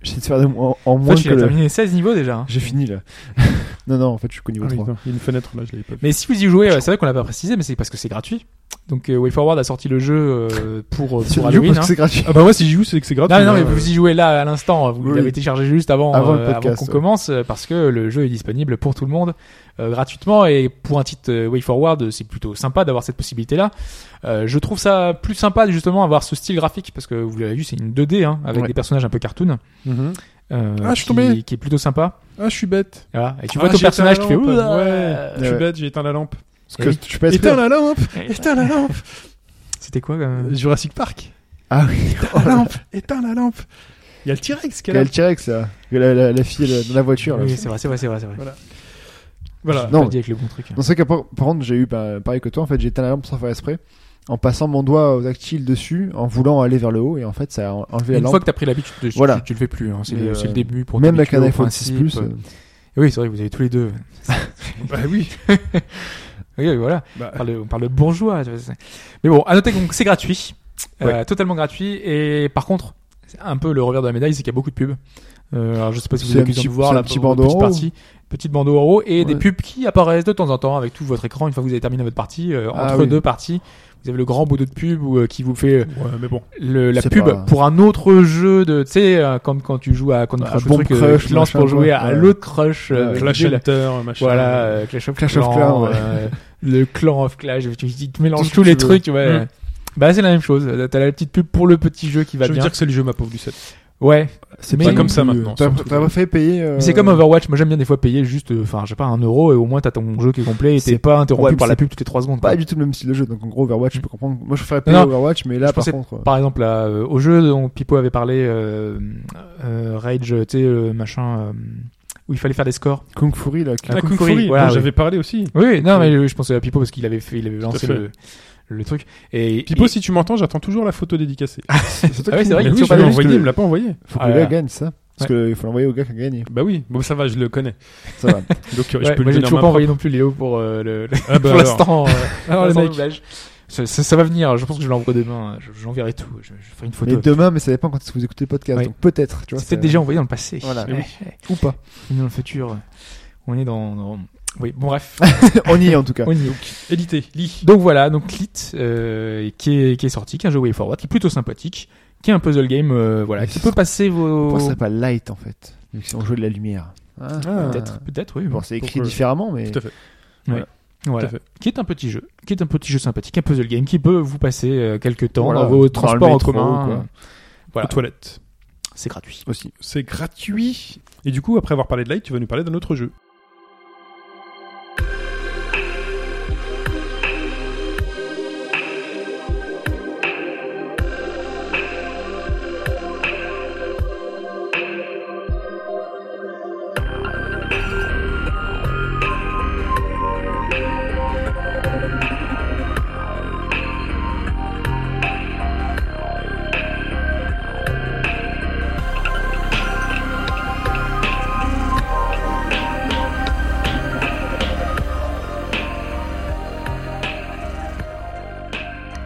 Speaker 4: J'essaie de faire de- en, en
Speaker 3: En
Speaker 4: moins
Speaker 3: fait, il
Speaker 4: que
Speaker 3: a
Speaker 4: le-
Speaker 3: terminé 16 niveaux déjà. hein.
Speaker 4: J'ai fini, là. non, non, en fait, je suis qu'au niveau
Speaker 2: Ah oui,
Speaker 4: 3.
Speaker 2: non, il y a une fenêtre là, je l'avais pas vu.
Speaker 3: Mais si vous y jouez, euh, c'est vrai qu'on l'a pas précisé, mais c'est parce que c'est gratuit. Donc euh, WayForward a sorti le jeu euh, pour, euh,
Speaker 4: C'est
Speaker 3: pour
Speaker 4: le jeu
Speaker 3: Halloween.
Speaker 4: parce que c'est gratuit.
Speaker 2: Ah bah moi, si j'y joue, c'est que c'est
Speaker 3: hein.
Speaker 2: gratuit.
Speaker 3: Non, non, mais
Speaker 2: hein.
Speaker 3: vous y jouez là à l'instant. hein. Vous
Speaker 4: Oui.
Speaker 3: l'avez téléchargé juste avant,
Speaker 4: Avant le
Speaker 3: euh,
Speaker 4: podcast,
Speaker 3: qu'on
Speaker 4: ouais.
Speaker 3: commence, euh, parce que le jeu est disponible pour tout le monde euh, gratuitement et pour un titre euh, WayForward, euh, c'est plutôt sympa d'avoir cette possibilité-là. Euh, je trouve ça plus sympa justement avoir ce style graphique parce que vous l'avez vu, c'est une 2D hein, avec
Speaker 4: Ouais.
Speaker 3: des personnages un peu cartoon.
Speaker 2: Mhm.
Speaker 3: euh,
Speaker 2: Ah, je suis
Speaker 3: qui-
Speaker 2: tombé.
Speaker 3: qui est plutôt sympa.
Speaker 2: Ah, je suis bête.
Speaker 3: Voilà. Et tu
Speaker 2: Ah,
Speaker 3: vois ton
Speaker 2: j'ai éteint
Speaker 3: personnage qui
Speaker 2: la
Speaker 3: fait
Speaker 2: lampe.
Speaker 3: Ouah
Speaker 2: Ouais. Je suis
Speaker 4: Ouais.
Speaker 2: bête, j'ai éteint la lampe.
Speaker 4: Parce que
Speaker 3: oui.
Speaker 4: tu peux être
Speaker 2: Éteins la lampe
Speaker 3: Ouais.
Speaker 2: Éteins la lampe
Speaker 3: C'était quoi euh,
Speaker 2: Jurassic Park
Speaker 4: Ah oui.
Speaker 3: Oh,
Speaker 2: Éteins la lampe Éteins la lampe Il y a le T-Rex qui est
Speaker 4: Quel
Speaker 2: là.
Speaker 4: est le T-Rex, là Que la, la, la fille elle, dans la voiture, là.
Speaker 3: Oui, c'est vrai, c'est vrai, c'est vrai, c'est vrai.
Speaker 2: Voilà.
Speaker 4: Non.
Speaker 3: Pas dit avec le bon truc. hein.
Speaker 4: Non, c'est vrai que par, par contre, j'ai eu bah, pareil que toi. En fait, j'ai éteint la lampe sans faire exprès. En passant mon doigt au tactile dessus, en voulant aller vers le haut, et en fait, ça a en- enlevé la
Speaker 3: Une
Speaker 4: lampe.
Speaker 3: fois que t'as pris l'habitude, tu,
Speaker 4: Voilà.
Speaker 3: tu, tu le fais plus. hein. C'est
Speaker 4: Mais,
Speaker 3: le, c'est le
Speaker 4: euh,
Speaker 3: début pour
Speaker 4: Même avec
Speaker 3: t'habituer
Speaker 4: un
Speaker 3: au
Speaker 4: iPhone 6
Speaker 3: principe.
Speaker 4: Plus, euh,
Speaker 3: Et Oui, c'est vrai que vous avez tous les deux.
Speaker 2: Bah oui.
Speaker 3: Oui, oui, voilà.
Speaker 2: Bah,
Speaker 3: On parle, de, on parle de bourgeois. tu vois, c'est- Mais bon, à noter que donc, c'est gratuit, Euh, totalement gratuit. Et par contre, c'est un peu le revers de la médaille, c'est qu'il y a beaucoup de pubs. Euh, alors je sais pas si vous
Speaker 4: C'est
Speaker 3: avez
Speaker 4: un
Speaker 3: l'occasion
Speaker 4: petit-
Speaker 3: de voir
Speaker 4: c'est
Speaker 3: la
Speaker 4: un petit bandeau en
Speaker 3: petite
Speaker 4: haut.
Speaker 3: partie, petite bandeau en haut et des
Speaker 4: Ouais.
Speaker 3: pubs qui apparaissent de temps en temps avec tout votre écran une fois que vous avez terminé votre partie. euh,
Speaker 4: Ah
Speaker 3: entre
Speaker 4: oui.
Speaker 3: deux parties, vous avez le grand bandeau de pub où, euh, qui vous fait euh,
Speaker 2: ouais, mais bon.
Speaker 3: le, la
Speaker 4: C'est
Speaker 3: pub
Speaker 4: pas-
Speaker 3: pour un autre jeu de tu sais euh, quand quand tu joues à quand
Speaker 4: Ah,
Speaker 3: Crush, ou
Speaker 4: Bomb
Speaker 3: truc, euh,
Speaker 4: Crush,
Speaker 3: tu te lances
Speaker 4: machin,
Speaker 3: pour jouer
Speaker 4: ouais.
Speaker 3: à
Speaker 4: Ouais.
Speaker 3: l'autre crush euh,
Speaker 4: Ouais.
Speaker 3: avec
Speaker 2: Clash
Speaker 3: des-
Speaker 2: Hunter, machin.
Speaker 3: voilà euh, Clash of
Speaker 4: Clash of
Speaker 3: Clans,
Speaker 4: Clans, ouais.
Speaker 3: euh, le clan of clash, tu, tu mélanges
Speaker 2: Tout ce que
Speaker 3: tous les
Speaker 2: tu veux.
Speaker 3: trucs, ouais.
Speaker 2: Mm.
Speaker 3: Bah c'est la même chose. T'as la petite pub pour le petit jeu qui va
Speaker 2: Je veux
Speaker 3: bien.
Speaker 2: dire que c'est le jeu, ma pauvre Lucette.
Speaker 3: Ouais.
Speaker 4: C'est
Speaker 3: Mais- Pas
Speaker 4: pas comme
Speaker 3: comme
Speaker 2: ça
Speaker 4: ça
Speaker 2: maintenant,
Speaker 4: maintenant. T'as
Speaker 2: surtout.
Speaker 4: t'as pas fait payer. euh,
Speaker 3: Mais c'est comme Overwatch. Moi j'aime bien des fois payer juste, euh, enfin, j'ai pas un euro et au moins t'as ton jeu qui est complet et
Speaker 4: C'est-
Speaker 3: t'es pas interrompu
Speaker 4: ouais,
Speaker 3: par
Speaker 4: mais
Speaker 3: la pub toutes les 3 secondes. quoi.
Speaker 4: Pas du tout le même style de jeu, donc en gros Overwatch, je peux comprendre. Moi, je ferais payer
Speaker 3: Non,
Speaker 4: Overwatch, mais là,
Speaker 3: je
Speaker 4: par
Speaker 3: pensais
Speaker 4: contre, euh,
Speaker 3: Par exemple, là, euh, au jeu dont Pipo avait parlé, euh, euh, Rage, tu sais, le machin euh, où il fallait faire des scores.
Speaker 4: Kung Fury là, qui-
Speaker 3: Ah,
Speaker 2: La
Speaker 3: Kung
Speaker 2: Kung
Speaker 3: Fury,
Speaker 2: Fury,
Speaker 3: voilà,
Speaker 2: dont
Speaker 3: oui.
Speaker 2: j'avais parlé aussi.
Speaker 3: Oui, oui, non,
Speaker 2: Oui.
Speaker 3: mais je pensais à Pipo parce qu'il avait fait, il avait lancé
Speaker 2: fait.
Speaker 3: le, le truc. Et
Speaker 2: Pipo,
Speaker 3: et-
Speaker 2: si tu m'entends, j'attends toujours la photo dédicacée.
Speaker 3: Ah oui,
Speaker 4: c'est toi qui-
Speaker 3: c'est vrai
Speaker 2: Mais
Speaker 3: qu'ils
Speaker 2: oui,
Speaker 3: sont
Speaker 2: je
Speaker 3: pas
Speaker 2: l'ai
Speaker 3: venus,
Speaker 2: envoyé,
Speaker 4: parce
Speaker 2: il
Speaker 4: que-
Speaker 2: me l'a pas envoyé.
Speaker 4: Faut que
Speaker 3: Ah
Speaker 4: le
Speaker 3: là
Speaker 4: gars
Speaker 3: là.
Speaker 4: gagne ça, parce qu'il faut l'envoyer au gars qui a gagné.
Speaker 2: Bah oui, bon ça va, je le connais.
Speaker 4: Ça va.
Speaker 2: Donc euh,
Speaker 3: ouais,
Speaker 2: je peux
Speaker 3: moi,
Speaker 2: lui
Speaker 3: j'ai
Speaker 2: donner
Speaker 3: toujours
Speaker 2: un
Speaker 3: pas envoyé non plus Léo pour euh, le, le-
Speaker 2: Ah bah
Speaker 3: pour
Speaker 2: alors.
Speaker 3: l'instant. euh,
Speaker 2: Alors, les
Speaker 3: sans
Speaker 2: mecs.
Speaker 3: doublage. ça, ça- ça va venir. Je pense que je l'envoie demain. hein. Je- J'enverrai tout. Je, je ferai une
Speaker 4: Mais
Speaker 3: photo.
Speaker 4: demain, mais ça dépend quand vous écoutez le podcast,
Speaker 3: Oui.
Speaker 4: donc peut-être, tu vois.
Speaker 3: C'est peut-être déjà envoyé dans le passé. Eh,
Speaker 4: Voilà.
Speaker 3: Ouais, ouais.
Speaker 4: Ou pas.
Speaker 3: On est dans le futur. On est dans. dans- Oui, bon bref.
Speaker 4: On y est en tout cas.
Speaker 3: On y est.
Speaker 2: Édité, lis.
Speaker 3: Donc voilà, donc Clit euh, qui, est, qui est sorti, qui est un jeu Way Forward, qui est plutôt sympathique, qui est un puzzle game, euh, voilà,
Speaker 4: Mais
Speaker 3: qui
Speaker 4: c'est-
Speaker 3: peut passer vos.
Speaker 4: Pourquoi ça s'appelle pas light en fait Vu que c'est en jeu de la lumière. Ah,
Speaker 3: Peut-être, peut-être, oui.
Speaker 4: Bon, c'est écrit
Speaker 2: Pourquoi
Speaker 4: différemment, mais.
Speaker 2: Tout à fait.
Speaker 3: Voilà.
Speaker 2: Tout à fait.
Speaker 3: Qui est un petit jeu, qui est un petit jeu sympathique, un puzzle game qui peut vous passer euh, quelques temps
Speaker 4: Voilà,
Speaker 3: dans
Speaker 4: dans
Speaker 3: vos
Speaker 4: le
Speaker 3: transports en
Speaker 4: métro,
Speaker 3: commun.
Speaker 4: quoi.
Speaker 3: euh, Voilà,
Speaker 2: Aux toilettes.
Speaker 3: c'est gratuit.
Speaker 4: Aussi.
Speaker 2: C'est gratuit. Et du coup, après avoir parlé de Light, tu vas nous parler d'un autre jeu.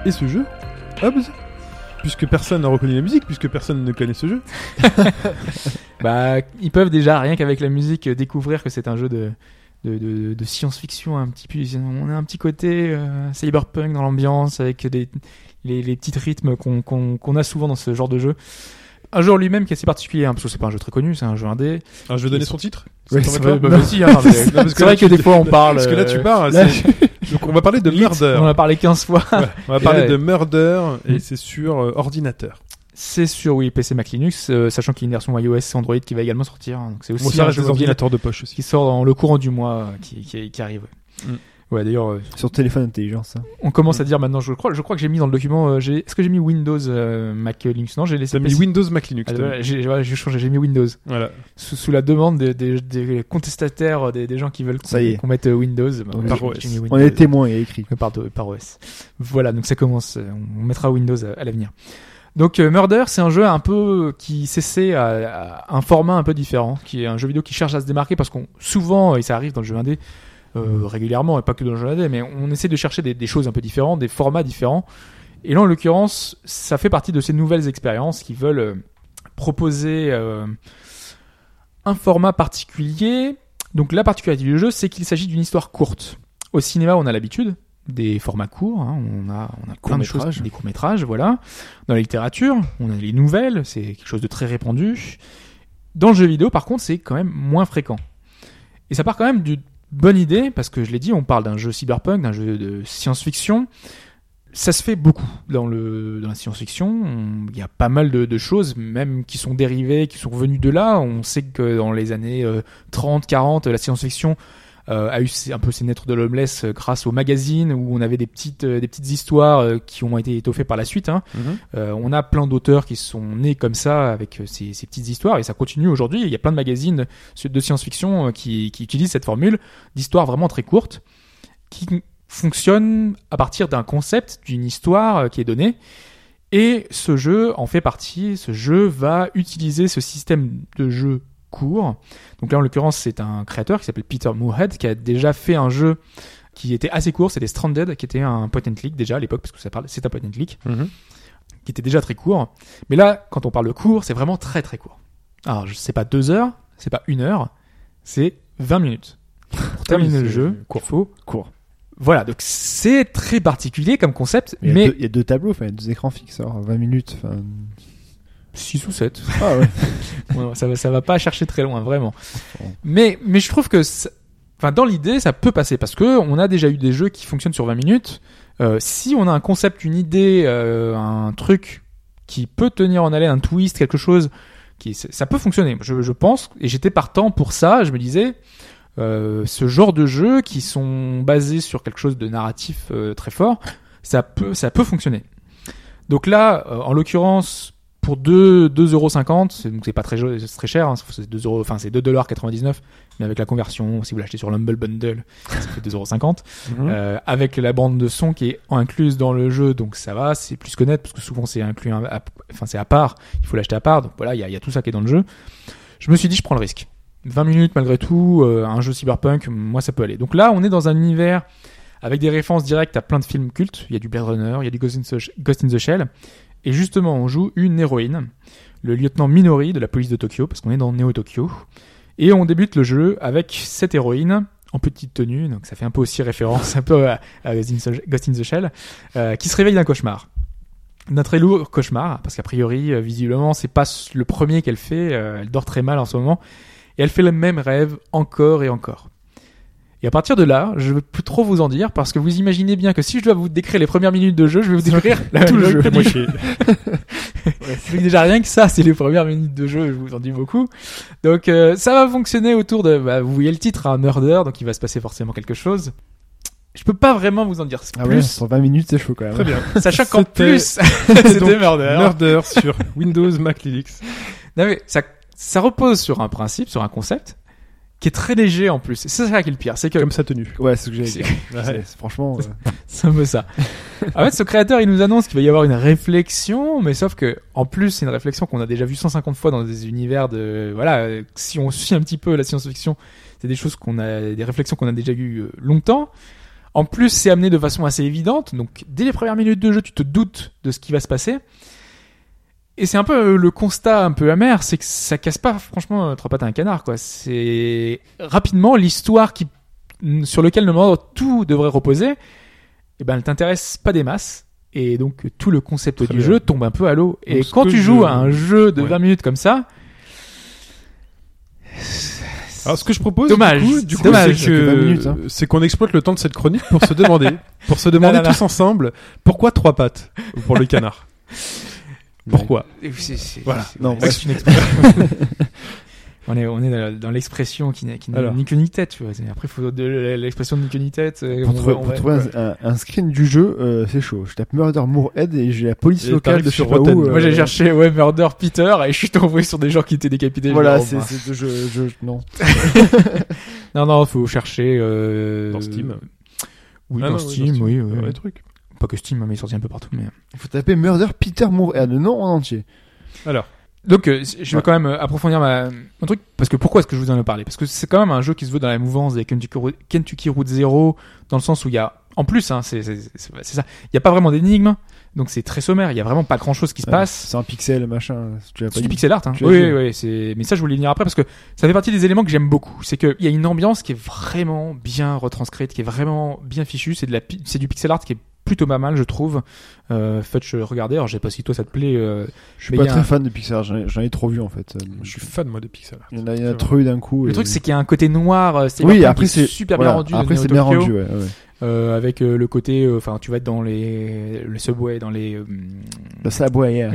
Speaker 2: Et ce jeu, Hobbs, puisque personne n'a reconnu la musique, puisque personne ne connaît ce jeu.
Speaker 3: Bah, ils peuvent déjà, rien qu'avec la musique, euh, découvrir que c'est un jeu de, de, de, de science-fiction, un petit peu. On a un petit côté euh, cyberpunk dans l'ambiance, avec des, les, les petits rythmes qu'on qu'on qu'on a souvent dans ce genre de jeu. Un jeu en lui-même qui est assez particulier, hein, parce que c'est pas un jeu très connu, c'est un jeu indé.
Speaker 2: Alors, je vais donner son titre.
Speaker 4: Ouais,
Speaker 2: Ça
Speaker 4: c'est
Speaker 2: t'embête
Speaker 4: vrai,
Speaker 2: pas
Speaker 4: bah,
Speaker 3: si, hein, mais-
Speaker 2: Non, parce que
Speaker 3: C'est
Speaker 2: là,
Speaker 3: vrai que
Speaker 2: tu-
Speaker 3: des fois on parle.
Speaker 2: Parce que là, tu
Speaker 3: euh,
Speaker 2: parles.
Speaker 3: là,
Speaker 2: c'est- Donc, on va parler de
Speaker 3: Lit,
Speaker 2: Murder.
Speaker 3: On en a parlé 15 fois.
Speaker 2: Ouais, on va parler
Speaker 3: Ouais.
Speaker 2: de Murder et
Speaker 3: Mm.
Speaker 2: c'est sur euh, ordinateur.
Speaker 3: C'est sur oui, PC Mac Linux, euh, sachant qu'il y a une version iOS Android qui va également sortir. hein, donc c'est aussi
Speaker 2: Bon, ça
Speaker 3: un
Speaker 2: reste
Speaker 3: jeu
Speaker 2: des
Speaker 3: mobile
Speaker 2: ordinateurs de poche aussi.
Speaker 3: qui sort dans le courant du mois, euh, qui, qui, qui arrive.
Speaker 2: Mm.
Speaker 3: Ouais, d'ailleurs, euh,
Speaker 4: Sur téléphone hein. intelligent, ça.
Speaker 3: on commence à dire maintenant. Je crois, je crois que j'ai mis dans le document. euh, j'ai- Est-ce que j'ai mis Windows euh, Mac Linux Non, j'ai laissé.
Speaker 2: T'as mis
Speaker 3: PC.
Speaker 2: Windows Mac Linux.
Speaker 3: Ah,
Speaker 2: t'as mis.
Speaker 3: voilà, j'ai ouais, j'ai changé. J'ai mis Windows
Speaker 2: Voilà.
Speaker 3: sous, sous la demande des, des, des contestataires, euh, des, des gens qui veulent qu'on
Speaker 4: Ça y est.
Speaker 3: qu'on mette euh, Windows. bah,
Speaker 4: Donc,
Speaker 3: j'ai-
Speaker 2: par OS.
Speaker 3: j'ai mis
Speaker 4: On
Speaker 3: Windows.
Speaker 4: est témoins, il y a écrit.
Speaker 3: Euh, par, de- par OS. Voilà, donc ça commence. euh, On mettra Windows à, à l'avenir. Donc euh, Murder, c'est un jeu un peu euh, qui s'essaie à, à un format un peu différent, qui est un jeu vidéo qui cherche à se démarquer parce qu'on souvent et ça arrive dans le jeu indé euh, régulièrement et pas que dans le jeu indé, mais on essaie de chercher des, des choses un peu différentes, des formats différents. Et là, en l'occurrence, ça fait partie de ces nouvelles expériences qui veulent euh, proposer euh, un format particulier. Donc la particularité du jeu, c'est qu'il s'agit d'une histoire courte. Au cinéma, on a l'habitude des formats courts, hein, on a, on a plein de choses,
Speaker 4: courts-métrages.
Speaker 3: des courts-métrages, voilà. Dans la littérature, on a les nouvelles, c'est quelque chose de très répandu. Dans le jeu vidéo, par contre, c'est quand même moins fréquent. Et ça part quand même d'une bonne idée, parce que je l'ai dit, on parle d'un jeu cyberpunk, d'un jeu de science-fiction. Ça se fait beaucoup dans, le, dans la science-fiction. On- Il y a pas mal de, de choses, même qui sont dérivées, qui sont venues de là. On sait que dans les années euh, 30, 40, la science-fiction euh, a eu ses- un peu ses naîtres de l'homeless euh, grâce aux magazines où on avait des petites, euh, des petites histoires euh, qui ont été étoffées par la suite. hein.
Speaker 2: Mhm.
Speaker 3: Euh, on a plein d'auteurs qui sont nés comme ça avec euh, ces, ces petites histoires et ça continue aujourd'hui. Il y a plein de magazines de science-fiction euh, qui, qui utilisent cette formule d'histoires vraiment très courtes qui fonctionnent à partir d'un concept, d'une histoire euh, qui est donnée. Et ce jeu en fait partie. Ce jeu va utiliser ce système de jeu court. Donc là, en l'occurrence, c'est un créateur qui s'appelle Peter Moorehead qui a déjà fait un jeu qui était assez court. C'était Stranded, qui était un point and click déjà à l'époque, parce que ça parle, c'est un point and click
Speaker 2: Mhm.
Speaker 3: qui était déjà très court. Mais là, quand on parle de court, c'est vraiment très très court. Alors, je sais pas deux heures, c'est pas une heure, c'est 20 minutes. Pour terminer
Speaker 2: c'est
Speaker 3: le jeu, il faut.
Speaker 4: Court.
Speaker 3: Voilà, donc c'est très particulier comme concept,
Speaker 4: Mais il y a
Speaker 3: mais
Speaker 4: deux- il y, a deux tableaux, enfin, il y a deux écrans fixes, alors 20 minutes. Enfin...
Speaker 3: 6 ou 7.
Speaker 4: Ah ouais.
Speaker 3: ça, va, ça va pas chercher très loin, vraiment.
Speaker 4: Bon.
Speaker 3: Mais, mais je trouve que ça- Enfin, dans l'idée, ça peut passer parce que on a déjà eu des jeux qui fonctionnent sur 20 minutes. Euh, si on a un concept, une idée, euh, un truc qui peut tenir en haleine, un twist, quelque chose, qui ça peut fonctionner. Je, je pense et j'étais partant pour ça. Je me disais. euh, ce genre de jeux qui sont basés sur quelque chose de narratif euh, très fort, ça peut, ça peut fonctionner. Donc là, euh, en l'occurrence, pour 2 2,50€, c'est- donc c'est pas très, jo- c'est très cher, hein, c'est 2 euros, enfin c'est 2,99$, mais avec la conversion, si vous l'achetez sur l'Humble Bundle, ça fait 2,50€,
Speaker 2: Mhm.
Speaker 3: euh, avec la bande de son qui est incluse dans le jeu, donc ça va, c'est plus que net, parce que souvent c'est inclus, un- à- enfin c'est à part, il faut l'acheter à part, donc voilà, il y a, il y a tout ça qui est dans le jeu. Je me suis dit, je prends le risque. 20 minutes malgré tout, euh, un jeu cyberpunk, moi ça peut aller. Donc là, on est dans un univers avec des références directes à plein de films cultes. Il y a du Blade Runner, il y a du Ghost in the, Ghost in the Shell. Et justement, on joue une héroïne, le lieutenant Minori de la police de Tokyo, parce qu'on est dans Neo Tokyo. Et on débute le jeu avec cette héroïne en petite tenue, donc ça fait un peu aussi référence un peu à, à Ghost in the- Ghost in the Shell, euh, qui se réveille d'un cauchemar. D'un très lourd cauchemar, parce qu'a priori, euh, visiblement, c'est pas le premier qu'elle fait, euh, elle dort très mal en ce moment, et elle fait le même rêve encore et encore. Et à partir de là, je ne veux plus trop vous en dire parce que vous imaginez bien que si je dois vous décrire les premières minutes de jeu, je vais vous décrire la-
Speaker 4: Tout le jeu.
Speaker 3: du
Speaker 2: Moi, je suis-
Speaker 3: je dis déjà rien que ça, c'est les premières minutes de jeu, je vous en dis beaucoup. Donc euh, ça va fonctionner autour de, bah, vous voyez le titre, un murder, donc il va se passer forcément quelque chose. Je peux pas vraiment vous en dire
Speaker 4: Ah ouais,
Speaker 3: plus,
Speaker 4: sur 20 minutes, c'est chaud quand même. hein.
Speaker 2: Très bien.
Speaker 3: sachant qu'en
Speaker 2: C'était-
Speaker 3: plus c'était
Speaker 2: donc
Speaker 3: murder.
Speaker 2: Murder sur Windows, Mac, Linux.
Speaker 3: Non mais ça, ça repose sur un principe, sur un concept qui est très léger en plus. C'est ça qui est le pire, c'est que
Speaker 2: Comme sa tenue.
Speaker 4: Ouais, c'est ce que j'allais
Speaker 3: C'est-
Speaker 4: dire. C'est- c'est- Franchement, euh,
Speaker 3: C'est un peu ça. En fait, ce créateur, il nous annonce qu'il va y avoir une réflexion, mais sauf que, en plus, c'est une réflexion qu'on a déjà vue 150 fois dans des univers de, voilà, euh, si on suit un petit peu la science-fiction, c'est des choses qu'on a, des réflexions qu'on a déjà eues euh, longtemps. En plus, c'est amené de façon assez évidente, donc dès les premières minutes de jeu, tu te doutes de ce qui va se passer. Et c'est un peu euh, le constat un peu amer, c'est que ça casse pas franchement euh, trois pattes à un canard, quoi. C'est rapidement l'histoire qui, sur lequel normalement tout devrait reposer, eh ben, elle t'intéresse pas des masses. Et donc, tout le concept
Speaker 2: Très
Speaker 3: du
Speaker 2: bien.
Speaker 3: jeu tombe un peu à l'eau. Et
Speaker 2: Donc, ce
Speaker 3: quand
Speaker 2: que
Speaker 3: tu
Speaker 2: je-
Speaker 3: joues à un jeu de
Speaker 2: Ouais.
Speaker 3: 20 minutes comme ça,
Speaker 2: Alors, ce que je propose,
Speaker 3: Dommage.
Speaker 2: du coup, du coup,
Speaker 3: Dommage.
Speaker 2: c'est
Speaker 4: Ça fait 20 minutes, hein.
Speaker 2: que c'est qu'on exploite le temps de cette chronique pour se demander, pour se demander
Speaker 3: Non, non, non.
Speaker 2: tous ensemble, pourquoi trois pattes pour le canard Pourquoi
Speaker 3: C'est- c'est-
Speaker 2: Voilà.
Speaker 3: c'est-
Speaker 4: Non,
Speaker 3: c'est
Speaker 4: bref.
Speaker 3: une expression. on est, on est dans- dans l'expression qui n'est qui n'est
Speaker 2: Alors.
Speaker 3: ni queue ni tête, tu vois. C'est- Après, faut de l'expression de ni queue ni tête. euh, on
Speaker 4: pour trouver,
Speaker 3: va- on
Speaker 4: pour
Speaker 3: va-
Speaker 4: trouver un, un- un screen du jeu, euh, c'est chaud. Je tape Murder Moorhead et j'ai la police
Speaker 2: Et
Speaker 4: locale
Speaker 2: t'arrives
Speaker 4: de je sais
Speaker 2: sur
Speaker 4: pas
Speaker 2: Rotten.
Speaker 4: où. euh,
Speaker 3: Moi, j'ai cherché, ouais, Murder Peter, et je suis tombé sur des gens qui étaient décapités.
Speaker 4: Voilà,
Speaker 3: Genre,
Speaker 4: c'est
Speaker 3: bah,
Speaker 4: c'est- je, je, non.
Speaker 3: Non, non, faut chercher, euh,
Speaker 2: Dans Steam.
Speaker 3: Oui,
Speaker 2: Ah
Speaker 3: dans
Speaker 2: non, oui, dans
Speaker 3: Steam,
Speaker 2: Steam.
Speaker 3: oui, oui,
Speaker 2: Ouais,
Speaker 3: oui.
Speaker 2: truc.
Speaker 3: Pas que Steam, hein, mais il est sorti un peu partout, mais.
Speaker 4: Il faut taper Murder Peter Moorhead, le nom en entier.
Speaker 3: Donc, euh, je vais
Speaker 4: Ouais.
Speaker 3: quand même euh, approfondir ma, mon truc, parce que pourquoi est-ce que je vous en ai parlé Parce que c'est quand même un jeu qui se veut dans la mouvance des Kentucky, Route- Kentucky Route Zero, dans le sens où il y a, en plus, hein, c'est c'est- c'est- c'est ça, il n'y a pas vraiment d'énigmes, donc c'est très sommaire, il n'y a vraiment pas grand-chose qui se passe.
Speaker 4: C'est un pixel, machin. Tu l'as pas
Speaker 3: C'est du
Speaker 4: dit.
Speaker 3: pixel art, hein.
Speaker 4: Tu l'as
Speaker 3: oui,
Speaker 4: dit.
Speaker 3: oui, oui, c'est. Mais ça, je voulais y venir après parce que ça fait partie des éléments que j'aime beaucoup. C'est qu'il y a une ambiance qui est vraiment bien retranscrite, qui est vraiment bien fichue. C'est de la, pi- c'est du pixel art qui est plutôt pas mal, je trouve. Euh, Fudge, regardez. Alors, je sais pas si toi ça te plaît. euh,
Speaker 4: Je suis
Speaker 3: mais
Speaker 4: pas
Speaker 3: il y a
Speaker 4: très
Speaker 3: un-
Speaker 4: fan de pixel, j'en ai, j'en ai trop vu en fait. Euh,
Speaker 2: Je suis fan moi de Pixel.
Speaker 4: Il y en a, il y en a trop eu d'un coup.
Speaker 3: Le
Speaker 4: et-
Speaker 3: truc, c'est qu'il y a un côté noir, euh, c'est
Speaker 4: oui,
Speaker 3: vraiment
Speaker 4: après
Speaker 3: qui est
Speaker 4: c'est
Speaker 3: super
Speaker 4: voilà,
Speaker 3: bien rendu.
Speaker 4: Après
Speaker 3: dans
Speaker 4: c'est
Speaker 3: Neo
Speaker 4: bien
Speaker 3: Tokyo,
Speaker 4: rendu, ouais. ouais.
Speaker 3: euh, avec euh, le côté, euh, enfin, tu vas être dans les, le subway, dans les. euh,
Speaker 4: Le sabouet hier.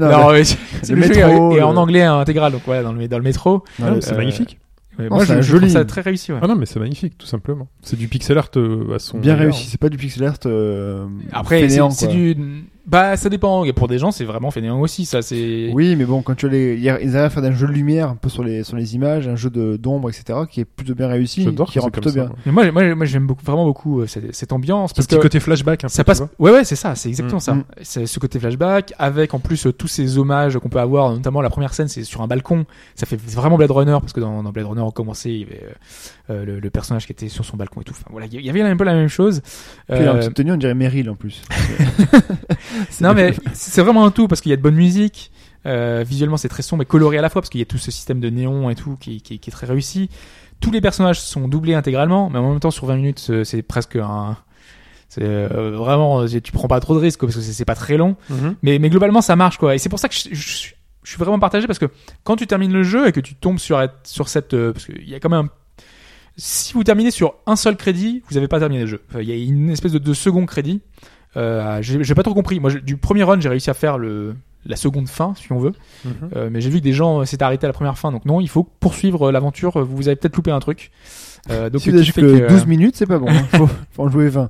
Speaker 4: Non,
Speaker 3: alors,
Speaker 4: le-
Speaker 3: ouais, c'est-
Speaker 4: le
Speaker 3: le jeu
Speaker 4: métro, euh.
Speaker 3: est- est en
Speaker 4: le-
Speaker 3: anglais hein, intégral, donc voilà, dans le, dans le métro.
Speaker 4: non, le-
Speaker 2: c'est
Speaker 3: euh,
Speaker 2: magnifique.
Speaker 3: Ouais,
Speaker 4: Non,
Speaker 3: moi,
Speaker 4: c'est
Speaker 3: je,
Speaker 4: un
Speaker 3: je trouve
Speaker 4: joli-
Speaker 3: ça très réussi. ouais.
Speaker 2: Ah non, mais c'est magnifique, tout simplement. C'est du pixel art euh, à son
Speaker 4: Bien
Speaker 2: meilleur.
Speaker 4: réussi, c'est pas du pixel art. euh,
Speaker 3: Après, c'est
Speaker 4: fainéant,
Speaker 3: c'est
Speaker 4: quoi.
Speaker 3: du. Bah, ça dépend. Et pour des gens, c'est vraiment fainéant aussi, ça. C'est.
Speaker 4: Oui, mais bon, quand tu as les, ils arrivent à faire un jeu de lumière un peu sur les, sur les images, un jeu de d'ombre, etc., qui est plutôt bien réussi,
Speaker 2: J'adore
Speaker 4: qui
Speaker 2: que
Speaker 4: rend
Speaker 2: c'est
Speaker 4: plutôt
Speaker 2: comme ça.
Speaker 3: Mais
Speaker 2: moi.
Speaker 4: bien.
Speaker 3: moi, j'ai- moi, moi, j'aime beaucoup, vraiment beaucoup euh, cette, cette ambiance
Speaker 2: Ce
Speaker 3: parce
Speaker 2: petit
Speaker 3: que
Speaker 2: côté flashback. Un
Speaker 3: ça
Speaker 2: peu,
Speaker 3: passe.
Speaker 2: tu vois.
Speaker 3: Ouais, ouais, c'est ça. C'est exactement ça.
Speaker 4: Mm.
Speaker 3: C'est ce côté flashback avec en plus euh, tous ces hommages qu'on peut avoir. Notamment la première scène, c'est sur un balcon. Ça fait vraiment Blade Runner parce que dans, dans Blade Runner, on commençait, il y avait euh, euh, le, le personnage qui était sur son balcon et tout. Enfin, voilà, il y avait un peu la même chose.
Speaker 4: Puis il a une
Speaker 3: Euh,
Speaker 4: petite tenue, on dirait Meryl en plus. C'est-
Speaker 3: Non mais c'est vraiment un tout parce qu'il y a de bonne musique. euh, visuellement c'est très sombre et coloré à la fois parce qu'il y a tout ce système de néon et tout qui, qui- qui est très réussi. Tous les personnages sont doublés intégralement, mais en même temps sur 20 minutes c'est- c'est presque un, c'est euh, vraiment euh, tu prends pas trop de risques quoi, parce que c'est c'est pas très long.
Speaker 2: Mhm.
Speaker 3: Mais, mais globalement, ça marche, quoi. Et c'est pour ça que je, je suis- je suis vraiment partagé parce que quand tu termines le jeu et que tu tombes sur, sur cette. euh, parce qu'il y a quand même un- Si vous terminez sur un seul crédit, vous n'avez pas terminé le jeu. Enfin, Il y a une espèce de, de second crédit. Euh, j'ai j'ai pas trop compris. Moi, je- du premier run, j'ai réussi à faire le, la seconde fin, si on veut.
Speaker 2: Mhm.
Speaker 3: Euh, mais j'ai vu que des gens euh, s'étaient arrêtés à la première fin. Donc non, il faut poursuivre euh, l'aventure. Euh, Vous avez peut-être loupé un truc. Euh, donc
Speaker 4: si
Speaker 3: le
Speaker 4: vous avez
Speaker 3: truc
Speaker 4: que
Speaker 3: fait que, euh,
Speaker 4: 12 minutes, c'est pas bon. hein. Faut, faut en jouer 20.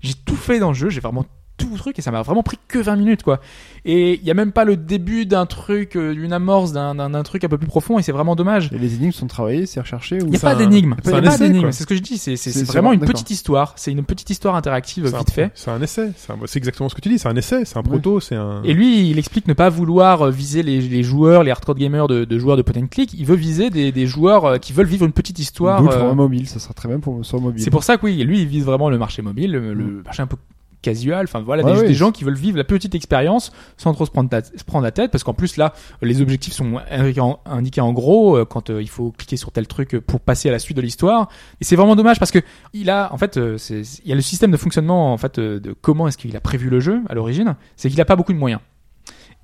Speaker 3: j'ai tout fait dans le jeu, j'ai vraiment tout le truc et ça m'a vraiment pris que 20 minutes quoi. Et il y a même pas le début d'un truc, euh, d'une amorce, d'un- d'un d'un truc un peu plus profond et c'est vraiment dommage.
Speaker 4: Et les énigmes sont travaillées, c'est recherché. Ou...
Speaker 3: Il n'y a
Speaker 2: C'est
Speaker 3: pas
Speaker 2: un-
Speaker 3: d'énigme,
Speaker 2: c'est
Speaker 3: il y a
Speaker 2: un
Speaker 3: pas
Speaker 2: essai,
Speaker 3: d'énigme,
Speaker 2: quoi.
Speaker 3: c'est ce que je dis, c'est c'est-
Speaker 4: C'est-
Speaker 3: c'est
Speaker 4: c'est
Speaker 3: vraiment une
Speaker 4: vraiment-
Speaker 3: petite histoire, c'est une petite histoire interactive
Speaker 2: C'est
Speaker 3: Bah,
Speaker 2: un-
Speaker 3: vite fait.
Speaker 2: C'est un essai. C'est un- c'est exactement ce que tu dis. C'est un essai. C'est un proto. C'est un.
Speaker 3: Et lui, il explique ne pas vouloir euh, viser les, les joueurs, les hardcore gamers de, de joueurs de point and click, il veut viser des, des joueurs euh, qui veulent vivre une petite histoire.
Speaker 4: D'où le
Speaker 3: euh,
Speaker 4: format mobile, ça sera très bien pour sur mobile. Mm.
Speaker 3: C'est pour ça que oui, lui il vise vraiment le marché mobile, le, le marché un peu casual, enfin voilà,
Speaker 4: Ouais,
Speaker 3: des,
Speaker 4: ouais.
Speaker 3: des gens qui veulent vivre la petite expérience sans trop se prendre, ta- se prendre la tête, parce qu'en plus là, les objectifs sont indiqués en, indiqués en gros euh, quand euh, il faut cliquer sur tel truc pour passer à la suite de l'histoire. Et c'est vraiment dommage parce que il a, en fait, euh, c'est- il y a le système de fonctionnement en fait euh, de comment est-ce qu'il a prévu le jeu à l'origine, c'est qu'il a pas beaucoup de moyens.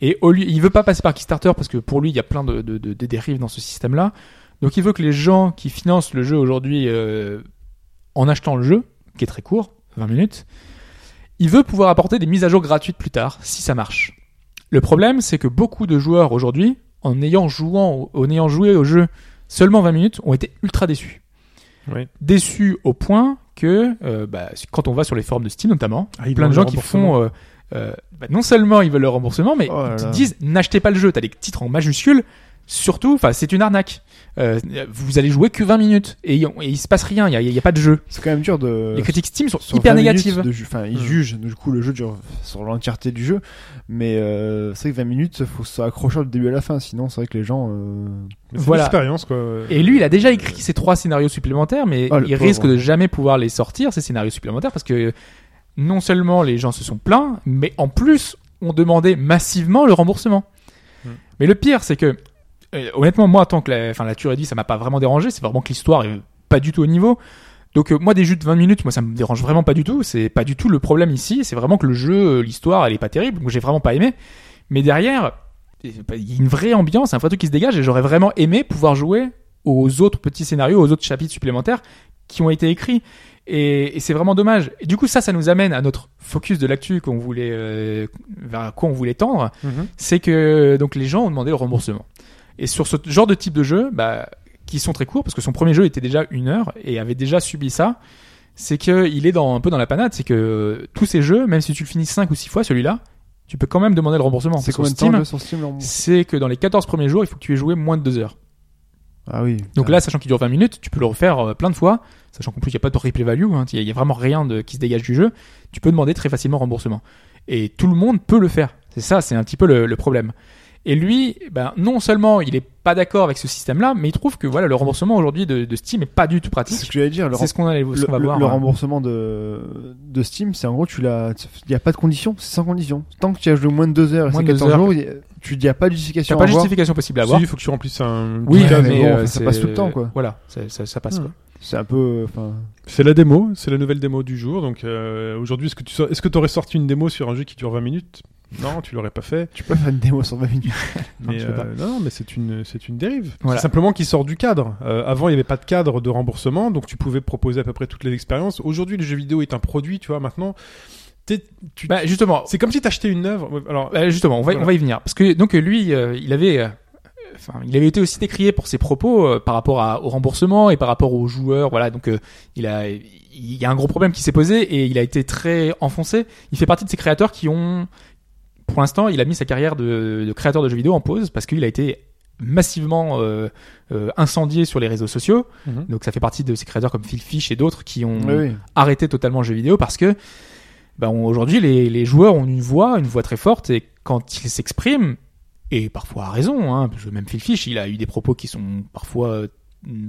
Speaker 3: Et au lieu- il veut pas passer par Kickstarter parce que pour lui il y a plein de, de- de- de dérives dans ce système-là. Donc il veut que les gens qui financent le jeu aujourd'hui euh, en achetant le jeu, qui est très court, 20 minutes, il veut pouvoir apporter des mises à jour gratuites plus tard, si ça marche. Le problème, c'est que beaucoup de joueurs aujourd'hui, en ayant, jouant, en ayant joué au jeu seulement 20 minutes, ont été ultra déçus.
Speaker 2: Oui.
Speaker 3: Déçus au point que, euh, bah, quand on va sur les forums de Steam notamment,
Speaker 2: Ah, ils
Speaker 3: plein
Speaker 2: demandent
Speaker 3: de gens
Speaker 2: le
Speaker 3: qui
Speaker 2: remboursement.
Speaker 3: font... euh, euh, bah, non seulement ils veulent le remboursement, mais
Speaker 4: Oh là
Speaker 3: ils te
Speaker 4: là.
Speaker 3: disent n'achetez pas le jeu, t'as des titres en majuscules, surtout, enfin c'est une arnaque. Euh, vous allez jouer que 20 minutes et, il- et il se passe rien, il y a- il y a pas de jeu.
Speaker 4: C'est quand même dur de.
Speaker 3: Les critiques Steam sont
Speaker 4: Euh, sur
Speaker 3: hyper Mm.
Speaker 4: 20 minutes
Speaker 3: négatives.
Speaker 4: de ju- Enfin, ils
Speaker 2: Hmm.
Speaker 4: jugent, du coup, le jeu dure sur l'entièreté du jeu. Mais euh, c'est vrai que 20 minutes, faut se accrocher du début à la fin. Sinon, c'est vrai que les gens. euh,
Speaker 2: Mais c'est
Speaker 3: Voilà.
Speaker 2: l'expérience quoi.
Speaker 3: Euh, Et lui, il a déjà écrit ces trois scénarios supplémentaires, mais
Speaker 4: Ah, le
Speaker 3: il
Speaker 4: pauvre.
Speaker 3: risque de jamais pouvoir les sortir, ces scénarios supplémentaires, parce que non seulement les gens se sont plaints, mais en plus, on demandait massivement le remboursement.
Speaker 2: Hmm.
Speaker 3: Mais le pire, c'est que, euh, honnêtement, moi, tant que la, enfin, la tuerie dit, ça m'a pas vraiment dérangé, c'est vraiment que l'histoire est pas du tout au niveau. Donc, euh, moi, des jeux de 20 minutes, moi, ça me dérange vraiment pas du tout, c'est pas du tout le problème ici, c'est vraiment que le jeu, euh, l'histoire, elle est pas terrible, donc j'ai vraiment pas aimé. Mais derrière, il y a une vraie ambiance, un vrai truc qui se dégage, et j'aurais vraiment aimé pouvoir jouer aux autres petits scénarios, aux autres chapitres supplémentaires qui ont été écrits. Et, et c'est vraiment dommage. Et du coup, ça, ça nous amène à notre focus de l'actu qu'on voulait, euh, vers quoi on voulait tendre,
Speaker 2: Mhm.
Speaker 3: c'est que donc les gens ont demandé le remboursement. Et sur ce genre de type de jeu, bah, qui sont très courts, parce que son premier jeu était déjà une heure et avait déjà subi ça, c'est que il est dans un peu dans la panade. C'est que euh, tous ces jeux, même si tu le finis 5 ou 6 fois, celui-là, tu peux quand même demander le remboursement.
Speaker 4: C'est
Speaker 3: Sur
Speaker 4: combien de temps
Speaker 3: Steam,
Speaker 4: le jeu sur Steam leur-
Speaker 3: c'est que dans les 14 premiers jours, il faut que tu aies joué moins de 2 heures.
Speaker 4: Ah oui.
Speaker 3: Donc là, sachant qu'il dure 20 minutes, tu peux le refaire euh, plein de fois, sachant qu'en plus, il n'y a pas de replay value, hein, il n'y a vraiment rien de, qui se dégage du jeu, tu peux demander très facilement remboursement. Et tout le monde peut le faire. C'est ça, c'est un petit peu le, le problème. Et lui, ben, non seulement il n'est pas d'accord avec ce système-là, mais il trouve que voilà, le remboursement aujourd'hui de, de Steam est pas du tout
Speaker 4: c'est ce que
Speaker 3: pratique.
Speaker 4: je voulais dire. Le,
Speaker 3: C'est ce qu'on allait-
Speaker 4: rem-
Speaker 3: ce qu'on va
Speaker 4: le-
Speaker 3: voir.
Speaker 4: le
Speaker 3: hein.
Speaker 4: remboursement de, de Steam, c'est en gros, tu l'as, il n'y a pas de condition, c'est sans condition. Tant que tu as joué moins de 2 heures et
Speaker 3: Moins
Speaker 4: c'est
Speaker 3: de deux
Speaker 4: 14
Speaker 3: heures.
Speaker 4: jours, il y a- tu n'y a pas de
Speaker 3: Tu
Speaker 4: justification.
Speaker 3: n'as
Speaker 4: à
Speaker 3: pas de
Speaker 4: avoir.
Speaker 3: justification possible à
Speaker 2: Si,
Speaker 3: avoir.
Speaker 2: il faut que tu remplisses un.
Speaker 3: Oui,
Speaker 4: Ouais,
Speaker 3: mais,
Speaker 4: mais bon,
Speaker 3: euh,
Speaker 4: enfin, ça
Speaker 3: c'est-
Speaker 4: passe tout le temps, quoi.
Speaker 3: Voilà, ça, ça- ça passe
Speaker 4: Hmm.
Speaker 3: quoi.
Speaker 4: C'est un peu. Enfin,
Speaker 2: C'est la démo, c'est la nouvelle démo du jour. Donc euh, aujourd'hui, est-ce que tu sor- est-ce que t'aurais sorti une démo sur un jeu qui dure 20 minutes Non, tu l'aurais pas fait.
Speaker 4: tu peux faire une démo sur 20 minutes.
Speaker 3: Non,
Speaker 2: mais
Speaker 3: tu peux pas.
Speaker 2: euh, non, mais c'est une c'est une dérive.
Speaker 3: Voilà.
Speaker 2: C'est simplement qui sort du cadre. Euh, avant, il y avait pas de cadre de remboursement, donc tu pouvais proposer à peu près toutes les expériences. Aujourd'hui, le jeu vidéo est un produit, tu vois. Maintenant, t'es- tu-
Speaker 3: Bah, justement,
Speaker 2: c'est comme si t'achetais une œuvre. Alors,
Speaker 3: Euh, justement, on va,
Speaker 2: Voilà.
Speaker 3: on va y venir. Parce que donc euh, lui, euh, il avait, euh, enfin, il avait été aussi décrié pour ses propos euh, par rapport à, au remboursement et par rapport aux joueurs. Voilà, donc euh, il a, il y a un gros problème qui s'est posé et il a été très enfoncé. Il fait partie de ces créateurs qui ont, pour l'instant, il a mis sa carrière de, de créateur de jeux vidéo en pause parce qu'il a été massivement euh, euh, incendié sur les réseaux sociaux.
Speaker 2: Mhm.
Speaker 3: Donc ça fait partie de ces créateurs comme Phil Fish et d'autres qui ont
Speaker 4: Oui, oui.
Speaker 3: arrêter totalement le jeu vidéo parce que bah, on- aujourd'hui les, les joueurs ont une voix, une voix très forte et quand ils s'expriment, et parfois à raison, hein, parce que même Phil Fish, il a eu des propos qui sont parfois euh,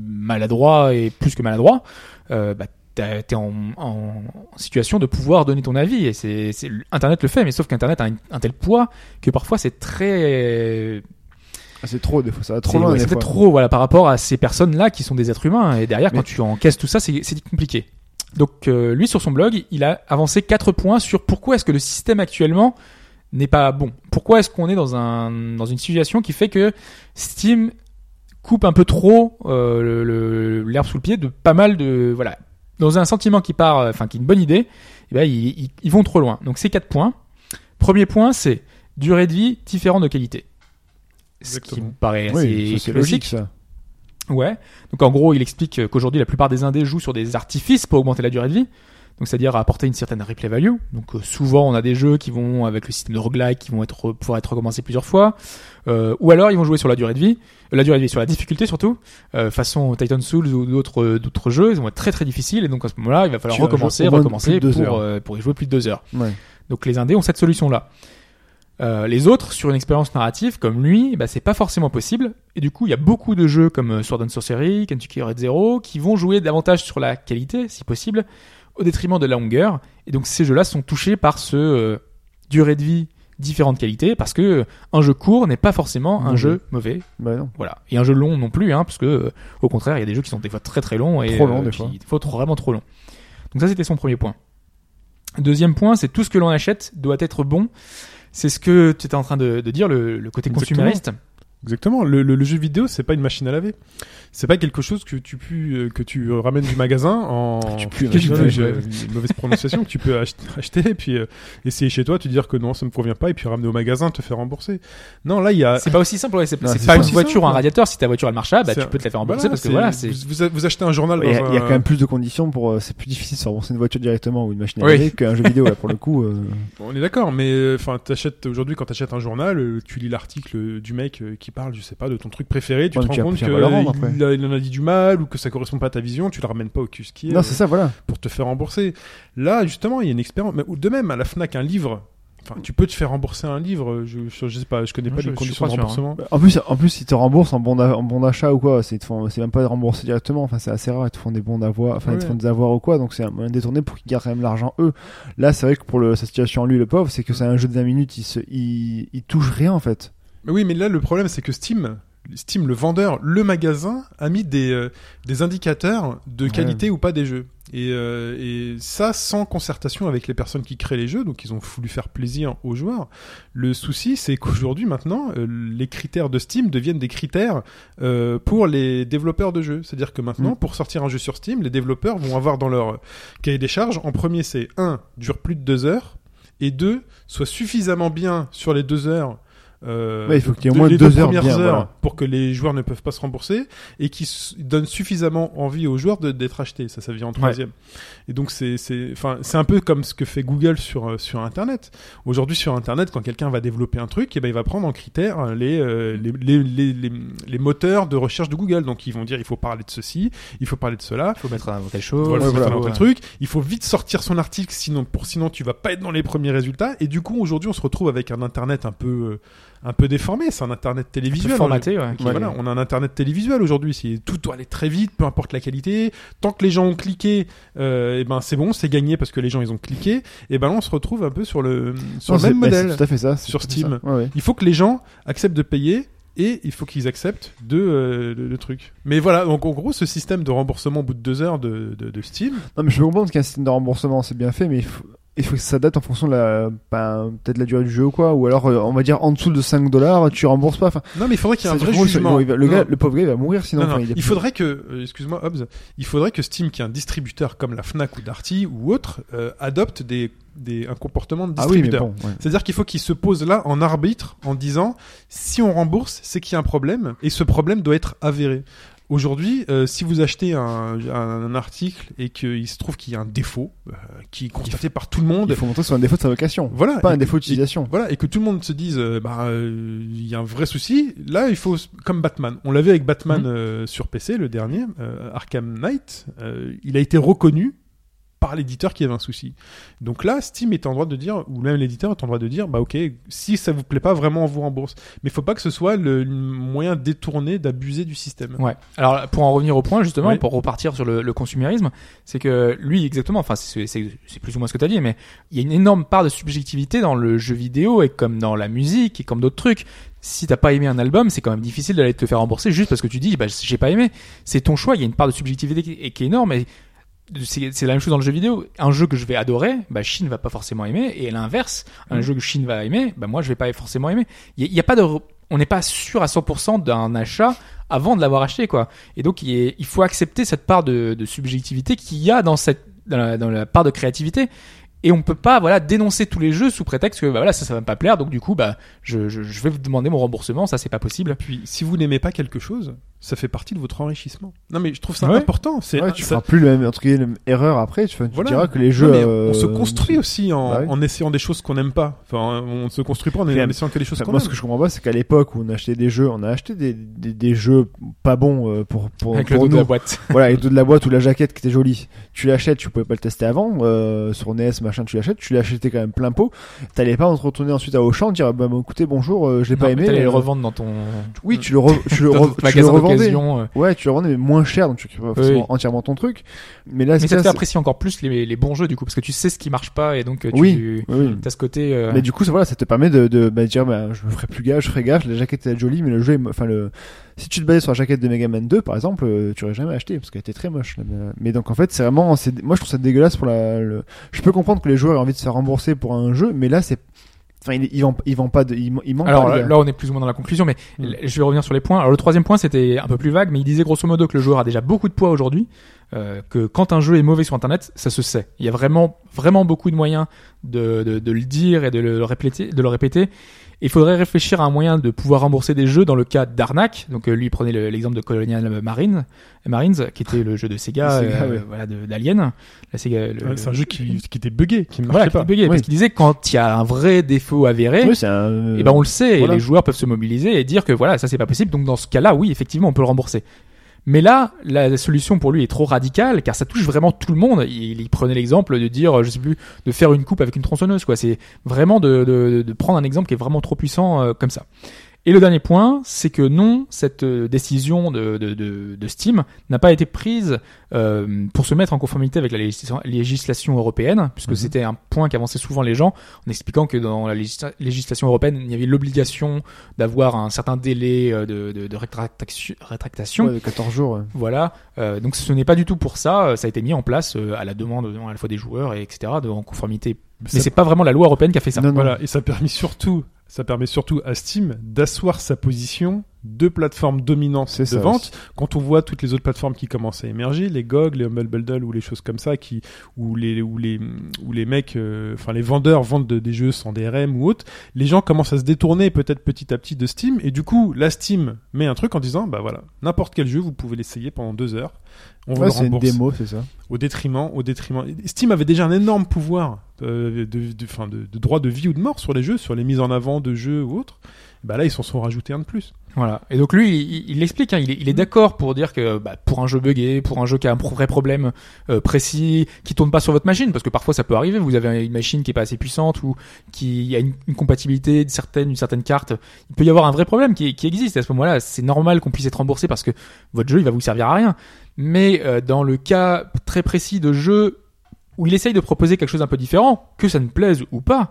Speaker 3: maladroits et plus que maladroits, euh, bah, t'as- t'es en, en situation de pouvoir donner ton avis et c'est c'est- Internet le fait, mais sauf qu'Internet a un, un tel poids que parfois c'est très
Speaker 4: Ah, C'est trop, des fois, ça va trop
Speaker 3: c'est-
Speaker 4: loin.
Speaker 3: ouais,
Speaker 4: des
Speaker 3: c'était
Speaker 4: fois.
Speaker 3: trop, voilà, par rapport à ces personnes-là qui sont des êtres humains. hein. Et derrière,
Speaker 4: Mais-
Speaker 3: quand tu encaisses tout ça, c'est c'est compliqué. Donc, euh, lui, sur son blog, il a avancé quatre points sur pourquoi est-ce que le système actuellement n'est pas bon. Pourquoi est-ce qu'on est dans, un, dans une situation qui fait que Steam coupe un peu trop euh, le- le- l'herbe sous le pied de pas mal de voilà dans un sentiment qui part euh, enfin qui est une bonne idée eh ben, ils, ils- ils vont trop loin donc ces quatre points premier point c'est durée de vie différente de qualité ce qui
Speaker 2: Exactement.
Speaker 3: me paraît assez
Speaker 4: Oui, ça, c'est
Speaker 3: classique
Speaker 4: logique ça.
Speaker 3: Ouais. Donc en gros, il explique euh, qu'aujourd'hui, la plupart des indés jouent sur des artifices pour augmenter la durée de vie. Donc c'est-à-dire à apporter une certaine replay value. Donc euh, souvent, on a des jeux qui vont avec le système de roguelike qui vont être pouvoir être recommencés plusieurs fois. Euh, ou alors, ils vont jouer sur la durée de vie, Euh, la durée de vie sur la difficulté surtout, euh, façon Titan Souls ou d'autres euh, d'autres jeux. Ils vont être très très difficiles et donc à ce moment-là, il va falloir
Speaker 4: Sur un jeu
Speaker 3: recommencer,
Speaker 4: au moins de
Speaker 3: recommencer
Speaker 4: plus de deux
Speaker 3: pour
Speaker 4: heures.
Speaker 3: euh, pour y jouer plus de deux heures.
Speaker 4: Ouais.
Speaker 3: Donc les indés ont cette solution-là. Euh, les autres, sur une expérience narrative comme lui, bah, c'est pas forcément possible. Et du coup, il y a beaucoup de jeux comme euh, Sword and Sorcery, Kentucky Red Zero, qui vont jouer davantage sur la qualité, si possible, au détriment de la longueur. Et donc ces jeux-là sont touchés par ce euh, durée de vie différentes qualités, parce que euh, un jeu court n'est pas forcément un
Speaker 4: Mauvais.
Speaker 3: jeu mauvais.
Speaker 4: Bah non.
Speaker 3: Voilà. Et un jeu long non plus, hein, parce que euh, au contraire, il y a des jeux qui sont des fois très très longs et
Speaker 4: Trop longs,
Speaker 3: euh,
Speaker 4: des
Speaker 3: qui-
Speaker 4: fois.
Speaker 3: fois, trop- vraiment trop longs. Donc ça, c'était son premier point. Deuxième point, c'est tout ce que l'on achète doit être bon. C'est ce que tu étais en train de, de dire, le, le côté
Speaker 2: Exactement.
Speaker 3: consumériste.
Speaker 2: Exactement. Le, le- le jeu vidéo, c'est pas une machine à laver. C'est pas quelque chose que tu pu- euh, que tu euh, ramènes du magasin en.
Speaker 4: Tu pues,
Speaker 2: Qu'est-ce que
Speaker 4: ouais.
Speaker 2: j'ai- j'ai une mauvaise prononciation que tu peux ach- acheter et puis euh, essayer chez toi, te dire que non, ça me convient pas et puis ramener au magasin, te faire rembourser. Non, là, il y a.
Speaker 3: C'est pas aussi simple. ouais, c'est
Speaker 4: Non,
Speaker 3: c'est
Speaker 4: c'est
Speaker 3: pas
Speaker 4: pas
Speaker 3: une
Speaker 2: Euh, aussi
Speaker 3: voiture,
Speaker 2: simple.
Speaker 3: un radiateur. Si ta voiture elle marche pas, bah,
Speaker 2: C'est
Speaker 3: tu
Speaker 2: un-
Speaker 3: peux te la faire
Speaker 2: Voilà,
Speaker 3: rembourser parce que voilà, c'est
Speaker 2: vous, vous, vous achetez un journal
Speaker 4: Il y, a-
Speaker 2: dans
Speaker 4: il y a
Speaker 2: un-
Speaker 4: quand même plus de conditions pour. euh, c'est plus difficile de se rembourser une voiture directement ou une machine à
Speaker 3: Oui.
Speaker 4: laver qu'un jeu vidéo. là, pour le coup, euh,
Speaker 2: On est d'accord, mais euh, enfin, t'achètes aujourd'hui quand t'achètes un journal, euh, tu lis l'article euh, du mec euh, qui parle, je sais pas, de ton truc préféré, tu
Speaker 4: Ouais,
Speaker 2: te
Speaker 4: mais
Speaker 2: rends compte
Speaker 4: tu vas- tu vas pas le rendre
Speaker 2: qu'il il, a- il en a dit du mal ou que ça correspond pas à ta vision, tu le ramènes pas au euh, cul qui est,
Speaker 4: non, c'est ça, voilà.
Speaker 2: pour te faire rembourser. Là, justement, il y a une expérience. mais- ou De même, à la Fnac, un livre. Enfin, tu peux te faire rembourser un livre. euh, Je, je, je sais pas, je connais
Speaker 3: Ouais,
Speaker 2: pas
Speaker 3: je-
Speaker 2: les
Speaker 3: je
Speaker 2: conditions de
Speaker 3: suis pas sûr, hein.
Speaker 2: remboursement.
Speaker 4: En plus, en plus, ils te remboursent en bon, d'a- en bon d'achat ou quoi. C'est ils te font- c'est même pas remboursé directement. Enfin, c'est assez rare. Ils te font des bons d'avoir, enfin, ils te
Speaker 2: Ouais.
Speaker 4: font des avoirs ou quoi. Donc, c'est un moyen détourné pour qu'ils gardent quand même l'argent eux. Là, c'est vrai que pour le, sa situation, lui, le pauvre, c'est que c'est un jeu de 20 minutes. Il se, il, il touche rien en fait.
Speaker 2: Mais oui, mais là, le problème, c'est que Steam, Steam, le vendeur, le magasin, a mis des, euh, des indicateurs de
Speaker 4: Ouais.
Speaker 2: qualité ou pas des jeux. Et, euh, et ça, sans concertation avec les personnes qui créent les jeux, donc ils ont voulu faire plaisir aux joueurs. Le souci, c'est qu'aujourd'hui, maintenant, euh, les critères de Steam deviennent des critères euh, pour les développeurs de jeux. C'est-à-dire que maintenant,
Speaker 4: Mm.
Speaker 2: pour sortir un jeu sur Steam, les développeurs vont avoir dans leur euh, cahier des charges, en premier, c'est un, dure plus de deux heures, et deux, soit suffisamment bien sur les deux heures. euh,
Speaker 4: Ouais, il faut qu'il y ait au
Speaker 2: de-
Speaker 4: moins
Speaker 2: les
Speaker 4: deux heures
Speaker 2: premières
Speaker 4: bien,
Speaker 2: heures
Speaker 4: voilà.
Speaker 2: pour que les joueurs ne peuvent pas se rembourser et qui s- donne suffisamment envie aux joueurs de- d'être achetés. Ça, ça vient en troisième. Et donc, c'est, c'est, enfin, c'est un peu comme ce que fait Google sur, euh, sur Internet. Aujourd'hui, sur Internet, quand quelqu'un va développer un truc, eh ben, il va prendre en critère euh, les, euh, les, les, les, les, les moteurs de recherche de Google. Donc, ils vont dire, il faut parler de ceci, il faut parler de cela.
Speaker 3: il faut mettre un tel chose.
Speaker 2: Voilà,
Speaker 4: ouais,
Speaker 2: faut faire
Speaker 4: voilà.
Speaker 2: un vrai truc. Il faut vite sortir son article, sinon pour sinon tu vas pas être dans les premiers résultats. Et du coup aujourd'hui on se retrouve avec un internet un peu euh, un peu déformé. C'est un internet télévisuel.
Speaker 3: formaté, ouais,
Speaker 2: On-
Speaker 3: qui-
Speaker 2: voilà, on a un internet télévisuel aujourd'hui. C'est tout doit aller très vite, peu importe la qualité. Tant que les gens ont cliqué, et ben c'est bon, c'est gagné parce que les gens ils ont cliqué. Et ben là, on se retrouve un peu sur le sur
Speaker 4: Non,
Speaker 2: le
Speaker 4: c'est-
Speaker 2: même
Speaker 4: mais c'est
Speaker 2: modèle.
Speaker 4: Tout à fait ça. c'est
Speaker 2: Sur
Speaker 4: tout à fait
Speaker 2: Steam.
Speaker 4: ça. Ouais, ouais.
Speaker 2: Il faut que les gens acceptent de payer et il faut qu'ils acceptent de euh, le, le truc. Mais voilà, donc en gros, ce système de remboursement au bout de deux heures de, de, de Steam,
Speaker 4: Non, mais je peux comprendre qu'un système de remboursement c'est bien fait, mais il faut, il faut que ça date en fonction de la, ben, peut-être la durée du jeu ou quoi. Ou alors, euh, on va dire en dessous de 5 dollars, tu rembourses pas. Enfin,
Speaker 2: Non, mais il faudrait qu'il y ait un
Speaker 4: ça,
Speaker 2: vrai
Speaker 4: je trouve que
Speaker 2: jugement.
Speaker 4: il va- bah, le, gars,
Speaker 2: Non.
Speaker 4: le pauvre gars, il va mourir sinon.
Speaker 2: Non, non,
Speaker 4: enfin,
Speaker 2: il,
Speaker 4: a plus-
Speaker 2: faudrait que, euh, excuse-moi Hobbs, il faudrait que Steam, qui est un distributeur comme la Fnac ou Darty ou autre, euh, adopte des, des, un comportement de
Speaker 4: Ah oui, mais
Speaker 2: distributeur.
Speaker 4: bon. ouais.
Speaker 2: C'est-à-dire qu'il faut qu'il se pose là en arbitre en disant si on rembourse, c'est qu'il y a un problème et ce problème doit être avéré. Aujourd'hui, euh, si vous achetez un, un article et qu'il se trouve qu'il y a un défaut euh, qui est constaté par tout le monde,
Speaker 4: Il faut montrer sur un défaut de sa vocation,
Speaker 2: voilà,
Speaker 4: pas un
Speaker 2: et-
Speaker 4: défaut
Speaker 2: et-
Speaker 4: d'utilisation.
Speaker 2: voilà, et que tout le monde se dise, euh, bah, euh, il y a un vrai souci. Là, il faut, comme Batman. On l'avait avec Batman
Speaker 3: Mhm.
Speaker 2: euh, sur PC, le dernier, euh, Arkham Knight. euh, il a été reconnu par l'éditeur qui avait un souci. Donc là, Steam est en droit de dire, ou même l'éditeur est en droit de dire, bah ok, si ça vous plaît pas, vraiment, on vous rembourse. Mais faut pas que ce soit le moyen détourné d'abuser du système.
Speaker 3: Ouais. Alors pour en revenir au point justement,
Speaker 2: Oui.
Speaker 3: pour repartir sur le, le consumérisme, c'est que lui exactement, enfin c'est c'est- c'est plus ou moins ce que tu as dit, mais il y a une énorme part de subjectivité dans le jeu vidéo et comme dans la musique et comme d'autres trucs. Si t'as pas aimé un album, c'est quand même difficile d'aller te le faire rembourser juste parce que tu dis bah j'ai pas aimé. C'est ton choix. Il y a une part de subjectivité qui, et qui est énorme et c'est c'est la même chose dans le jeu vidéo. Un jeu que je vais adorer, bah Shin va pas forcément aimer et à l'inverse,
Speaker 2: Mm.
Speaker 3: un jeu que Shin va aimer, bah moi je vais pas forcément aimer. Il y a- il y a pas de, re- on n'est pas sûr à 100% d'un achat avant de l'avoir acheté, quoi. Et donc, il, est- il faut accepter cette part de, de subjectivité qu'il y a dans cette, dans la, dans la part de créativité. Et on peut pas, voilà, dénoncer tous les jeux sous prétexte que, bah voilà, ça, ça va pas me plaire, donc du coup, bah, je, je, je vais vous demander mon remboursement, ça, c'est pas possible.
Speaker 2: Puis, si vous n'aimez pas quelque chose, ça fait partie de votre enrichissement. Non, mais je trouve ça
Speaker 3: Ouais.
Speaker 2: important. C'est
Speaker 4: Ouais, tu
Speaker 2: ça-
Speaker 4: feras plus le même, entre guillemets, la même erreur après. Tu, tu
Speaker 2: Voilà.
Speaker 4: diras que les
Speaker 2: Non,
Speaker 4: jeux.
Speaker 2: mais on
Speaker 4: euh,
Speaker 2: se construit aussi en,
Speaker 4: Bah oui.
Speaker 2: en essayant des choses qu'on n'aime pas. Enfin, on ne se construit pas en,
Speaker 4: Puis,
Speaker 2: en essayant que des choses
Speaker 4: Enfin,
Speaker 2: qu'on
Speaker 4: moi,
Speaker 2: aime.
Speaker 4: ce que je comprends pas, c'est qu'à l'époque où on achetait des jeux, on a acheté des, des, des jeux pas bons euh, pour, pour,
Speaker 3: Avec le
Speaker 4: pour
Speaker 3: dos de la
Speaker 4: nous.
Speaker 3: boîte.
Speaker 4: voilà, avec le dos de la boîte ou la jaquette qui était jolie. Tu l'achètes, tu pouvais pas le tester avant, euh, sur NES, machin, tu l'achètes, tu l'achetais quand même plein pot. T'allais pas en te retourner ensuite à Auchan, dire, bah, bon, écoutez, bonjour, euh, je l'ai
Speaker 3: Non,
Speaker 4: pas
Speaker 3: mais
Speaker 4: aimé.
Speaker 3: t'allais le
Speaker 4: euh,
Speaker 3: revendre dans ton,
Speaker 4: Oui, tu le, re- tu le,
Speaker 3: dans
Speaker 4: re-
Speaker 3: ton
Speaker 4: tu le
Speaker 3: magasin
Speaker 4: revendais.
Speaker 3: d'occasion. euh.
Speaker 4: Ouais, tu le revendais, mais moins cher, donc tu crées pas forcément
Speaker 3: Oui.
Speaker 4: entièrement ton truc. Mais là,
Speaker 3: Mais ça
Speaker 4: c'est
Speaker 3: te fait
Speaker 4: ça, c'est-
Speaker 3: apprécier encore plus les, les bons jeux, du coup, parce que tu sais ce qui marche pas, et donc, euh, tu,
Speaker 4: Oui, oui, oui.
Speaker 3: t'as ce côté, euh,
Speaker 4: Mais du coup, ça, voilà, ça te permet de, de bah, dire, bah, je me ferai plus gaffe, je ferai gaffe, la jaquette est jolie, mais le jeu, est mo- enfin, le, si tu te basais sur la jaquette de Mega Man 2, par exemple, euh, tu aurais jamais acheté, parce qu'elle était très moche. là. Mais- Mais donc, en fait, c'est vraiment, c'est, moi, je trouve ça dégueulasse pour la, le- je peux comprendre que les joueurs aient envie de se faire rembourser pour un jeu, mais là, c'est, enfin, ils, ils vendent, ils vendent pas de, Hmm. ils, men- ils mentent
Speaker 3: Alors
Speaker 4: pas,
Speaker 2: euh,
Speaker 4: les
Speaker 3: là,
Speaker 4: gars.
Speaker 3: là, on est plus ou moins dans la conclusion, mais
Speaker 2: Mm.
Speaker 3: l- je vais revenir sur les points. Alors le troisième point, c'était un peu plus vague, mais il disait grosso modo que le joueur a déjà beaucoup de poids aujourd'hui, euh, que quand un jeu est mauvais sur Internet, ça se sait. Il y a vraiment, vraiment beaucoup de moyens de, de, de le dire et de le répéter. De le répéter. Et Il faudrait réfléchir à un moyen de pouvoir rembourser des jeux dans le cas d'arnaque. Donc euh, lui il prenait le- l'exemple de Colonial Marine, Marines, qui était le jeu de Sega,
Speaker 4: Sega,
Speaker 3: euh,
Speaker 4: ouais.
Speaker 3: voilà, de- d'Alien. La Sega, le-
Speaker 2: Ouais, C'est un jeu qui, qui était buggé, qui ne
Speaker 3: voilà, qui
Speaker 2: marchait
Speaker 3: était
Speaker 2: pas.
Speaker 3: bugué,
Speaker 4: Oui.
Speaker 3: parce qu'il disait quand il y a un vrai défaut avéré,
Speaker 4: Oui, c'est un,
Speaker 2: eh
Speaker 3: et ben on le sait,
Speaker 4: Euh, voilà.
Speaker 3: et les joueurs peuvent se mobiliser et dire que voilà, ça c'est pas possible. Donc dans ce cas-là, oui, effectivement, on peut le rembourser. Mais là, la solution pour lui est trop radicale car ça touche vraiment tout le monde. Il, il prenait l'exemple de dire, euh, je sais plus, de faire une coupe avec une tronçonneuse, quoi. C'est vraiment de, de, de prendre un exemple qui est vraiment trop puissant euh, comme ça. Et le dernier point, c'est que non, cette euh, décision de, de, de, de Steam n'a pas été prise euh, pour se mettre en conformité avec la législa- législation européenne,
Speaker 4: Mhm.
Speaker 3: puisque c'était un point qu'avançaient souvent les gens en expliquant que dans la légis- législation européenne, il y avait l'obligation d'avoir un certain délai euh, de, de, de rétractation. rétractation.
Speaker 4: ouais, de 14 jours. ouais.
Speaker 3: Voilà, Euh, donc ce n'est pas du tout pour ça, Euh, ça a été mis en place euh, à la demande euh, à la fois des joueurs, et etc., de, en conformité. Mais
Speaker 2: Ça-
Speaker 3: c'est pas vraiment la loi européenne qui a fait ça.
Speaker 4: Non, non.
Speaker 2: Voilà, et ça permet surtout, ça permet surtout à Steam d'asseoir sa position de plateforme dominante
Speaker 4: C'est
Speaker 2: de
Speaker 4: ça
Speaker 2: vente. Quand on voit toutes les autres plateformes qui commencent à émerger, les GOG, les Humble Bundle ou les choses comme ça, qui, où les, où les, où les mecs, euh, enfin les vendeurs vendent de- des jeux sans DRM ou autre, les gens commencent à se détourner peut-être petit à petit de Steam, et du coup, la Steam met un truc en disant, bah voilà, n'importe quel jeu, vous pouvez l'essayer pendant deux heures. On va
Speaker 4: Ouais,
Speaker 2: le
Speaker 4: c'est une
Speaker 2: rembourser
Speaker 4: démo, c'est ça.
Speaker 2: au détriment, au détriment. Steam avait déjà un énorme pouvoir euh, de, de, enfin, de, de droit de vie ou de mort sur les jeux, sur les mises en avant de jeux ou autres. Bah là, ils s'en sont rajoutés un de plus.
Speaker 3: Voilà. Et donc lui, il- il il l'explique. hein. Il est, il est d'accord pour dire que bah, pour un jeu buggé, pour un jeu qui a un pro- vrai problème euh, précis, qui tourne pas sur votre machine, parce que parfois ça peut arriver. Vous avez une machine qui est pas assez puissante ou qui a une, une compatibilité de certaines, une certaine carte. Il peut y avoir un vrai problème qui, qui existe. Et à ce moment-là, c'est normal qu'on puisse être remboursé parce que votre jeu, il va vous servir à rien. Mais euh, dans le cas très précis de jeu où il essaye de proposer quelque chose un peu différent, que ça ne plaise ou pas,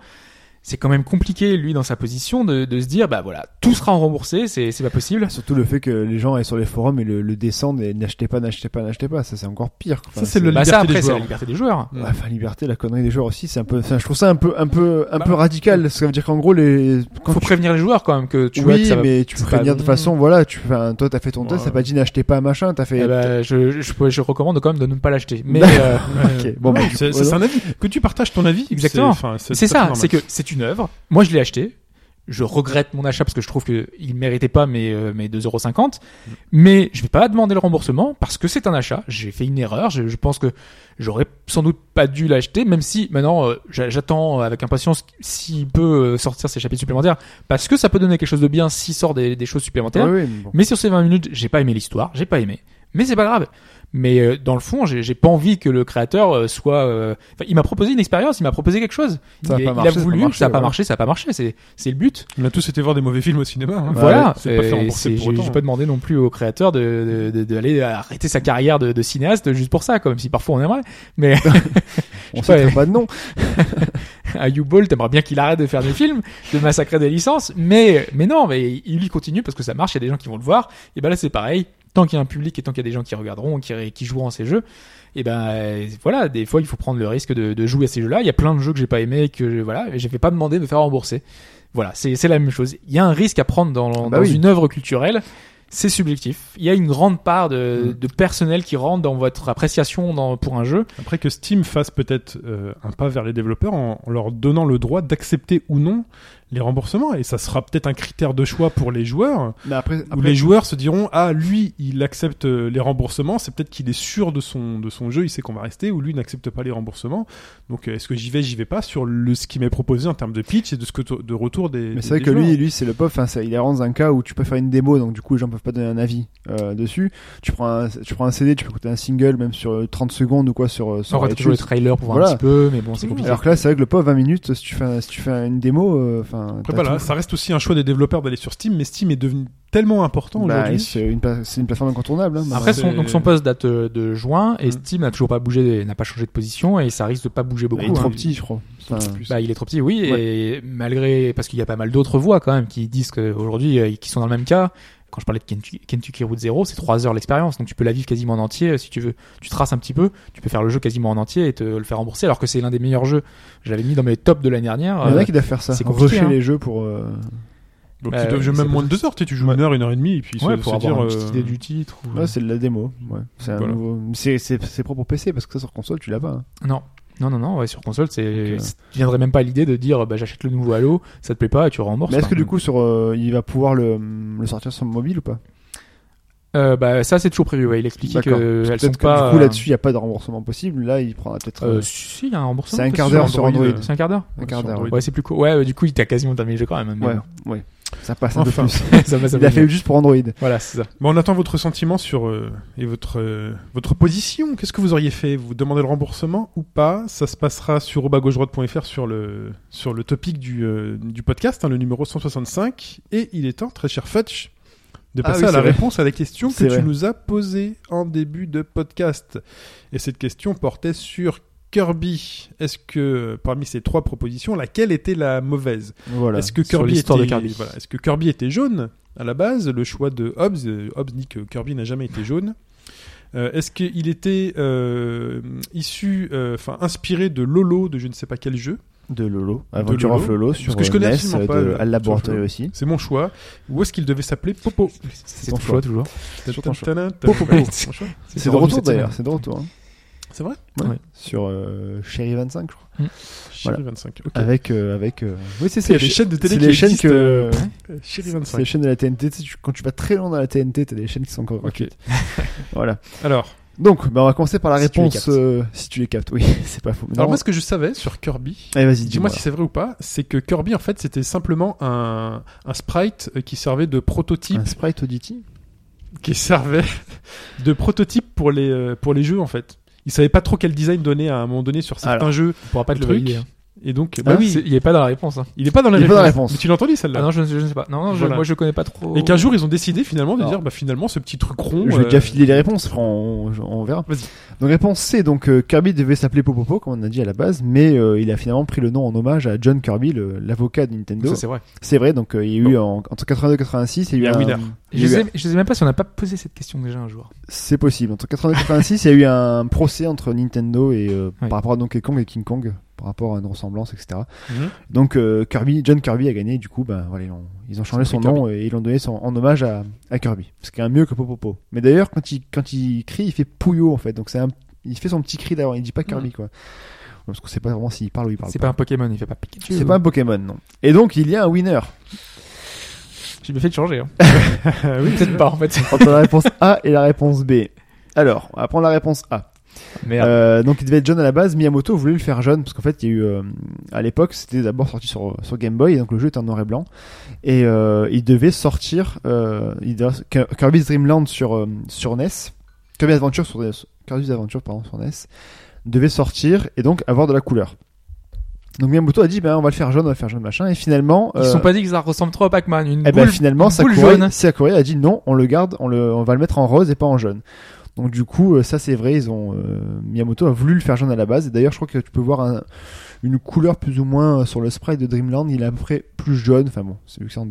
Speaker 3: c'est quand même compliqué, lui, dans sa position, de, de se dire, bah voilà, tout sera en remboursé, c'est c'est pas possible.
Speaker 4: Surtout le fait que les gens aient sur les forums et le, le descendent et n'achetez pas, n'achetez pas, n'achetez pas. Ça, c'est encore pire. quoi.
Speaker 2: Ça, c'est le- La
Speaker 3: Bah ça,
Speaker 2: liberté des
Speaker 3: après, c'est
Speaker 2: joueurs.
Speaker 3: la liberté des joueurs.
Speaker 4: Ouais, enfin liberté, la connerie des joueurs aussi, c'est un peu, enfin, je trouve ça un peu, un peu, un
Speaker 3: Bah.
Speaker 4: peu radical. Ça veut dire qu'en gros les, quand
Speaker 3: Faut
Speaker 4: tu-
Speaker 3: prévenir les joueurs quand même que tu vois que
Speaker 4: oui,
Speaker 3: ça va-
Speaker 4: mais tu
Speaker 3: c'est
Speaker 4: peux prévenir
Speaker 3: pas
Speaker 4: de
Speaker 3: bon.
Speaker 4: façon, voilà, tu, enfin, toi t'as fait ton test,
Speaker 2: Ouais.
Speaker 4: t'as pas dit n'achetez pas machin, t'as fait.
Speaker 3: Eh ben, je, je, je- je recommande quand même de ne pas l'acheter. Mais
Speaker 4: D'accord.
Speaker 3: euh,
Speaker 4: Ok, bon, bah,
Speaker 2: Ouais,
Speaker 4: du
Speaker 2: c'est
Speaker 4: coup,
Speaker 2: c'est
Speaker 4: voilà.
Speaker 2: un avis. Que tu partages ton avis.
Speaker 3: Exactement.
Speaker 2: enfin,
Speaker 3: c'est
Speaker 2: tout à fait
Speaker 3: ça,
Speaker 2: normal.
Speaker 3: c'est que c'est une œuvre. Moi, je l'ai acheté. Je regrette mon achat parce que je trouve que il méritait pas mes euh, mes 2,50€.
Speaker 4: Mm.
Speaker 3: Mais je vais pas demander le remboursement parce que c'est un achat. J'ai fait une erreur. Je, je pense que j'aurais sans doute pas dû l'acheter, même si maintenant euh, j'a- j'attends avec impatience s'il peut euh, sortir ses chapitres supplémentaires parce que ça peut donner quelque chose de bien s'il sort des, des choses supplémentaires.
Speaker 4: Ouais, ouais, mais bon.
Speaker 3: Mais sur ces 20 minutes, j'ai pas aimé l'histoire, j'ai pas aimé. Mais c'est pas grave. Mais euh, dans le fond, j'ai j'ai pas envie que le créateur euh, soit. euh, enfin, il m'a proposé une expérience, il m'a proposé quelque chose.
Speaker 4: Ça a
Speaker 3: il,
Speaker 4: pas
Speaker 3: il
Speaker 4: marché, ça
Speaker 3: a
Speaker 4: a
Speaker 3: voulu,
Speaker 4: pas marché,
Speaker 3: ça a pas
Speaker 4: voilà.
Speaker 3: marché, ça a pas marché. C'est c'est le but.
Speaker 2: On a tous été voir des mauvais films au cinéma. hein.
Speaker 3: voilà.
Speaker 2: C'est pas fait
Speaker 3: Euh,
Speaker 2: rembourser
Speaker 3: c'est-
Speaker 2: pour
Speaker 3: J'ai
Speaker 2: autant. hein.
Speaker 3: j'ai pas demandé non plus au créateur de de- de- d'aller arrêter sa carrière de, de cinéaste juste pour ça, comme si parfois on aimerait. Mais
Speaker 4: on
Speaker 3: je sais pas,
Speaker 4: sait très pas de nom.
Speaker 3: à U-Ball, t'aimerais bien qu'il arrête de faire des films, de massacrer des licences, mais, mais non, mais il y continue parce que ça marche, il y a des gens qui vont le voir, et ben là c'est pareil, tant qu'il y a un public et tant qu'il y a des gens qui regarderont, qui, qui joueront à ces jeux, et ben euh, voilà, des fois il faut prendre le risque de, de jouer à ces jeux-là, il y a plein de jeux que j'ai pas aimé, que je- voilà, et je vais pas demander de me faire rembourser. Voilà, c'est c'est la même chose. Il y a un risque à prendre dans, dans
Speaker 4: Ah bah oui.
Speaker 3: une œuvre culturelle, c'est subjectif. Il y a une grande part de,
Speaker 4: Mm.
Speaker 3: de personnel qui rentre dans votre appréciation dans- pour un jeu.
Speaker 2: hein. Après que Steam fasse peut-être euh, un pas vers les développeurs en, en leur donnant le droit d'accepter ou non les remboursements. Et ça sera peut-être un critère de choix pour les joueurs.
Speaker 4: Mais après,
Speaker 2: où
Speaker 4: après
Speaker 2: les joueurs se diront Ah, lui, il accepte euh, les remboursements. C'est peut-être qu'il est sûr de son, de son jeu. Il sait qu'on va rester. Ou lui, il n'accepte pas les remboursements. Donc, euh, est-ce que j'y vais, j'y vais pas sur le, ce qui m'est proposé en termes de pitch et de, ce que to- de retour des.
Speaker 4: Mais c'est
Speaker 2: des-
Speaker 4: vrai
Speaker 2: des
Speaker 4: que lui,
Speaker 2: joueurs.
Speaker 4: lui, c'est le pauvre. Enfin, ça- il est rendu dans un cas où tu peux faire une démo, donc du coup, les gens peuvent pas donner un avis euh, dessus. Tu prends, un, tu prends un CD, tu peux écouter un single, même sur euh, 30 secondes ou quoi, sur, euh, sur
Speaker 3: Sur
Speaker 4: iTunes.
Speaker 3: toujours le trailer pour voir
Speaker 4: Voilà.
Speaker 3: un petit peu, mais bon, c'est compliqué.
Speaker 4: Alors que là, c'est vrai que le pauvre 20 minutes, si tu fais, un- si tu fais une démo, euh, enfin.
Speaker 2: Après,
Speaker 4: t'as
Speaker 2: voilà,
Speaker 4: tout.
Speaker 2: ça reste aussi un choix des développeurs d'aller sur Steam. Mais Steam est devenu tellement important
Speaker 4: Bah,
Speaker 2: aujourd'hui.
Speaker 4: c'est une, pla- c'est une plateforme incontournable. hein, maintenant.
Speaker 3: Après,
Speaker 2: c'est-
Speaker 3: son, donc son poste date euh, de juin et
Speaker 2: Mm.
Speaker 3: Steam n'a toujours pas bougé, n'a pas changé de position et ça risque de pas bouger beaucoup.
Speaker 4: il est
Speaker 3: hein.
Speaker 4: trop petit, je crois. Enfin,
Speaker 3: Bah, il est trop petit, oui, et malgré, parce qu'il y a pas mal d'autres voix quand même qui disent qu'aujourd'hui, euh, qui sont dans le même cas. Quand je parlais de Kentucky, Kentucky Route Zero, c'est trois heures l'expérience, donc tu peux la vivre quasiment en entier euh, si tu veux. Tu traces un petit peu, tu peux faire le jeu quasiment en entier et te le faire rembourser, alors que c'est l'un des meilleurs jeux. Je l'avais mis dans mes tops de l'année dernière.
Speaker 4: il y en
Speaker 3: euh,
Speaker 4: a qui doivent faire ça.
Speaker 3: c'est compliqué,
Speaker 4: Rusher
Speaker 3: hein.
Speaker 4: les jeux pour. euh,
Speaker 2: Donc,
Speaker 3: Bah,
Speaker 2: tu dois jouer
Speaker 3: c'est
Speaker 2: même moins de deux heures. Tu sais, tu joues une heure, une heure et demie. Et puis,
Speaker 3: ouais,
Speaker 2: se-
Speaker 3: pour
Speaker 2: se
Speaker 3: avoir
Speaker 2: dire,
Speaker 3: une petite
Speaker 2: euh,
Speaker 3: idée du titre. ou-
Speaker 4: Ouais, c'est de la démo. Ouais. C'est un
Speaker 2: Voilà.
Speaker 4: nouveau. C'est c'est- c'est propre au PC parce que ça sur console, tu l'as pas. hein.
Speaker 3: Non. Non, non, non, ouais, sur console, c'est,
Speaker 4: Donc, euh,
Speaker 3: c'est- tu viendrais même pas à l'idée de dire, bah, j'achète le nouveau Halo, ça te plaît pas, et tu rembourses.
Speaker 4: Mais est-ce que
Speaker 3: Enfin,
Speaker 4: du coup, sur, euh, il va pouvoir le, le sortir sur mobile ou pas
Speaker 3: euh, bah, ça, c'est toujours prévu, ouais, il expliquait
Speaker 4: D'accord.
Speaker 3: que
Speaker 4: Parce que
Speaker 3: elles sont
Speaker 4: peut-être que
Speaker 3: pas.
Speaker 4: du coup,
Speaker 3: euh,
Speaker 4: là-dessus, il n'y a pas de remboursement possible. Là, il prendra peut-être
Speaker 3: euh,
Speaker 4: euh,
Speaker 3: si, il y a un remboursement.
Speaker 4: c'est un
Speaker 3: peut-être
Speaker 4: quart
Speaker 3: sur euh,
Speaker 4: d'heure sur Android.
Speaker 3: C'est un quart d'heure
Speaker 4: un quart
Speaker 2: sur
Speaker 4: d'heure.
Speaker 2: Android.
Speaker 3: Ouais, c'est plus court. Ouais, euh, du coup, il t'a quasiment terminé le jeu quand même.
Speaker 4: Ouais, ouais. Ça passe un
Speaker 2: Enfin.
Speaker 4: peu plus.
Speaker 3: ouais. ça va, ça
Speaker 4: Il
Speaker 3: va
Speaker 4: a fait
Speaker 3: mieux.
Speaker 4: juste pour Android.
Speaker 3: Voilà, c'est ça.
Speaker 2: Bon, on attend votre sentiment sur euh, et votre euh, votre position. Qu'est-ce que vous auriez fait Vous demandez le remboursement ou pas Ça se passera sur obagaugedroite.fr sur le sur le topic du, euh, du podcast, hein, le numéro 165. Et il est temps, très cher Fetch, de
Speaker 4: Ah
Speaker 2: passer
Speaker 4: oui,
Speaker 2: à la
Speaker 4: c'est vrai.
Speaker 2: réponse à la question que
Speaker 4: C'est
Speaker 2: tu
Speaker 4: vrai.
Speaker 2: nous as posée en début de podcast. Et cette question portait sur Kirby. Est-ce que euh, parmi ces trois propositions, laquelle était la mauvaise
Speaker 4: Voilà.
Speaker 2: est-ce que
Speaker 3: sur
Speaker 2: Kirby était
Speaker 3: l'histoire de Kirby.
Speaker 2: voilà, est-ce que Kirby était jaune à la base Le choix de Hobbes, euh, Hobbes dit que Kirby n'a jamais été jaune. Euh, est-ce qu'il était euh, issu, euh, enfin inspiré de Lolo de je ne sais pas quel jeu
Speaker 4: De Lolo. Aventure of Lolo sur
Speaker 2: que je connais
Speaker 4: euh, NES,
Speaker 2: absolument pas,
Speaker 4: de
Speaker 2: euh,
Speaker 4: Al Laboratory
Speaker 2: Lolo.
Speaker 4: aussi.
Speaker 2: C'est mon choix. Ou est-ce qu'il devait s'appeler Popo
Speaker 3: C'est
Speaker 4: ton
Speaker 3: ton
Speaker 4: choix.
Speaker 3: choix, toujours.
Speaker 4: sur ton choix.
Speaker 2: Tadam,
Speaker 4: Popo.
Speaker 2: tadam. Mon choix.
Speaker 4: C'est de retour d'ailleurs, c'est de retour. hein.
Speaker 2: C'est vrai
Speaker 3: Ouais.
Speaker 4: Sur euh, Sherry 25, je crois.
Speaker 2: Chéri 25. ok.
Speaker 4: Avec. euh, avec euh, Oui, c'est
Speaker 2: C'est
Speaker 4: c'est
Speaker 2: les chaînes de télé
Speaker 4: c'est
Speaker 2: qui
Speaker 4: les chaînes
Speaker 2: existent,
Speaker 4: que.
Speaker 2: euh, Chéri
Speaker 4: C'est les
Speaker 2: 25.
Speaker 4: chaînes de la TNT. Tu sais, tu- Quand tu vas très loin dans la TNT, t'as des chaînes qui sont encore
Speaker 2: Ok.
Speaker 4: gratuites. Voilà.
Speaker 2: Alors,
Speaker 4: Donc, bah, on va commencer par la
Speaker 3: Si tu les
Speaker 4: réponse.
Speaker 3: captes.
Speaker 4: euh, si tu les captes, oui, c'est pas faux. Mais
Speaker 2: alors
Speaker 4: non.
Speaker 2: moi ce que je savais sur Kirby,
Speaker 4: Allez, vas-y, dis-moi.
Speaker 2: Dis-moi si c'est vrai ou pas, c'est que Kirby, en fait, c'était simplement un, un sprite euh, qui servait de prototype,
Speaker 4: Un sprite Auditi
Speaker 2: qui servait de prototype pour les, euh, pour les jeux, en fait. Ils savaient pas trop quel design donner à un moment donné sur certains
Speaker 4: Alors,
Speaker 2: jeux,
Speaker 3: On pourra pas te
Speaker 2: le
Speaker 3: le
Speaker 2: truc.
Speaker 3: valider. hein.
Speaker 2: Et donc,
Speaker 4: Ah
Speaker 2: bah,
Speaker 4: oui.
Speaker 2: c'est-
Speaker 3: C'est- Il est pas dans la réponse. hein.
Speaker 2: il est pas dans la
Speaker 4: Il est pas
Speaker 2: réponse.
Speaker 4: dans la réponse.
Speaker 2: Mais tu l'as entendu
Speaker 3: Ah
Speaker 2: celle-là.
Speaker 3: non, je, je ne sais pas. Non, non, je-
Speaker 2: Voilà.
Speaker 3: moi, je connais pas trop.
Speaker 2: et qu'un jour, ils ont décidé finalement de
Speaker 4: Alors.
Speaker 2: dire, bah finalement, ce petit truc rond.
Speaker 4: Je vais
Speaker 2: euh,
Speaker 4: déjà filer les réponses, Fran, on, je- on verra.
Speaker 2: Vas-y.
Speaker 4: Donc, réponse C. Donc, euh, Kirby devait s'appeler Popopo, comme on a dit à la base, mais euh, il a finalement pris le nom en hommage à John Kirby, le- l'avocat de Nintendo.
Speaker 3: Ça, c'est vrai.
Speaker 4: C'est vrai, donc euh, il y a eu en- entre 82 et 86, il y a eu
Speaker 2: Il y a
Speaker 4: un.
Speaker 2: Winner.
Speaker 4: il y a
Speaker 3: Je
Speaker 4: eu un-
Speaker 3: sais, je sais même pas si on n'a pas posé cette question déjà un jour.
Speaker 4: C'est possible. Entre 82 et 86, il y a eu un procès entre Nintendo et euh,
Speaker 3: Oui.
Speaker 4: par rapport à Donkey Kong et King Kong, par rapport à une ressemblance, etc.
Speaker 2: Mhm.
Speaker 4: Donc euh, Kirby, John Kirby a gagné. Du coup, ben voilà, ils ont, ils ont changé
Speaker 3: C'est
Speaker 4: son
Speaker 3: Kirby.
Speaker 4: nom et ils l'ont donné son, en hommage à, à Kirby. Ce qui est un mieux que Popopo. Mais d'ailleurs, quand il quand il crie, il fait Pouyo en fait. Donc c'est un, il fait son petit cri d'ailleurs. Il dit pas Kirby quoi. Parce qu'on sait pas vraiment s'il parle ou il parle
Speaker 3: Mhm. C'est
Speaker 4: pas.
Speaker 3: pas un Pokémon, il fait pas Pikachu.
Speaker 4: C'est pas un Pokémon non. Et donc il y a un winner.
Speaker 3: J'ai bien fait de changer. hein. Peut-être pas en fait.
Speaker 4: Entre la réponse A et la réponse B. Alors, on va prendre la réponse A.
Speaker 3: Merde.
Speaker 4: Euh, donc il devait être jaune à la base. Miyamoto voulait le faire jaune parce qu'en fait, il y a eu euh, à l'époque, c'était d'abord sorti sur, sur Game Boy, donc le jeu était en noir et blanc. Et euh, il devait sortir euh, il devait- Ki- Kirby's Dream Land sur euh, sur NES, Kirby's Adventure sur NES, Kirby's Adventure pardon sur NES devait sortir et donc avoir de la couleur. Donc Miyamoto a dit ben on va le faire jaune, on va le faire jaune machin et finalement
Speaker 3: Ils se
Speaker 4: euh,
Speaker 3: sont pas dit que ça ressemble trop à Pac-Man. Une
Speaker 4: eh
Speaker 3: boule,
Speaker 4: ben finalement,
Speaker 3: une boule
Speaker 4: Sakurai,
Speaker 3: jaune.
Speaker 4: Sakurai a dit non, on le garde, on, le, on va le mettre en rose et pas en jaune. Donc du coup, euh, ça c'est vrai, ils ont euh, Miyamoto a voulu le faire jaune à la base. Et d'ailleurs, je crois que tu peux voir un- une couleur plus ou moins euh, sur le sprite de Dreamland, il est à peu près plus jaune. Enfin bon, c'est vu que c'est en,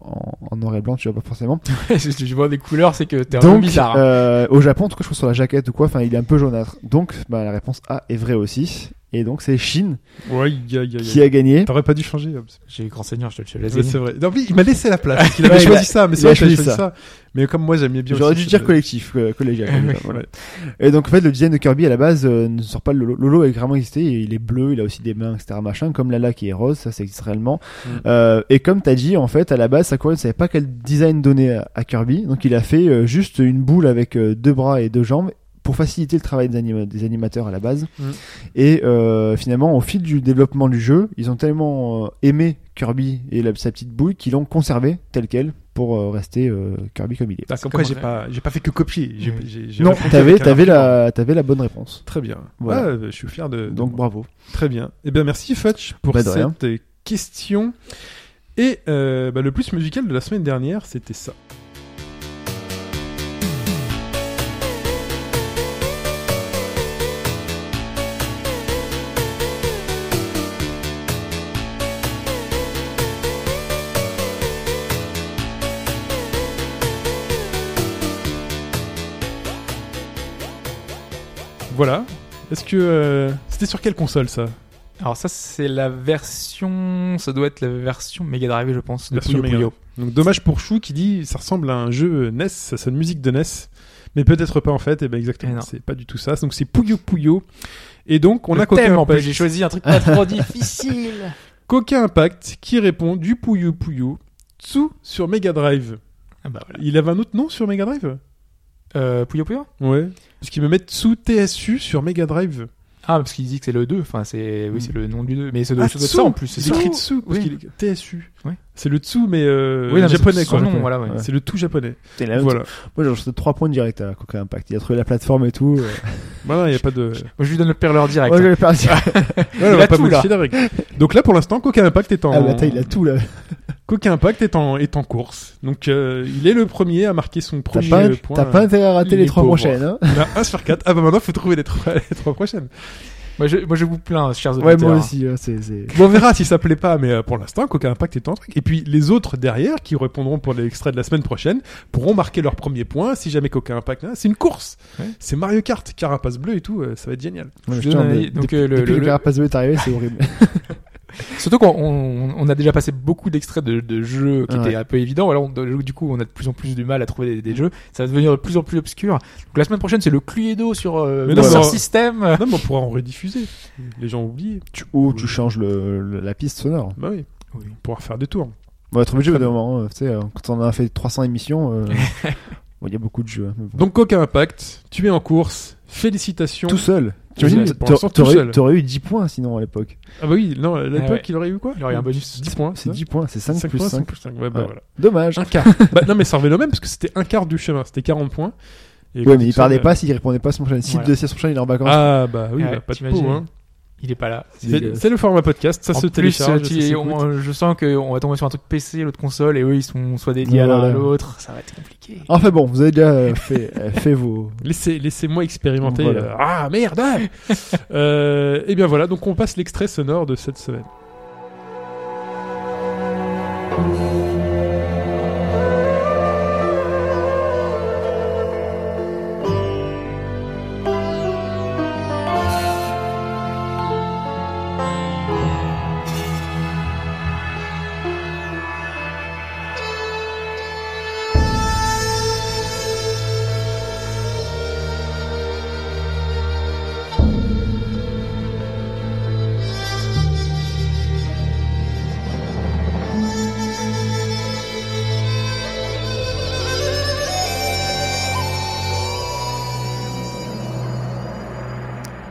Speaker 4: en- en noir et blanc, tu vois pas forcément.
Speaker 3: Je je vois des couleurs, c'est que t'es un peu
Speaker 4: Donc,
Speaker 3: bizarre. hein.
Speaker 4: euh, au Japon, en tout cas, je trouve sur la jaquette ou quoi, enfin, il est un peu jaunâtre. Donc, bah, la réponse A est vraie aussi. Et donc c'est Shin
Speaker 2: Ouais, aïe, aïe, aïe.
Speaker 4: qui a gagné.
Speaker 2: T'aurais pas dû changer. Hobbs.
Speaker 3: J'ai grand seigneur, je te le fais.
Speaker 2: Ouais,
Speaker 3: Vas-y.
Speaker 2: c'est vrai. Non, mais il m'a laissé la place. parce qu'il avait
Speaker 4: Ouais, il
Speaker 2: choisi
Speaker 4: a-
Speaker 2: ça, mais
Speaker 4: il
Speaker 2: c'est
Speaker 4: a
Speaker 2: vrai qu'il avait
Speaker 4: choisi
Speaker 2: choisi ça. Mais comme moi, j'aimais bien.
Speaker 4: J'aurais
Speaker 2: aussi
Speaker 4: dû
Speaker 2: ce-
Speaker 4: dire collectif, euh, collégial.
Speaker 3: Ah,
Speaker 4: collégial, voilà. Et donc en fait le design de Kirby à la base euh, ne sort pas de Lolo. Lolo est vraiment existé, et il est bleu, il a aussi des mains, etc. Machin, comme Lala qui est rose, ça ça existe réellement.
Speaker 2: Mm.
Speaker 4: Euh, et comme t'as dit, en fait à la base Sakurai ne savait pas quel design donner à, à Kirby, donc il a fait euh, juste une boule avec euh, deux bras et deux jambes pour faciliter le travail des, anima- des animateurs à la base.
Speaker 2: Mm.
Speaker 4: Et euh, finalement au fil du développement du jeu, ils ont tellement euh, aimé Kirby et la- sa petite boule qu'ils l'ont conservé tel quel pour euh, rester euh, Kirby comme il est.
Speaker 2: Ah,
Speaker 3: C'est
Speaker 2: comme quoi,
Speaker 3: comme
Speaker 2: j'ai
Speaker 3: un-
Speaker 2: pas, j'ai pas fait que copier. J'ai-
Speaker 3: Oui.
Speaker 2: j'ai- j'ai
Speaker 4: Non,
Speaker 2: répondu
Speaker 4: t'avais
Speaker 2: avec un
Speaker 4: t'avais
Speaker 2: argument.
Speaker 4: la t'avais la bonne réponse.
Speaker 2: Très bien.
Speaker 4: Voilà.
Speaker 2: Ah, euh, je suis fier de. de
Speaker 4: Donc
Speaker 2: moi.
Speaker 4: bravo.
Speaker 2: Très bien. Eh bien, merci Fudge pour
Speaker 4: Bah, de rien.
Speaker 2: cette euh, question. Et euh, bah, le plus musical de la semaine dernière, c'était ça. Voilà. Est-ce que euh, c'était sur quelle console ça
Speaker 3: Alors ça, c'est la version. Ça doit être la version Mega Drive, je pense. De
Speaker 2: Version
Speaker 3: Puyo
Speaker 2: Mega
Speaker 3: Puyo.
Speaker 2: Donc dommage pour Chou qui dit ça ressemble à un jeu NES, ça sonne musique de NES, mais peut-être pas en fait. Et ben
Speaker 3: Eh
Speaker 2: exactement,
Speaker 3: non.
Speaker 2: c'est pas du tout ça. Donc c'est Puyo Puyo. Et donc on
Speaker 3: Le
Speaker 2: a Coca
Speaker 3: thème, en plus,
Speaker 2: Impact,
Speaker 3: j'ai choisi un truc pas trop difficile.
Speaker 2: Coca Impact qui répond du Puyo Puyo Tsu sur Mega Drive.
Speaker 3: Ah bah voilà.
Speaker 2: Il avait un autre nom sur Mega Drive
Speaker 3: Euh, Puyo Puyo
Speaker 2: Ouais. Parce qu'ils me mettent Tsu TSU sur Mega Drive.
Speaker 3: Ah, parce qu'il dit que c'est le 2. Enfin, c'est oui, c'est le nom du 2. Mais ça doit
Speaker 2: Ah,
Speaker 3: ça doit être
Speaker 2: Tsu
Speaker 3: ça en plus. C'est
Speaker 2: C'est écrit
Speaker 3: écrit.
Speaker 2: Tsu parce
Speaker 3: Oui.
Speaker 2: qu'il est- TSU.
Speaker 3: Ouais.
Speaker 2: C'est le Tsu mais euh,
Speaker 3: Oui, non, mais
Speaker 2: japonais
Speaker 3: c'est
Speaker 2: quoi.
Speaker 3: son nom, voilà. ouais.
Speaker 4: Ouais.
Speaker 2: C'est le tout japonais.
Speaker 4: voilà.
Speaker 2: Voilà.
Speaker 4: Moi j'ai reçu 3 points direct à Coca Impact. Il a trouvé la plateforme et tout. euh.
Speaker 2: Voilà, il y a pas
Speaker 3: Moi,
Speaker 2: de.
Speaker 3: je lui donne le perleur direct.
Speaker 4: Moi je vais faire dire.
Speaker 2: Ouais, on
Speaker 3: a
Speaker 2: va pas
Speaker 3: tout,
Speaker 2: modifier la règle. Donc là pour l'instant Coca Impact est en.
Speaker 4: Ah bah attends, il a tout là.
Speaker 2: Coca Impact est en, est en course. Donc, euh, il est le premier à marquer son
Speaker 4: T'as
Speaker 2: premier
Speaker 4: pas,
Speaker 2: euh, point.
Speaker 4: t'as pas intérêt à rater
Speaker 2: il
Speaker 4: les
Speaker 2: est
Speaker 4: 3
Speaker 2: pauvre.
Speaker 4: prochaines. Hein.
Speaker 2: Il a 1 sur 4. Ah bah maintenant, faut trouver les trois, les trois prochaines.
Speaker 3: Moi, je, moi, je vous plains, chers
Speaker 4: Ouais,
Speaker 3: auditeurs.
Speaker 4: moi aussi. hein, c'est, c'est...
Speaker 2: Bon, on verra si ça plaît pas, mais euh, pour l'instant, Coca Impact est en truc. Et puis, les autres derrière, qui répondront pour l'extrait de la semaine prochaine, pourront marquer leur premier point si jamais Coca Impact. hein, C'est une course.
Speaker 3: Ouais.
Speaker 2: C'est Mario Kart, carapace bleu et tout. euh, ça va être génial.
Speaker 4: Ouais,
Speaker 3: Je
Speaker 4: putain,
Speaker 3: donne un
Speaker 4: mais
Speaker 3: avis. Donc,
Speaker 4: depuis,
Speaker 3: euh, le-
Speaker 4: depuis
Speaker 3: le-
Speaker 4: que Carapace 2 est arrivé, c'est horrible.
Speaker 3: Surtout qu'on on, on a déjà passé beaucoup d'extraits de, de jeux qui
Speaker 4: Ouais.
Speaker 3: étaient un peu évidents. Alors, on- du coup, on a de plus en plus du mal à trouver des, des jeux. Ça va devenir de plus en plus obscur. Donc, la semaine prochaine, c'est le Cluedo sur euh,
Speaker 2: Mais non,
Speaker 3: Master
Speaker 2: mais-
Speaker 3: System.
Speaker 2: Ah non, mais on pourra en rediffuser. Les gens ont oublié.
Speaker 4: tu, ou tu changes le, le- la piste sonore.
Speaker 2: Bah oui.
Speaker 3: Oui.
Speaker 2: On pourra faire des tours.
Speaker 4: On va être obligé au bout d'un moment. hein, tu sais, euh, quand on a fait 300 émissions, euh, bon, il y a beaucoup de jeux. hein, mais bon.
Speaker 2: Donc, Coca Impact, tu es en course. Félicitations.
Speaker 4: tout seul. Tu
Speaker 2: Ouais,
Speaker 4: imagines,
Speaker 2: pour l'instant, tout
Speaker 4: t'aurais,
Speaker 2: seul.
Speaker 4: t'aurais eu 10 points sinon à l'époque.
Speaker 2: Ah bah oui, non, à l'époque,
Speaker 3: ouais.
Speaker 2: il aurait eu quoi
Speaker 3: Il y aurait un bonus.
Speaker 2: 10 points.
Speaker 4: C'est
Speaker 2: ça
Speaker 4: 10 points, c'est 5, plus
Speaker 2: points,
Speaker 4: 5.
Speaker 2: cinq plus cinq. Ouais, bah
Speaker 4: Ouais.
Speaker 2: voilà.
Speaker 4: Dommage.
Speaker 2: Un quart. bah, non, mais ça revenait le même parce que c'était un quart du chemin. C'était 40 points. Et
Speaker 4: Ouais, mais il
Speaker 2: ça,
Speaker 4: parlait
Speaker 2: euh,
Speaker 4: pas s'il répondait pas à son prochain. Si
Speaker 3: Voilà.
Speaker 4: de si à son prochain il est en vacances.
Speaker 2: Ah, bah oui,
Speaker 3: Ouais,
Speaker 2: bah, pas de
Speaker 3: t'imagines.
Speaker 2: peau. Hein.
Speaker 3: Il est pas là.
Speaker 2: C'est c'est le format podcast. Ça
Speaker 3: En
Speaker 2: se
Speaker 3: plus,
Speaker 2: télécharge.
Speaker 3: euh,
Speaker 2: ça
Speaker 3: tu-
Speaker 2: s'écoute.
Speaker 3: on- je sens qu'on va tomber sur un truc PC, l'autre console, et eux ils sont soit dédiés à
Speaker 4: Voilà.
Speaker 3: l'un à l'autre. Ça va être compliqué.
Speaker 2: Ah.
Speaker 4: Enfin bon, vous avez déjà euh, fait, euh, fait vos.
Speaker 2: Laissez- Laissez-moi expérimenter.
Speaker 4: Voilà.
Speaker 2: euh, Ah, merde ah euh, Et bien voilà, donc on passe l'extrait sonore de cette semaine.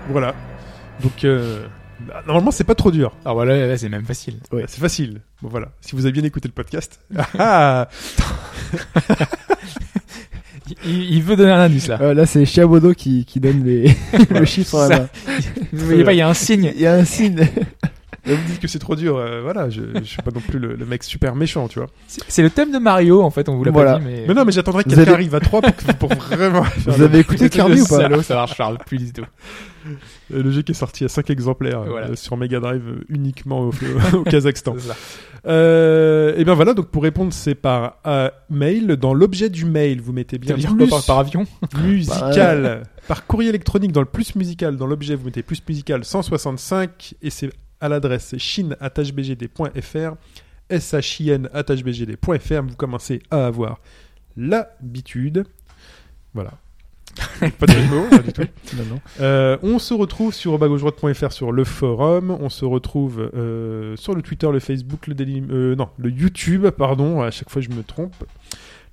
Speaker 2: Voilà. Donc, euh, bah, normalement, c'est pas trop dur.
Speaker 3: Ah voilà, là, là, c'est même facile.
Speaker 4: Ouais.
Speaker 2: C'est facile. Bon, voilà. Si vous avez bien écouté le podcast. Ah,
Speaker 3: Il, il- il veut donner un indice là.
Speaker 4: Euh, là, c'est Chiabodo qui, qui donne les, le chiffre à la
Speaker 3: Ça.
Speaker 4: main.
Speaker 3: Vous voyez pas, il y a un signe.
Speaker 4: Il y a un signe.
Speaker 2: vous me dites que c'est trop dur. euh, voilà, je, je suis pas non plus le- le mec super méchant, tu vois.
Speaker 3: C'est c'est le thème de Mario en fait, on vous l'a
Speaker 4: Voilà.
Speaker 3: pas dit, mais.
Speaker 2: Mais non, mais j'attendrai que
Speaker 4: Vous
Speaker 2: quelqu'un
Speaker 4: avez-
Speaker 2: arrive à 3 pour, que- pour vraiment. faire
Speaker 4: Vous
Speaker 2: le-
Speaker 4: avez écouté
Speaker 3: Écoutez,
Speaker 4: Kirby
Speaker 3: le
Speaker 4: ou pas
Speaker 3: salaud, ça marche, ça marche plus du tout.
Speaker 2: Euh, Le jeu qui est sorti à 5 exemplaires euh,
Speaker 3: Voilà.
Speaker 2: sur Mega Drive euh, uniquement au, au Kazakhstan.
Speaker 3: C'est ça.
Speaker 2: Euh, et bien voilà, donc pour répondre, c'est par euh, mail. Dans l'objet du mail, vous mettez bien
Speaker 3: T'as dit
Speaker 2: plus
Speaker 3: par, par avion
Speaker 2: musical. Par courrier électronique, dans le plus musical, dans l'objet, vous mettez plus musical 165 et c'est à l'adresse chine.hbgd.fr. SHIN.hbgd.fr. Vous commencez à avoir l'habitude. Voilà. Pas de jeu de mots, pas du tout.
Speaker 4: Non, non.
Speaker 2: Euh, on se retrouve sur bagaugedroite.fr sur le forum, on se retrouve euh, sur le Twitter, le Facebook, le Daily, euh, non, le YouTube, pardon, à chaque fois je me trompe.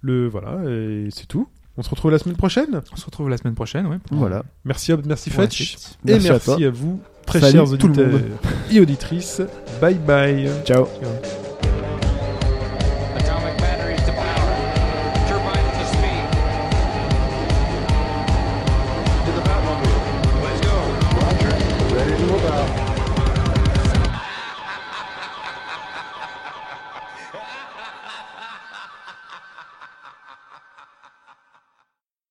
Speaker 2: Le voilà, et c'est tout. On se retrouve la semaine prochaine.
Speaker 3: On se retrouve la semaine prochaine, ouais. pour-
Speaker 4: Voilà.
Speaker 2: Merci Hobbes, merci
Speaker 3: pour la
Speaker 2: Fetch,
Speaker 3: suite.
Speaker 2: et
Speaker 4: Merci
Speaker 2: merci,
Speaker 4: à toi.
Speaker 2: à, vous, très
Speaker 4: Salut
Speaker 2: chers
Speaker 4: tout le
Speaker 2: auditeurs et auditrices. Bye bye.
Speaker 4: Ciao.